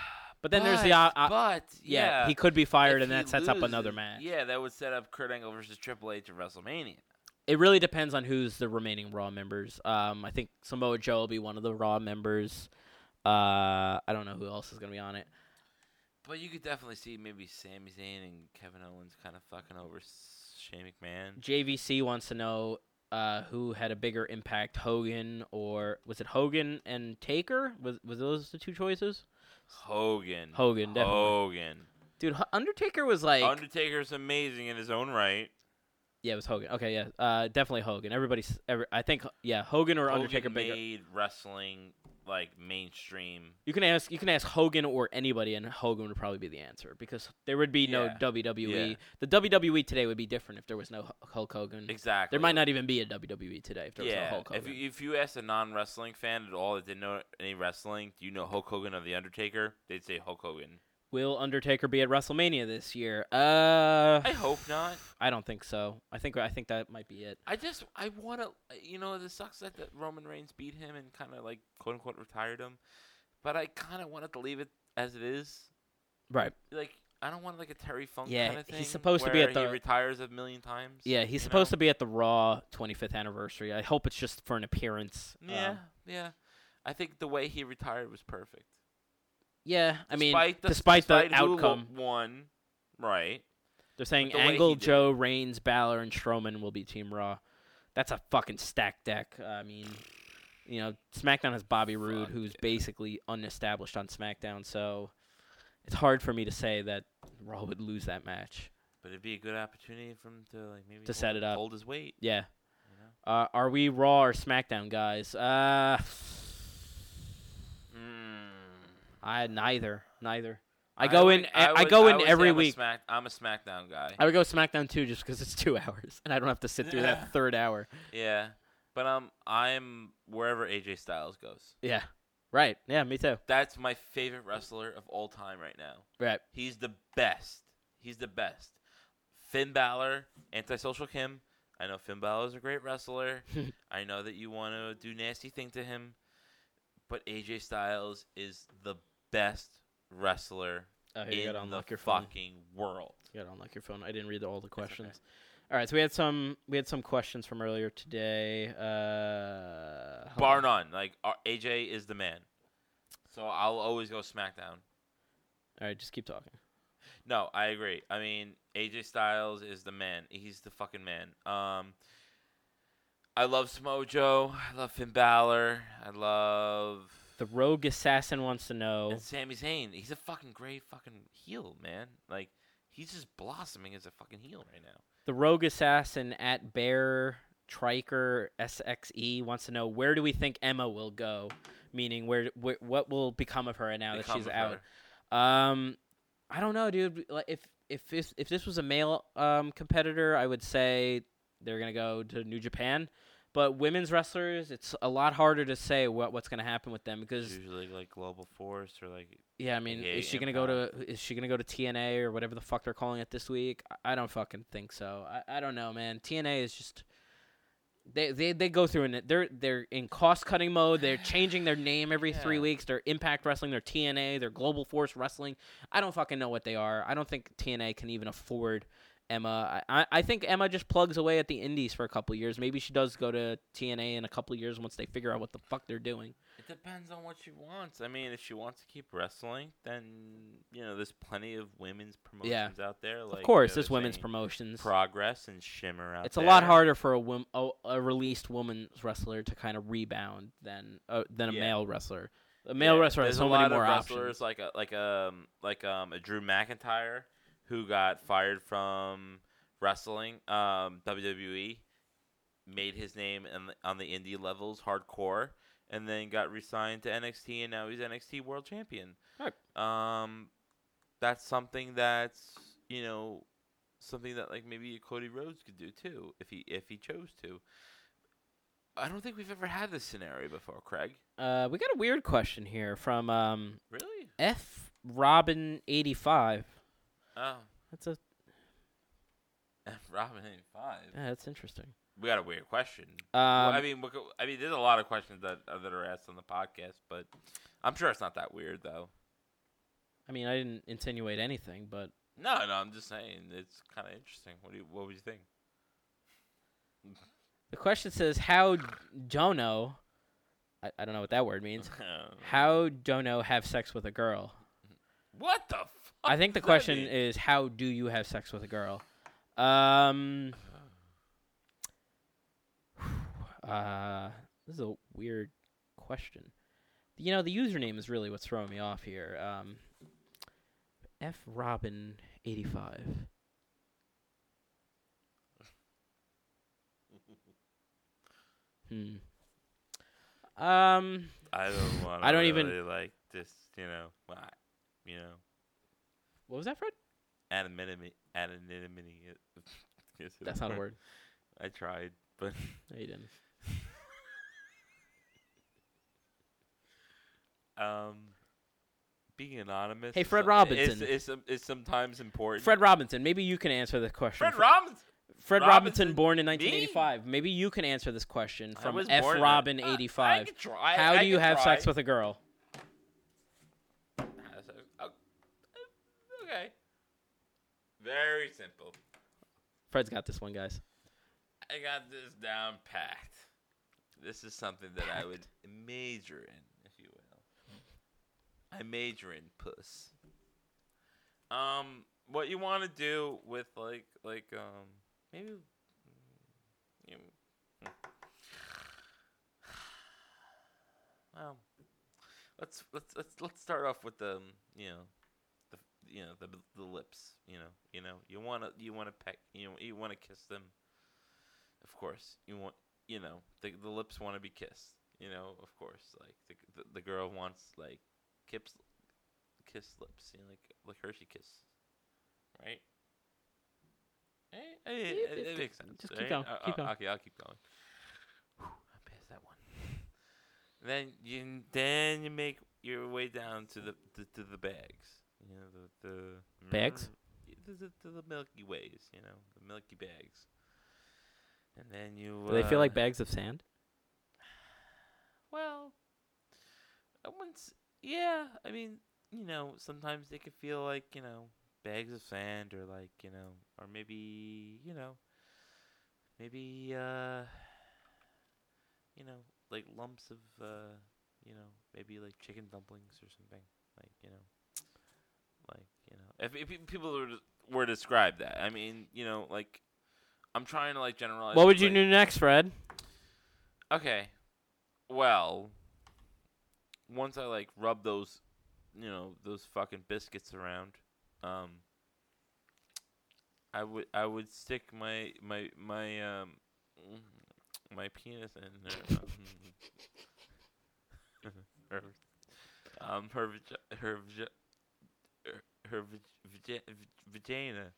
[SPEAKER 2] But then there's the
[SPEAKER 3] But-
[SPEAKER 2] o- o-
[SPEAKER 3] but
[SPEAKER 2] yeah,
[SPEAKER 3] yeah,
[SPEAKER 2] he could be fired,
[SPEAKER 3] if
[SPEAKER 2] and that
[SPEAKER 3] he
[SPEAKER 2] sets up another
[SPEAKER 3] loses-
[SPEAKER 2] match.
[SPEAKER 3] Yeah, that would set up Kurt Angle versus Triple H at WrestleMania.
[SPEAKER 2] It really depends on who's the remaining Raw members. Um, I think Samoa Joe will be one of the Raw members. Uh, I don't know who else is gonna be on it.
[SPEAKER 3] But you could definitely see maybe Sami Zayn and Kevin Owens kind of fucking over S- Shane McMahon.
[SPEAKER 2] JVC wants to know uh, who had a bigger impact, Hogan or was it Hogan and Taker? Was was those the two choices?
[SPEAKER 3] Hogan.
[SPEAKER 2] Hogan, definitely.
[SPEAKER 3] Hogan.
[SPEAKER 2] Dude, H- Undertaker was like
[SPEAKER 3] Undertaker's amazing in his own right.
[SPEAKER 2] Yeah, it was Hogan. Okay, yeah, uh, definitely Hogan. Everybody's, every, I think, yeah, Hogan or
[SPEAKER 3] Hogan
[SPEAKER 2] Undertaker. Bigger. Mm-hmm.
[SPEAKER 3] made wrestling like mainstream.
[SPEAKER 2] You can ask, you can ask Hogan or anybody, and Hogan would probably be the answer because there would be no
[SPEAKER 3] Yeah.
[SPEAKER 2] WWE.
[SPEAKER 3] Yeah.
[SPEAKER 2] The WWE today would be different if there was no H- Hulk Hogan.
[SPEAKER 3] Exactly.
[SPEAKER 2] There might not even be a WWE today if there was no
[SPEAKER 3] yeah,
[SPEAKER 2] Hulk Hogan.
[SPEAKER 3] if you, if you asked a non-wrestling fan at all that didn't know any wrestling, do you know Hulk Hogan or The Undertaker? They'd say Hulk Hogan.
[SPEAKER 2] Will Undertaker be at WrestleMania this year? Uh,
[SPEAKER 3] I hope not.
[SPEAKER 2] I don't think so. I think I think that might be it.
[SPEAKER 3] I just I want to. You know, this sucks that, that Roman Reigns beat him and kind of like quote unquote retired him, but I kind of wanted to leave it as it is.
[SPEAKER 2] Right.
[SPEAKER 3] Like I don't want like a Terry Funk
[SPEAKER 2] Yeah,
[SPEAKER 3] kind of
[SPEAKER 2] he's
[SPEAKER 3] thing.
[SPEAKER 2] supposed to be
[SPEAKER 3] where
[SPEAKER 2] at the-
[SPEAKER 3] he retires a million times.
[SPEAKER 2] Yeah, he's
[SPEAKER 3] you
[SPEAKER 2] supposed
[SPEAKER 3] know?
[SPEAKER 2] to be at the Raw 25th anniversary. I hope it's just for an appearance. Um,
[SPEAKER 3] Yeah, yeah. I think the way he retired was perfect.
[SPEAKER 2] yeah. I mean,
[SPEAKER 3] despite the,
[SPEAKER 2] despite the
[SPEAKER 3] who wo-
[SPEAKER 2] outcome.
[SPEAKER 3] won, right?
[SPEAKER 2] They're saying
[SPEAKER 3] But the way
[SPEAKER 2] Angle,
[SPEAKER 3] he did
[SPEAKER 2] Joe, Reigns, Balor, and Strowman will be Team Raw. That's a fucking stacked deck. I mean, you know, SmackDown has Bobby Roode,
[SPEAKER 3] Fuck,
[SPEAKER 2] who's
[SPEAKER 3] yeah.
[SPEAKER 2] basically unestablished on SmackDown, so it's hard for me to say that Raw would lose that match.
[SPEAKER 3] But it'd be a good opportunity for him to like maybe
[SPEAKER 2] To
[SPEAKER 3] hold-
[SPEAKER 2] set it up.
[SPEAKER 3] hold his weight.
[SPEAKER 2] Yeah.
[SPEAKER 3] You know?
[SPEAKER 2] Uh, are we Raw or SmackDown guys? Uh, I neither, neither. I, go
[SPEAKER 3] would-
[SPEAKER 2] in. e, I,
[SPEAKER 3] would-
[SPEAKER 2] go in
[SPEAKER 3] would say
[SPEAKER 2] every
[SPEAKER 3] I'm a
[SPEAKER 2] week.
[SPEAKER 3] Smack, I'm a SmackDown guy.
[SPEAKER 2] I would go SmackDown too, just because it's two hours, and I don't have to sit through that third hour.
[SPEAKER 3] yeah, but um, I'm wherever AJ Styles goes.
[SPEAKER 2] Yeah. Right. Yeah. Me too.
[SPEAKER 3] That's my favorite wrestler of all time right now.
[SPEAKER 2] Right.
[SPEAKER 3] He's the best. He's the best. Finn Balor, antisocial Kim. I know Finn Balor is a great wrestler. I know that you want to do nasty thing to him, but AJ Styles is the best wrestler
[SPEAKER 2] Oh, here, you
[SPEAKER 3] in
[SPEAKER 2] gotta
[SPEAKER 3] the
[SPEAKER 2] unlock your phone.
[SPEAKER 3] fucking world.
[SPEAKER 2] You gotta unlock your phone. I didn't read all the questions. All right, so we had some we had some questions from earlier today. Uh, hold
[SPEAKER 3] Bar
[SPEAKER 2] on.
[SPEAKER 3] none, like uh, AJ is the man. So I'll always go SmackDown.
[SPEAKER 2] All right, just keep talking.
[SPEAKER 3] No, I agree. I mean, AJ Styles is the man. He's the fucking man. Um, I love Samoa Joe. I love Finn Balor. I love
[SPEAKER 2] The rogue assassin wants to know.
[SPEAKER 3] and Sami Zayn. He's a fucking great fucking heel, man. Like he's just blossoming as a fucking heel right now.
[SPEAKER 2] The rogue assassin at bear triker sxe wants to know where do we think Emma will go, meaning where, where what will become of her now that
[SPEAKER 3] Become
[SPEAKER 2] she's
[SPEAKER 3] of
[SPEAKER 2] out.
[SPEAKER 3] her.
[SPEAKER 2] Um, I don't know, dude. Like, if if if, if this was a male um, competitor, I would say they're gonna go to New Japan. But women's wrestlers, it's a lot harder to say what what's gonna happen with them
[SPEAKER 3] It's
[SPEAKER 2] because
[SPEAKER 3] usually like Global Force or like
[SPEAKER 2] yeah, I mean,
[SPEAKER 3] Yeah,
[SPEAKER 2] is she gonna go to is she gonna go to TNA or whatever the fuck they're calling it this week? I- I don't fucking think so. I, I don't know, man. TNA is just they, they they go through and they're they're in cost cutting mode. They're changing their name every three
[SPEAKER 3] Yeah.
[SPEAKER 2] weeks. They're Impact Wrestling, they're TNA, they're Global Force Wrestling. I don't fucking know what they are. I don't think TNA can even afford Emma. I, I- I think Emma just plugs away at the indies for a couple years. Maybe she does go to TNA in a couple years once they figure out what the fuck they're doing.
[SPEAKER 3] It depends on what she wants. I mean, if she wants to keep wrestling, then you know, there's plenty of women's promotions out there. Like,
[SPEAKER 2] of course,
[SPEAKER 3] uh,
[SPEAKER 2] there's women's
[SPEAKER 3] any
[SPEAKER 2] promotions.
[SPEAKER 3] Progress and Shimmer out
[SPEAKER 2] it's
[SPEAKER 3] there.
[SPEAKER 2] a lot harder for a, wom- a, a released woman's wrestler to kind of rebound than uh, than a
[SPEAKER 3] Yeah.
[SPEAKER 2] male wrestler. A male
[SPEAKER 3] Yeah,
[SPEAKER 2] wrestler has
[SPEAKER 3] There's
[SPEAKER 2] so
[SPEAKER 3] a
[SPEAKER 2] many
[SPEAKER 3] lot
[SPEAKER 2] more
[SPEAKER 3] of
[SPEAKER 2] options.
[SPEAKER 3] wrestlers like a like um like um a Drew McIntyre who got fired from wrestling um WWE made his name on the, on the indie levels hardcore and then got re-signed to NXT and now he's NXT World Champion.
[SPEAKER 2] Right.
[SPEAKER 3] Um that's something that's you know something that like maybe a Cody Rhodes could do too if he if he chose to. I don't think we've ever had this scenario before, Craig.
[SPEAKER 2] Uh, we got a weird question here from um,
[SPEAKER 3] Really?
[SPEAKER 2] F Robin eighty five.
[SPEAKER 3] Oh.
[SPEAKER 2] That's a
[SPEAKER 3] Robin ain't five.
[SPEAKER 2] yeah, that's interesting.
[SPEAKER 3] We got a weird question.
[SPEAKER 2] Um,
[SPEAKER 3] Well, I mean, we could- I mean, there's a lot of questions that uh, that are asked on the podcast, but I'm sure it's not that weird though.
[SPEAKER 2] I mean, I didn't insinuate anything, but
[SPEAKER 3] No, no, I'm just saying it's kind of interesting. What do you, what would you think?
[SPEAKER 2] the question says how Jono, I, I don't know what that word means. How Jono have sex with a girl?
[SPEAKER 3] what the? Fuck
[SPEAKER 2] I think the
[SPEAKER 3] does that
[SPEAKER 2] question
[SPEAKER 3] mean?
[SPEAKER 2] is how do you have sex with a girl? Um, uh, this is a weird question. You know, the username is really what's throwing me off here. Um, F Robin eighty five. Hmm. Um.
[SPEAKER 3] I don't want.
[SPEAKER 2] I don't even-
[SPEAKER 3] like this. You know, well, I- you know,
[SPEAKER 2] What was that, Fred?
[SPEAKER 3] anonymity. Anonymity. is- is it
[SPEAKER 2] That's not a word.
[SPEAKER 3] I tried, but
[SPEAKER 2] No, you didn't.
[SPEAKER 3] um, being anonymous.
[SPEAKER 2] Hey,
[SPEAKER 3] is
[SPEAKER 2] Fred
[SPEAKER 3] some- is-
[SPEAKER 2] Robinson.
[SPEAKER 3] is, some- is sometimes important.
[SPEAKER 2] Fred Robinson. Maybe you can answer the question.
[SPEAKER 3] Fred
[SPEAKER 2] Fre-
[SPEAKER 3] Robinson.
[SPEAKER 2] Fred Robinson,
[SPEAKER 3] Robinson?
[SPEAKER 2] born in
[SPEAKER 3] Me?
[SPEAKER 2] 1985. Maybe you can answer this question
[SPEAKER 3] I
[SPEAKER 2] from
[SPEAKER 3] was
[SPEAKER 2] F.
[SPEAKER 3] born in-
[SPEAKER 2] Robin
[SPEAKER 3] I- I
[SPEAKER 2] 85.
[SPEAKER 3] could try-
[SPEAKER 2] How
[SPEAKER 3] I
[SPEAKER 2] do you
[SPEAKER 3] could
[SPEAKER 2] have sex
[SPEAKER 3] try.
[SPEAKER 2] with a girl?
[SPEAKER 3] Oh, Okay. Very simple.
[SPEAKER 2] Fred's got this one, guys.
[SPEAKER 3] I got this down packed. This is something that I would major in, if you will. I major in puss. Um, what you want to do with like like um maybe you well let's let's let's let's start off with the um, you know the you know the the lips you know you know you want to you want to peck you know, you want to kiss them of course you want you know the, the lips want to be kissed you know of course like the, the, the girl wants like kips kiss lips you know, like like hershey kiss right Eh, eh, eh,
[SPEAKER 2] Yeah,
[SPEAKER 3] it,
[SPEAKER 2] just-
[SPEAKER 3] makes sense.
[SPEAKER 2] just keep
[SPEAKER 3] right?
[SPEAKER 2] going,
[SPEAKER 3] Uh,
[SPEAKER 2] keep
[SPEAKER 3] uh,
[SPEAKER 2] going.
[SPEAKER 3] Okay, I'll keep going. Whew, I'm past that one. then you then you make your way down to the to, to the bags. You know the the
[SPEAKER 2] Bags?
[SPEAKER 3] To the, to the Milky Ways. You know the Milky Bags. And then you.
[SPEAKER 2] Do they feel like
[SPEAKER 3] uh,
[SPEAKER 2] bags of sand?
[SPEAKER 3] well, I wouldn't. s- Yeah, I mean, you know, sometimes they could feel like you know bags of sand, or like you know, or maybe you know, maybe uh, you know, like lumps of uh, you know, maybe like chicken dumplings or something, like you know, like you know, if, if pe- people were to, were to describe that, I mean, you know, like I'm trying to like generalize.
[SPEAKER 2] What
[SPEAKER 3] it,
[SPEAKER 2] would you
[SPEAKER 3] like-
[SPEAKER 2] do next, Fred?
[SPEAKER 3] Okay. Well, once I like rub those, you know, those fucking biscuits around, um, I would I would stick my my my um my penis in her her um her vagi- her vagi- her, her vagi- vagina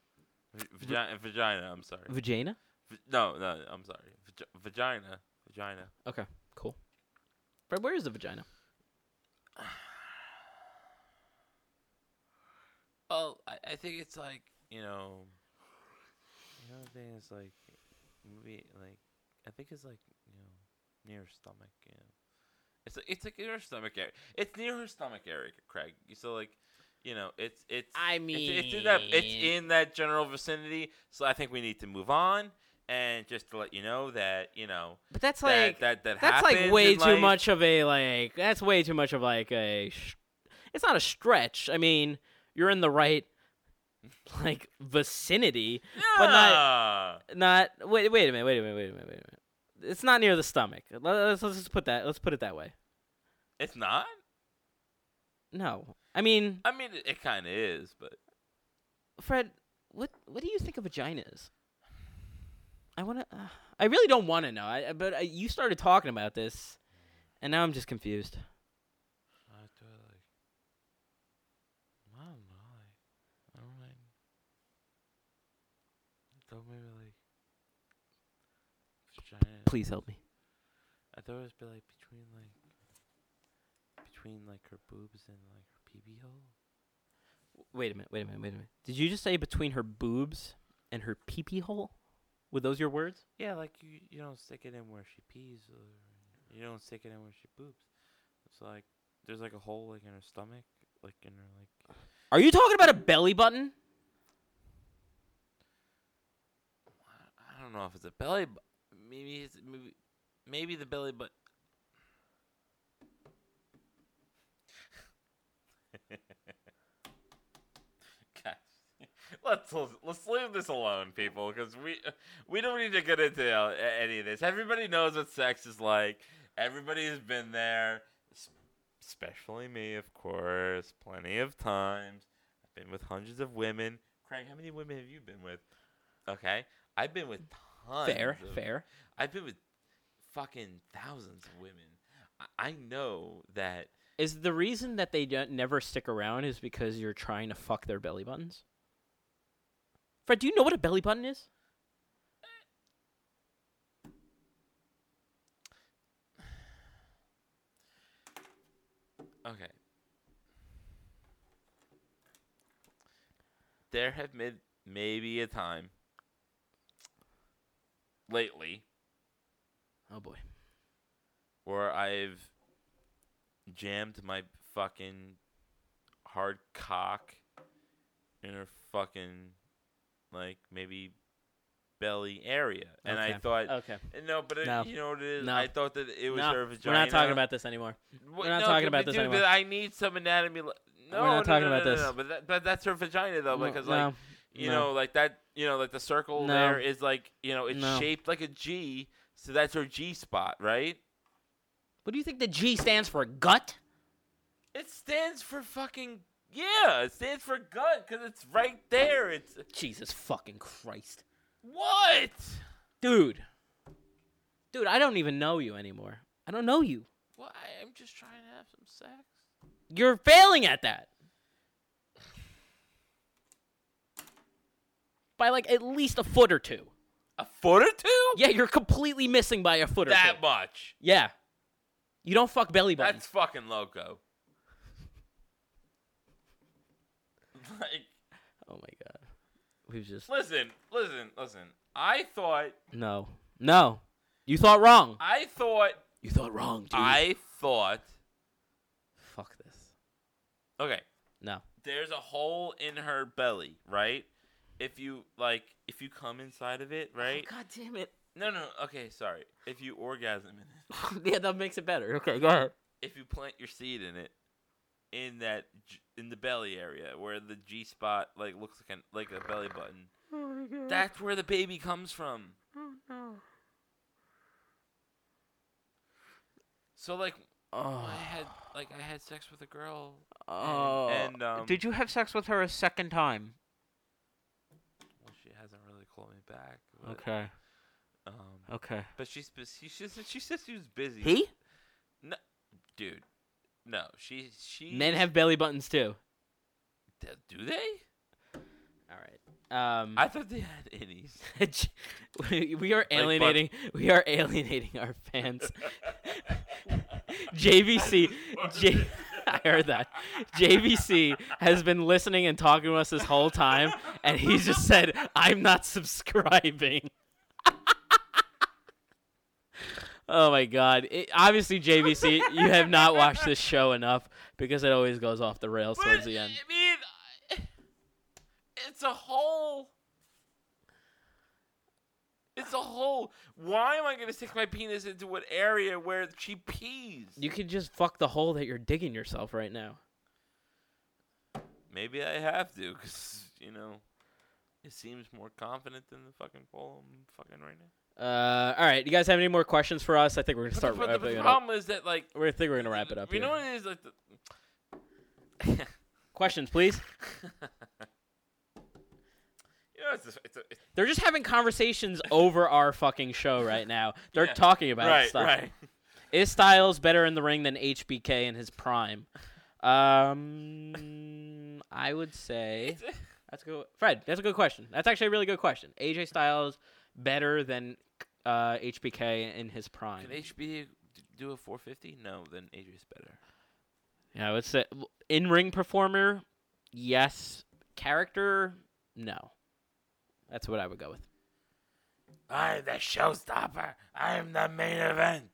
[SPEAKER 3] vagina vagina I'm sorry
[SPEAKER 2] Vagina?
[SPEAKER 3] V- no, no, I'm sorry. Vag- vagina. Vagina.
[SPEAKER 2] Okay, cool. Fred, where is the vagina?
[SPEAKER 3] Well, Oh, I, I think it's like, you know, the other thing is like, maybe like, I think it's like, you know, near her stomach, you know. It's like, it's like near her stomach area. It's near her stomach area, Craig. So like, You know, it's it's.
[SPEAKER 2] I
[SPEAKER 3] it's, it's in that it's
[SPEAKER 2] mean-
[SPEAKER 3] in that general vicinity. So I think we need to move on, and just to let you know that you know
[SPEAKER 2] But that's
[SPEAKER 3] that-
[SPEAKER 2] like
[SPEAKER 3] that that
[SPEAKER 2] that's like
[SPEAKER 3] happens
[SPEAKER 2] way
[SPEAKER 3] in
[SPEAKER 2] too
[SPEAKER 3] life.
[SPEAKER 2] much of a like that's way too much of like a sh- it's not a stretch. I mean, you're in the right like vicinity, but not
[SPEAKER 3] Yeah.
[SPEAKER 2] not wait wait a minute, wait a minute, wait a minute, wait a minute. It's not near the stomach. Let- Let's let's just put that let's put it that way.
[SPEAKER 3] it's not.
[SPEAKER 2] No. I mean,
[SPEAKER 3] I mean, it, it kind of is, but
[SPEAKER 2] Fred, what what do you think a vagina is? I want to uh, I really don't want to know. I, I- but uh, you started talking about this and now I'm just confused.
[SPEAKER 3] I do like. I don't know. Like, I don't like. I thought maybe like. Vagina.
[SPEAKER 2] Please help me.
[SPEAKER 3] I thought it was be like between like. Between like her boobs and like her PB hole.
[SPEAKER 2] Wait a minute, wait a minute, wait a minute. Did you just say between her boobs and her peepee hole? Were those your words?
[SPEAKER 3] Yeah, like you you don't stick it in where she pees, or you don't stick it in where she boobs. It's like there's like a hole like in her stomach, like in her like.
[SPEAKER 2] Are you talking about a belly button?
[SPEAKER 3] I- I don't know if it's a belly, bu- maybe it's maybe, maybe the belly, but guys, let's let's leave this alone, people, because we we don't need to get into uh, a- any of this. Everybody knows what sex is like. Everybody's been there, s- especially me, of course, plenty of times. I've been with hundreds of women. Craig, how many women have you been with? Okay, I've been with tons.
[SPEAKER 2] Fair,
[SPEAKER 3] of-
[SPEAKER 2] fair.
[SPEAKER 3] I've been with fucking thousands of women. I, I know that
[SPEAKER 2] Is the reason that they don't, never stick around is because you're trying to fuck their belly buttons? Fred, do you know what a belly button is?
[SPEAKER 3] Okay. There have been maybe a time lately
[SPEAKER 2] Oh boy.
[SPEAKER 3] where I've jammed my fucking hard cock in her fucking like maybe belly area, and I
[SPEAKER 2] Okay.
[SPEAKER 3] thought
[SPEAKER 2] Okay.
[SPEAKER 3] no, but it,
[SPEAKER 2] No.
[SPEAKER 3] you know what it is.
[SPEAKER 2] No.
[SPEAKER 3] I thought that it was
[SPEAKER 2] no,
[SPEAKER 3] her vagina.
[SPEAKER 2] we're not talking about this anymore.
[SPEAKER 3] Wait,
[SPEAKER 2] not talking
[SPEAKER 3] but
[SPEAKER 2] about this
[SPEAKER 3] dude,
[SPEAKER 2] anymore.
[SPEAKER 3] But I need some anatomy. le- No,
[SPEAKER 2] not
[SPEAKER 3] no,
[SPEAKER 2] talking
[SPEAKER 3] no,
[SPEAKER 2] about
[SPEAKER 3] no,
[SPEAKER 2] this.
[SPEAKER 3] No, no, but that, but that's her vagina though,
[SPEAKER 2] No,
[SPEAKER 3] because like
[SPEAKER 2] no,
[SPEAKER 3] you
[SPEAKER 2] no.
[SPEAKER 3] know, like that, you know, like the circle
[SPEAKER 2] No.
[SPEAKER 3] there is like you know, it's
[SPEAKER 2] No.
[SPEAKER 3] shaped like a G, so that's her G spot, right?
[SPEAKER 2] What do you think the G stands for? Gut?
[SPEAKER 3] It stands for fucking yeah. It stands for gut because it's right there. It's
[SPEAKER 2] Jesus fucking Christ.
[SPEAKER 3] what?
[SPEAKER 2] Dude. Dude, I don't even know you anymore. I don't know you.
[SPEAKER 3] Well, I, I'm just trying to have some sex.
[SPEAKER 2] You're failing at that. By like at least a foot or two.
[SPEAKER 3] A foot or two?
[SPEAKER 2] Yeah, you're completely missing by a foot or
[SPEAKER 3] that
[SPEAKER 2] two.
[SPEAKER 3] much.
[SPEAKER 2] yeah. You don't fuck belly buttons.
[SPEAKER 3] That's fucking loco. like.
[SPEAKER 2] Oh my god. We've just
[SPEAKER 3] Listen, listen, listen. I thought,
[SPEAKER 2] No. No. You thought wrong.
[SPEAKER 3] I thought,
[SPEAKER 2] You thought wrong, dude.
[SPEAKER 3] I thought.
[SPEAKER 2] fuck this.
[SPEAKER 3] Okay,
[SPEAKER 2] No.
[SPEAKER 3] there's a hole in her belly, right? If you like, if you come inside of it, right?
[SPEAKER 2] Oh, God damn it.
[SPEAKER 3] No, no. Okay, sorry. If you orgasm in it,
[SPEAKER 2] yeah, that makes it better. Okay, go ahead.
[SPEAKER 3] if you plant your seed in it, in that, j- in the belly area where the G spot like looks like an like a belly button, that's where the baby comes from. So like
[SPEAKER 2] Oh.
[SPEAKER 3] I had like I had sex with a girl.
[SPEAKER 2] Oh.
[SPEAKER 3] and, um,
[SPEAKER 2] did you have sex with her a second time?
[SPEAKER 3] Well, she hasn't really called me back. But,
[SPEAKER 2] Okay.
[SPEAKER 3] Um,
[SPEAKER 2] Okay.
[SPEAKER 3] but she's bu- she she said she said she was busy.
[SPEAKER 2] He?
[SPEAKER 3] No, dude. No, she she.
[SPEAKER 2] Men have belly buttons too.
[SPEAKER 3] d- Do they?
[SPEAKER 2] All right. Um,
[SPEAKER 3] I thought they had innies.
[SPEAKER 2] we we are
[SPEAKER 3] but-
[SPEAKER 2] alienating. we are alienating our fans. JVC, J- I heard that. JVC has been listening and talking to us this whole time, and he just said, "I'm not subscribing." oh my god! It- obviously, JVC, you have not watched this show enough because it always goes off the rails
[SPEAKER 3] But,
[SPEAKER 2] towards the end.
[SPEAKER 3] I mean, It's a hole. It's a hole. Why am I going to stick my penis into an area where she pees?
[SPEAKER 2] You could just fuck the hole that you're digging yourself right now.
[SPEAKER 3] Maybe I have to, because, you know, it seems more confident than the fucking pole I'm fucking right now.
[SPEAKER 2] Uh, all right, you guys have any more questions for us? I think we're gonna
[SPEAKER 3] But
[SPEAKER 2] start
[SPEAKER 3] the, but the,
[SPEAKER 2] wrapping it up.
[SPEAKER 3] problem is that, like,
[SPEAKER 2] We're I think we're gonna wrap it up.
[SPEAKER 3] You
[SPEAKER 2] here.
[SPEAKER 3] know what it is? Like, the,
[SPEAKER 2] Questions, please.
[SPEAKER 3] you know, it's a, it's a, it's
[SPEAKER 2] They're just having conversations over our fucking show right now. They're
[SPEAKER 3] Yeah.
[SPEAKER 2] talking about
[SPEAKER 3] right,
[SPEAKER 2] stuff.
[SPEAKER 3] right.
[SPEAKER 2] Is Styles better in the ring than HBK in his prime? Um, I would say
[SPEAKER 3] It's-
[SPEAKER 2] that's a good. Fred, that's a good question. That's actually a really good question. AJ Styles better than uh, HBK in his prime.
[SPEAKER 3] Can HB do a 450? No, then AJ's better.
[SPEAKER 2] Yeah, I would say in ring performer, yes. Character, no. That's what I would go with.
[SPEAKER 3] I'm the showstopper. I am the main event.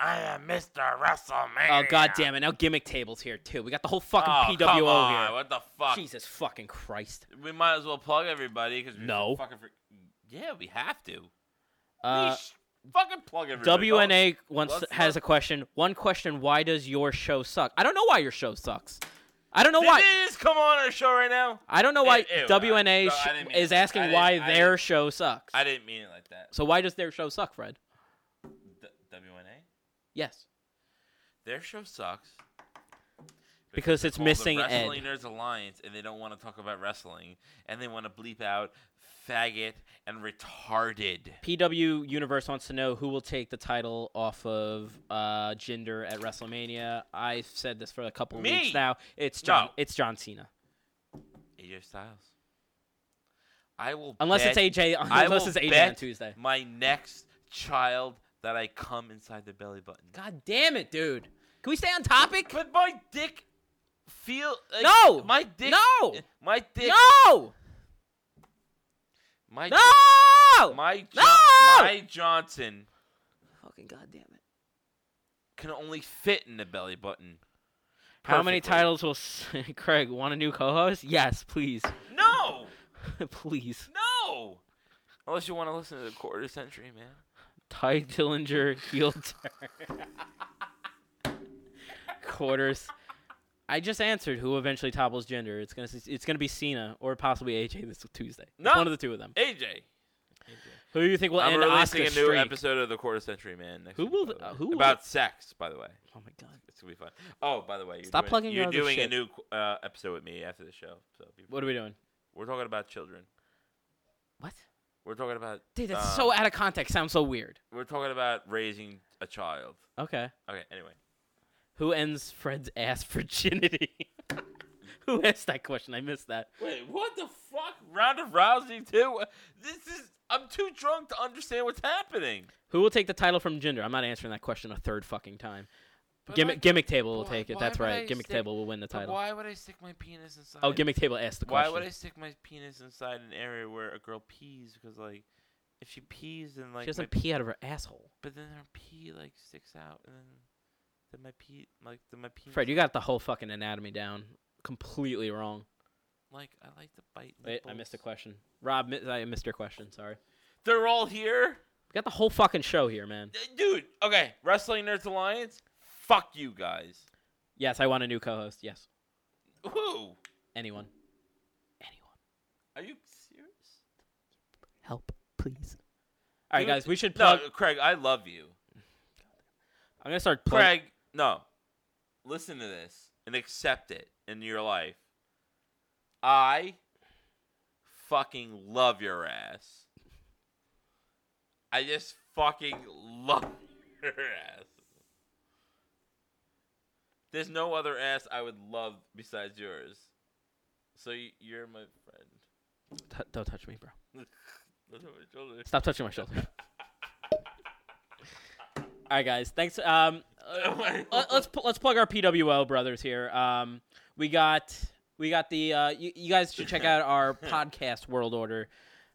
[SPEAKER 3] I am Mr. WrestleMania.
[SPEAKER 2] Oh god damn it! Now gimmick tables here too. We got the whole fucking
[SPEAKER 3] Oh,
[SPEAKER 2] PWO
[SPEAKER 3] come on,
[SPEAKER 2] here.
[SPEAKER 3] What the fuck?
[SPEAKER 2] Jesus fucking Christ!
[SPEAKER 3] We might as well plug everybody because
[SPEAKER 2] No.
[SPEAKER 3] Fucking for- yeah, we have to. we
[SPEAKER 2] Uh,
[SPEAKER 3] sh- fucking plug everybody.
[SPEAKER 2] WNA once
[SPEAKER 3] let's
[SPEAKER 2] has
[SPEAKER 3] not-
[SPEAKER 2] a question. One question: Why does your show suck? I don't know why your show sucks. I don't know
[SPEAKER 3] Oh, Did
[SPEAKER 2] why.
[SPEAKER 3] they just come on our show right now?
[SPEAKER 2] I don't know why
[SPEAKER 3] Ew, ew, I-
[SPEAKER 2] WNA
[SPEAKER 3] no, I
[SPEAKER 2] sh-
[SPEAKER 3] didn't mean
[SPEAKER 2] is
[SPEAKER 3] it. I
[SPEAKER 2] asking
[SPEAKER 3] didn't-
[SPEAKER 2] why
[SPEAKER 3] I
[SPEAKER 2] their
[SPEAKER 3] didn't-
[SPEAKER 2] show sucks.
[SPEAKER 3] I didn't mean it like that.
[SPEAKER 2] so why does their show suck, Fred?
[SPEAKER 3] D- WNA?
[SPEAKER 2] Yes,
[SPEAKER 3] Their show sucks.
[SPEAKER 2] because it's
[SPEAKER 3] called
[SPEAKER 2] missing
[SPEAKER 3] the
[SPEAKER 2] Ed.
[SPEAKER 3] Wrestling Nerds Alliance, and they don't want to talk about wrestling, and they want to bleep out faggot and retarded.
[SPEAKER 2] PW Universe wants to know who will take the title off of uh, Jinder at WrestleMania. I've said this for a couple of
[SPEAKER 3] Me.
[SPEAKER 2] weeks now. It's John.
[SPEAKER 3] No.
[SPEAKER 2] It's John Cena.
[SPEAKER 3] AJ Styles. I will
[SPEAKER 2] Unless
[SPEAKER 3] bet,
[SPEAKER 2] it's AJ.
[SPEAKER 3] I
[SPEAKER 2] Unless
[SPEAKER 3] will
[SPEAKER 2] it's AJ on
[SPEAKER 3] bet
[SPEAKER 2] Tuesday.
[SPEAKER 3] My next child that I come inside the belly button.
[SPEAKER 2] God damn it, dude! Can we stay on topic?
[SPEAKER 3] But my dick feel like,
[SPEAKER 2] No!
[SPEAKER 3] my dick
[SPEAKER 2] No!
[SPEAKER 3] my dick
[SPEAKER 2] No!
[SPEAKER 3] my
[SPEAKER 2] No!
[SPEAKER 3] my jo-
[SPEAKER 2] No!
[SPEAKER 3] my Johnson
[SPEAKER 2] Fucking goddamn it!
[SPEAKER 3] can only fit in the belly button.
[SPEAKER 2] How many
[SPEAKER 3] Perfectly.
[SPEAKER 2] titles will s- Craig want a new co-host? Yes, please,
[SPEAKER 3] No,
[SPEAKER 2] please.
[SPEAKER 3] no. Unless you want to listen to the quarter century, man.
[SPEAKER 2] Ty Dillinger heel turn. Quarters. I just answered who eventually topples gender. It's gonna it's gonna be Cena or possibly AJ this Tuesday. It's
[SPEAKER 3] No.
[SPEAKER 2] one of the two of them.
[SPEAKER 3] AJ,
[SPEAKER 2] Who do you think will
[SPEAKER 3] I'm
[SPEAKER 2] end
[SPEAKER 3] releasing
[SPEAKER 2] Oscar's
[SPEAKER 3] a new
[SPEAKER 2] streak?
[SPEAKER 3] episode of the quarter century, man. Next
[SPEAKER 2] Who
[SPEAKER 3] week,
[SPEAKER 2] will
[SPEAKER 3] by
[SPEAKER 2] the-
[SPEAKER 3] the way.
[SPEAKER 2] uh, who will-
[SPEAKER 3] about sex? By the way,
[SPEAKER 2] Oh my god!
[SPEAKER 3] it's gonna be fun. Oh, by the way, you're
[SPEAKER 2] Stop
[SPEAKER 3] doing,
[SPEAKER 2] plugging your
[SPEAKER 3] You're
[SPEAKER 2] other
[SPEAKER 3] doing
[SPEAKER 2] shit.
[SPEAKER 3] a new qu- uh, episode with me after the show, so be-
[SPEAKER 2] What are we doing?
[SPEAKER 3] we're talking about children.
[SPEAKER 2] What? Uh,
[SPEAKER 3] We're talking about
[SPEAKER 2] Dude, that's
[SPEAKER 3] um,
[SPEAKER 2] so out of context. Sounds so weird.
[SPEAKER 3] We're talking about raising a child.
[SPEAKER 2] Okay.
[SPEAKER 3] Okay, anyway.
[SPEAKER 2] Who ends Fred's ass virginity? Who asked that question? I missed that.
[SPEAKER 3] Wait, what the fuck? Ronda Rousey too? This is I'm too drunk to understand what's happening.
[SPEAKER 2] Who will take the title from gender? I'm not answering that question a third fucking time.
[SPEAKER 3] But
[SPEAKER 2] Gimmick,
[SPEAKER 3] like,
[SPEAKER 2] gimmick table will
[SPEAKER 3] why-
[SPEAKER 2] take it.
[SPEAKER 3] why
[SPEAKER 2] That's
[SPEAKER 3] would
[SPEAKER 2] right.
[SPEAKER 3] I
[SPEAKER 2] Gimmick
[SPEAKER 3] stick-
[SPEAKER 2] table will win the
[SPEAKER 3] but
[SPEAKER 2] title.
[SPEAKER 3] Why would I stick my penis inside?
[SPEAKER 2] Oh, gimmick table asked the
[SPEAKER 3] Why
[SPEAKER 2] question.
[SPEAKER 3] would I stick my penis inside an area where a girl pees? Because like, if she pees, then like,
[SPEAKER 2] she doesn't
[SPEAKER 3] my,
[SPEAKER 2] pee out of her asshole.
[SPEAKER 3] but then her pee like sticks out, and then then my pee like then my penis.
[SPEAKER 2] Fred, you got the whole fucking anatomy down. Completely wrong.
[SPEAKER 3] like I like to bite.
[SPEAKER 2] Wait, I missed a
[SPEAKER 3] nipples.
[SPEAKER 2] question. Rob, mi- I missed your question. Sorry.
[SPEAKER 3] They're all here,
[SPEAKER 2] We got the whole fucking show here, man.
[SPEAKER 3] Uh, dude. Okay, Wrestling Nerds Alliance. Fuck you guys.
[SPEAKER 2] Yes, I want a new co-host. Yes,
[SPEAKER 3] Whoa,
[SPEAKER 2] anyone, anyone,
[SPEAKER 3] are you serious?
[SPEAKER 2] help, please. All right,
[SPEAKER 3] Give it-
[SPEAKER 2] guys, we should
[SPEAKER 3] No,
[SPEAKER 2] plug.
[SPEAKER 3] Craig, I love you.
[SPEAKER 2] I'm gonna start. Plug-
[SPEAKER 3] Craig, no. Listen to this and accept it in your life. I fucking love your ass. I just fucking love your ass. There's no other ass I would love besides yours. So y- you're my friend.
[SPEAKER 2] T- don't touch me, bro.
[SPEAKER 3] Look at my shoulder.
[SPEAKER 2] Stop touching my shoulder. All right, guys. Thanks. Um, uh, let- let's pl- let's plug our PWO brothers here. Um, we got we got the uh, you, you guys should check out our podcast World Order.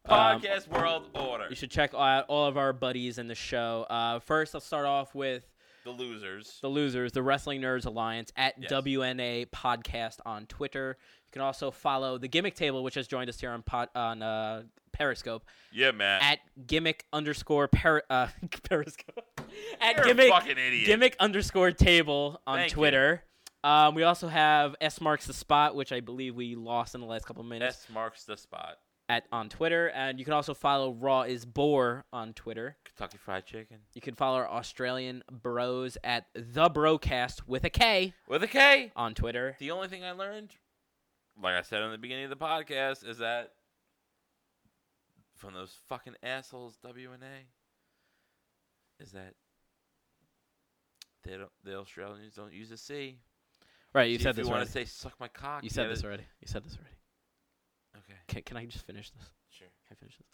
[SPEAKER 2] Um,
[SPEAKER 3] Podcast World Order.
[SPEAKER 2] you should check out all of our buddies in the show. Uh, first, I'll start off with
[SPEAKER 3] The losers.
[SPEAKER 2] the losers, the Wrestling Nerds Alliance at
[SPEAKER 3] Yes.
[SPEAKER 2] WNA Podcast on Twitter. You can also follow the Gimmick Table, which has joined us here on pod, on uh, Periscope
[SPEAKER 3] yeah, man.
[SPEAKER 2] at gimmick underscore per, uh, Periscope at
[SPEAKER 3] You're a
[SPEAKER 2] gimmick
[SPEAKER 3] fucking idiot.
[SPEAKER 2] gimmick underscore table on
[SPEAKER 3] Thank you.
[SPEAKER 2] Twitter. Um, we also have S marks the spot, which I believe we lost in the last couple minutes
[SPEAKER 3] S marks the spot.
[SPEAKER 2] at on Twitter, and you can also follow Raw is Bore on Twitter.
[SPEAKER 3] Kentucky Fried Chicken.
[SPEAKER 2] You can follow our Australian bros at the Brocast with a K
[SPEAKER 3] With a K.
[SPEAKER 2] on Twitter.
[SPEAKER 3] The only thing I learned, like I said in the beginning of the podcast, is that from those fucking assholes WNA, is that they don't, the Australians don't use a C.
[SPEAKER 2] Right, you
[SPEAKER 3] See,
[SPEAKER 2] said
[SPEAKER 3] if
[SPEAKER 2] this
[SPEAKER 3] you
[SPEAKER 2] already.
[SPEAKER 3] want to say "suck my cock,"
[SPEAKER 2] you said
[SPEAKER 3] yeah,
[SPEAKER 2] this
[SPEAKER 3] that-
[SPEAKER 2] already. You said this already.
[SPEAKER 3] Okay,
[SPEAKER 2] Can, can I just finish this?
[SPEAKER 3] sure.
[SPEAKER 2] Can I finish this?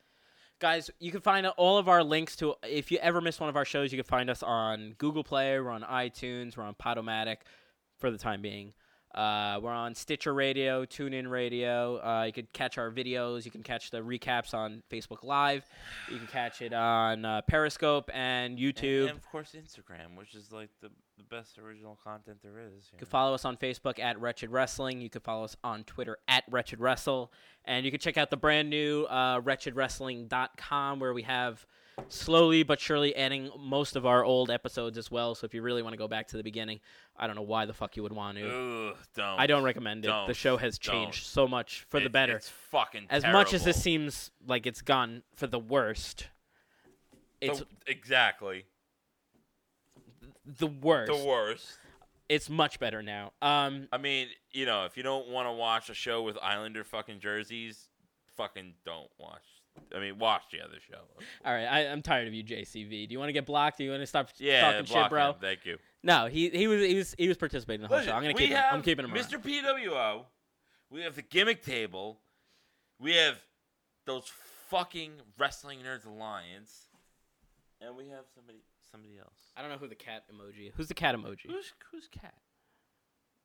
[SPEAKER 2] Guys, you can find all of our links to. If you ever miss one of our shows, you can find us on Google Play. We're on iTunes. We're on Podomatic, for the time being. Uh, we're on Stitcher Radio, TuneIn Radio. Uh, you could catch our videos. You can catch the recaps on Facebook Live. You can catch it on uh, Periscope and
[SPEAKER 3] And-
[SPEAKER 2] YouTube.
[SPEAKER 3] and, of course Instagram, which is like the the best original content there is. you
[SPEAKER 2] You can
[SPEAKER 3] know.
[SPEAKER 2] follow us on Facebook at Wretched Wrestling. You can follow us on Twitter at Wretched Wrestle. And you can check out the brand new uh, wretchedwrestling.com where we have slowly but surely adding most of our old episodes as well. So if you really want to go back to the beginning, I don't know why the fuck you would want to.
[SPEAKER 3] Ugh, don't.
[SPEAKER 2] I don't recommend it. the
[SPEAKER 3] Don't.
[SPEAKER 2] show has changed so much for the
[SPEAKER 3] It-
[SPEAKER 2] better.
[SPEAKER 3] It's fucking
[SPEAKER 2] As much as this
[SPEAKER 3] terrible.
[SPEAKER 2] seems like it's gone for the worst, it's
[SPEAKER 3] The- exactly
[SPEAKER 2] the worst.
[SPEAKER 3] the worst.
[SPEAKER 2] It's much better now. Um,
[SPEAKER 3] I mean, you know, if you don't want to watch a show with Islander fucking jerseys, fucking don't watch. I mean, watch the other show.
[SPEAKER 2] All right, I, I'm tired of you, JCV. Do you want to get blocked? Do you want to stop
[SPEAKER 3] Yeah,
[SPEAKER 2] talking
[SPEAKER 3] block
[SPEAKER 2] shit, bro?
[SPEAKER 3] him. Thank you.
[SPEAKER 2] No, he he was he was he was participating in the whole show. I'm gonna
[SPEAKER 3] we
[SPEAKER 2] keep him.
[SPEAKER 3] have
[SPEAKER 2] I'm keeping him. around.
[SPEAKER 3] Mr. PWO. We have the gimmick table. We have those fucking wrestling nerds alliance, and we have somebody somebody else.
[SPEAKER 2] I don't know who the cat emoji. Who's the cat emoji?
[SPEAKER 3] Who's who's cat?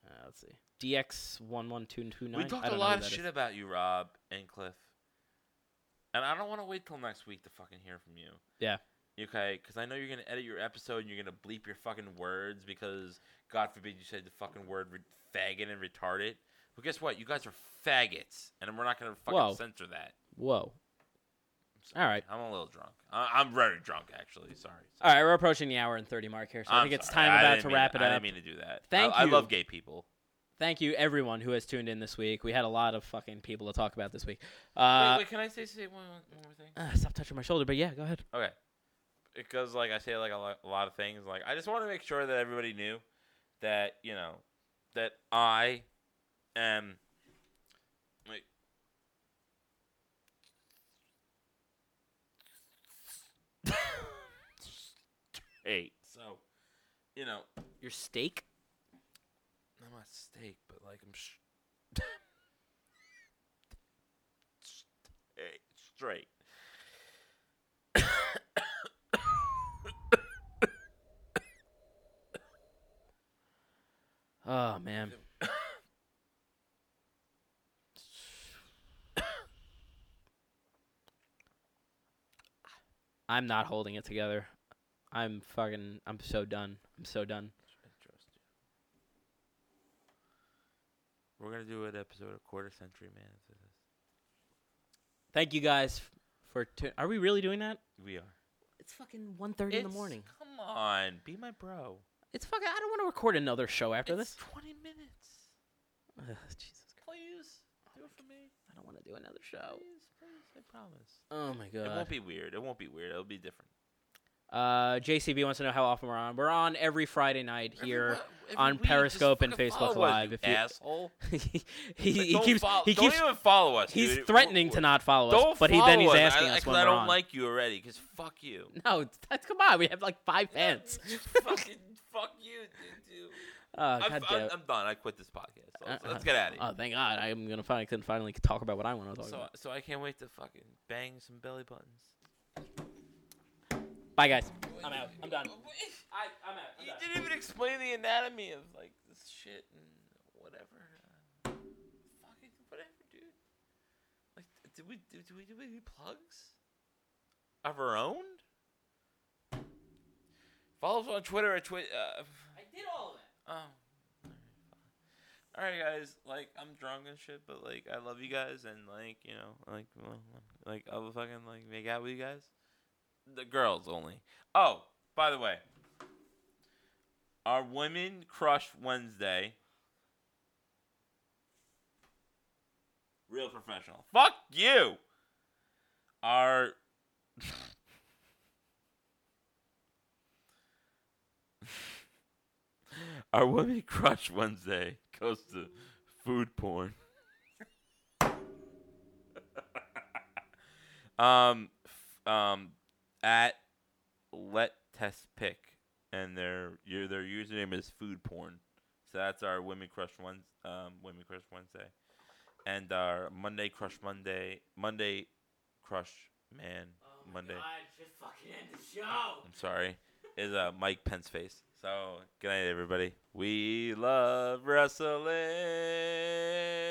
[SPEAKER 2] Uh, let's see. DX one one two two nine.
[SPEAKER 3] We talked a lot of shit about you, Rob and Cliff. And I don't want to wait till next week to fucking hear from you.
[SPEAKER 2] Yeah.
[SPEAKER 3] Okay, because I know you're gonna edit your episode and you're gonna bleep your fucking words because God forbid you said the fucking word re- faggot and retarded. But guess what? You guys are faggots, and we're not gonna fucking
[SPEAKER 2] Whoa.
[SPEAKER 3] censor that.
[SPEAKER 2] Whoa.
[SPEAKER 3] I'm sorry.
[SPEAKER 2] All right.
[SPEAKER 3] I'm a little drunk. I- I'm very drunk actually. Sorry.
[SPEAKER 2] All right, we're approaching the hour and thirty mark here, so i
[SPEAKER 3] I'm
[SPEAKER 2] think it's
[SPEAKER 3] sorry.
[SPEAKER 2] time
[SPEAKER 3] I
[SPEAKER 2] about
[SPEAKER 3] didn't
[SPEAKER 2] to
[SPEAKER 3] mean
[SPEAKER 2] wrap
[SPEAKER 3] I
[SPEAKER 2] it
[SPEAKER 3] didn't
[SPEAKER 2] up.
[SPEAKER 3] mean to do that.
[SPEAKER 2] Thank
[SPEAKER 3] I, I
[SPEAKER 2] you.
[SPEAKER 3] love gay people.
[SPEAKER 2] Thank you everyone who has tuned in this week. We had a lot of fucking people to talk about this week.
[SPEAKER 3] Wait,
[SPEAKER 2] Uh,
[SPEAKER 3] wait, can I say, say one, one more thing?
[SPEAKER 2] uh, stop touching my shoulder, but yeah, go ahead.
[SPEAKER 3] Okay. Because like I say like a lot, a lot of things like I just want to make sure that everybody knew that, you know, that I am like eight. So, you know,
[SPEAKER 2] Your steak.
[SPEAKER 3] I'm not steak, but like I'm sh- straight. straight.
[SPEAKER 2] Oh man. I'm not holding it together. I'm fucking I'm so done. I'm so done.
[SPEAKER 3] I trust you. We're gonna do an episode of Quarter Century Man after this.
[SPEAKER 2] Thank you guys f- for tu- Are we really doing that?
[SPEAKER 3] We are.
[SPEAKER 2] It's fucking 1:30 in the morning.
[SPEAKER 3] Come on, be my bro.
[SPEAKER 2] It's fucking I don't want to record another show after
[SPEAKER 3] it's
[SPEAKER 2] this.
[SPEAKER 3] twenty minutes.
[SPEAKER 2] Ugh, Jesus. Christ. Oh.
[SPEAKER 3] Please do it for me.
[SPEAKER 2] I don't want to do another show.
[SPEAKER 3] Please, please, I promise.
[SPEAKER 2] Oh my god.
[SPEAKER 3] It won't be weird. It won't be weird. It'll be different.
[SPEAKER 2] Uh, JCB wants to know how often we're on. We're on every Friday night
[SPEAKER 3] Every
[SPEAKER 2] here
[SPEAKER 3] wa- every
[SPEAKER 2] on
[SPEAKER 3] week, just
[SPEAKER 2] Periscope and
[SPEAKER 3] fucking
[SPEAKER 2] Facebook
[SPEAKER 3] follow us,
[SPEAKER 2] Live.
[SPEAKER 3] you
[SPEAKER 2] if you,
[SPEAKER 3] asshole.
[SPEAKER 2] he, he,
[SPEAKER 3] Like,
[SPEAKER 2] he
[SPEAKER 3] don't
[SPEAKER 2] keeps
[SPEAKER 3] follow-
[SPEAKER 2] he
[SPEAKER 3] don't
[SPEAKER 2] keeps
[SPEAKER 3] even follow us.
[SPEAKER 2] he's
[SPEAKER 3] dude.
[SPEAKER 2] threatening
[SPEAKER 3] We're-
[SPEAKER 2] to not follow us,
[SPEAKER 3] Don't
[SPEAKER 2] but he then
[SPEAKER 3] follow
[SPEAKER 2] he's
[SPEAKER 3] us.
[SPEAKER 2] asking
[SPEAKER 3] I,
[SPEAKER 2] us
[SPEAKER 3] 'cause
[SPEAKER 2] when
[SPEAKER 3] I
[SPEAKER 2] we're
[SPEAKER 3] don't
[SPEAKER 2] on.
[SPEAKER 3] like you already. Cause fuck you.
[SPEAKER 2] no, that's come on. We have like five fans.
[SPEAKER 3] fucking fuck you, dude.
[SPEAKER 2] Oh,
[SPEAKER 3] I'm,
[SPEAKER 2] God
[SPEAKER 3] I'm,
[SPEAKER 2] damn it.
[SPEAKER 3] I'm done. I quit this podcast. Let's,
[SPEAKER 2] Uh,
[SPEAKER 3] let's get out of
[SPEAKER 2] Oh,
[SPEAKER 3] here.
[SPEAKER 2] thank God. I'm gonna finally can finally talk about what I want to talk
[SPEAKER 3] So,
[SPEAKER 2] about.
[SPEAKER 3] so I can't wait to fucking bang some belly buttons.
[SPEAKER 2] Bye, guys. I'm out. I'm done. I, I'm out. I'm
[SPEAKER 3] You
[SPEAKER 2] done.
[SPEAKER 3] didn't even explain the anatomy of like this shit and whatever. Uh, fucking whatever, dude. Like, do we do, do we do any plugs of our own? Follow us on Twitter at Twitter. Uh,
[SPEAKER 2] I did all of it.
[SPEAKER 3] Oh. All right, guys. Like, I'm drunk and shit, but like, I love you guys, and like, you know, like, well, like, I will fucking like make out with you guys. The girls only. Oh, by the way, our women crush Wednesday. Real professional. Fuck you. Our Our Women Crush Wednesday goes to food porn. um, f- um, at let test pick, and their your their username is food porn. So that's our Women Crush Wednesday. Um, Women Crush Wednesday, and our Monday Crush Monday, Monday Crush Man
[SPEAKER 2] Oh
[SPEAKER 3] Monday.
[SPEAKER 2] just fucking end the show.
[SPEAKER 3] I'm sorry, is uh, Mike Pence face. So good night, everybody. We love wrestling.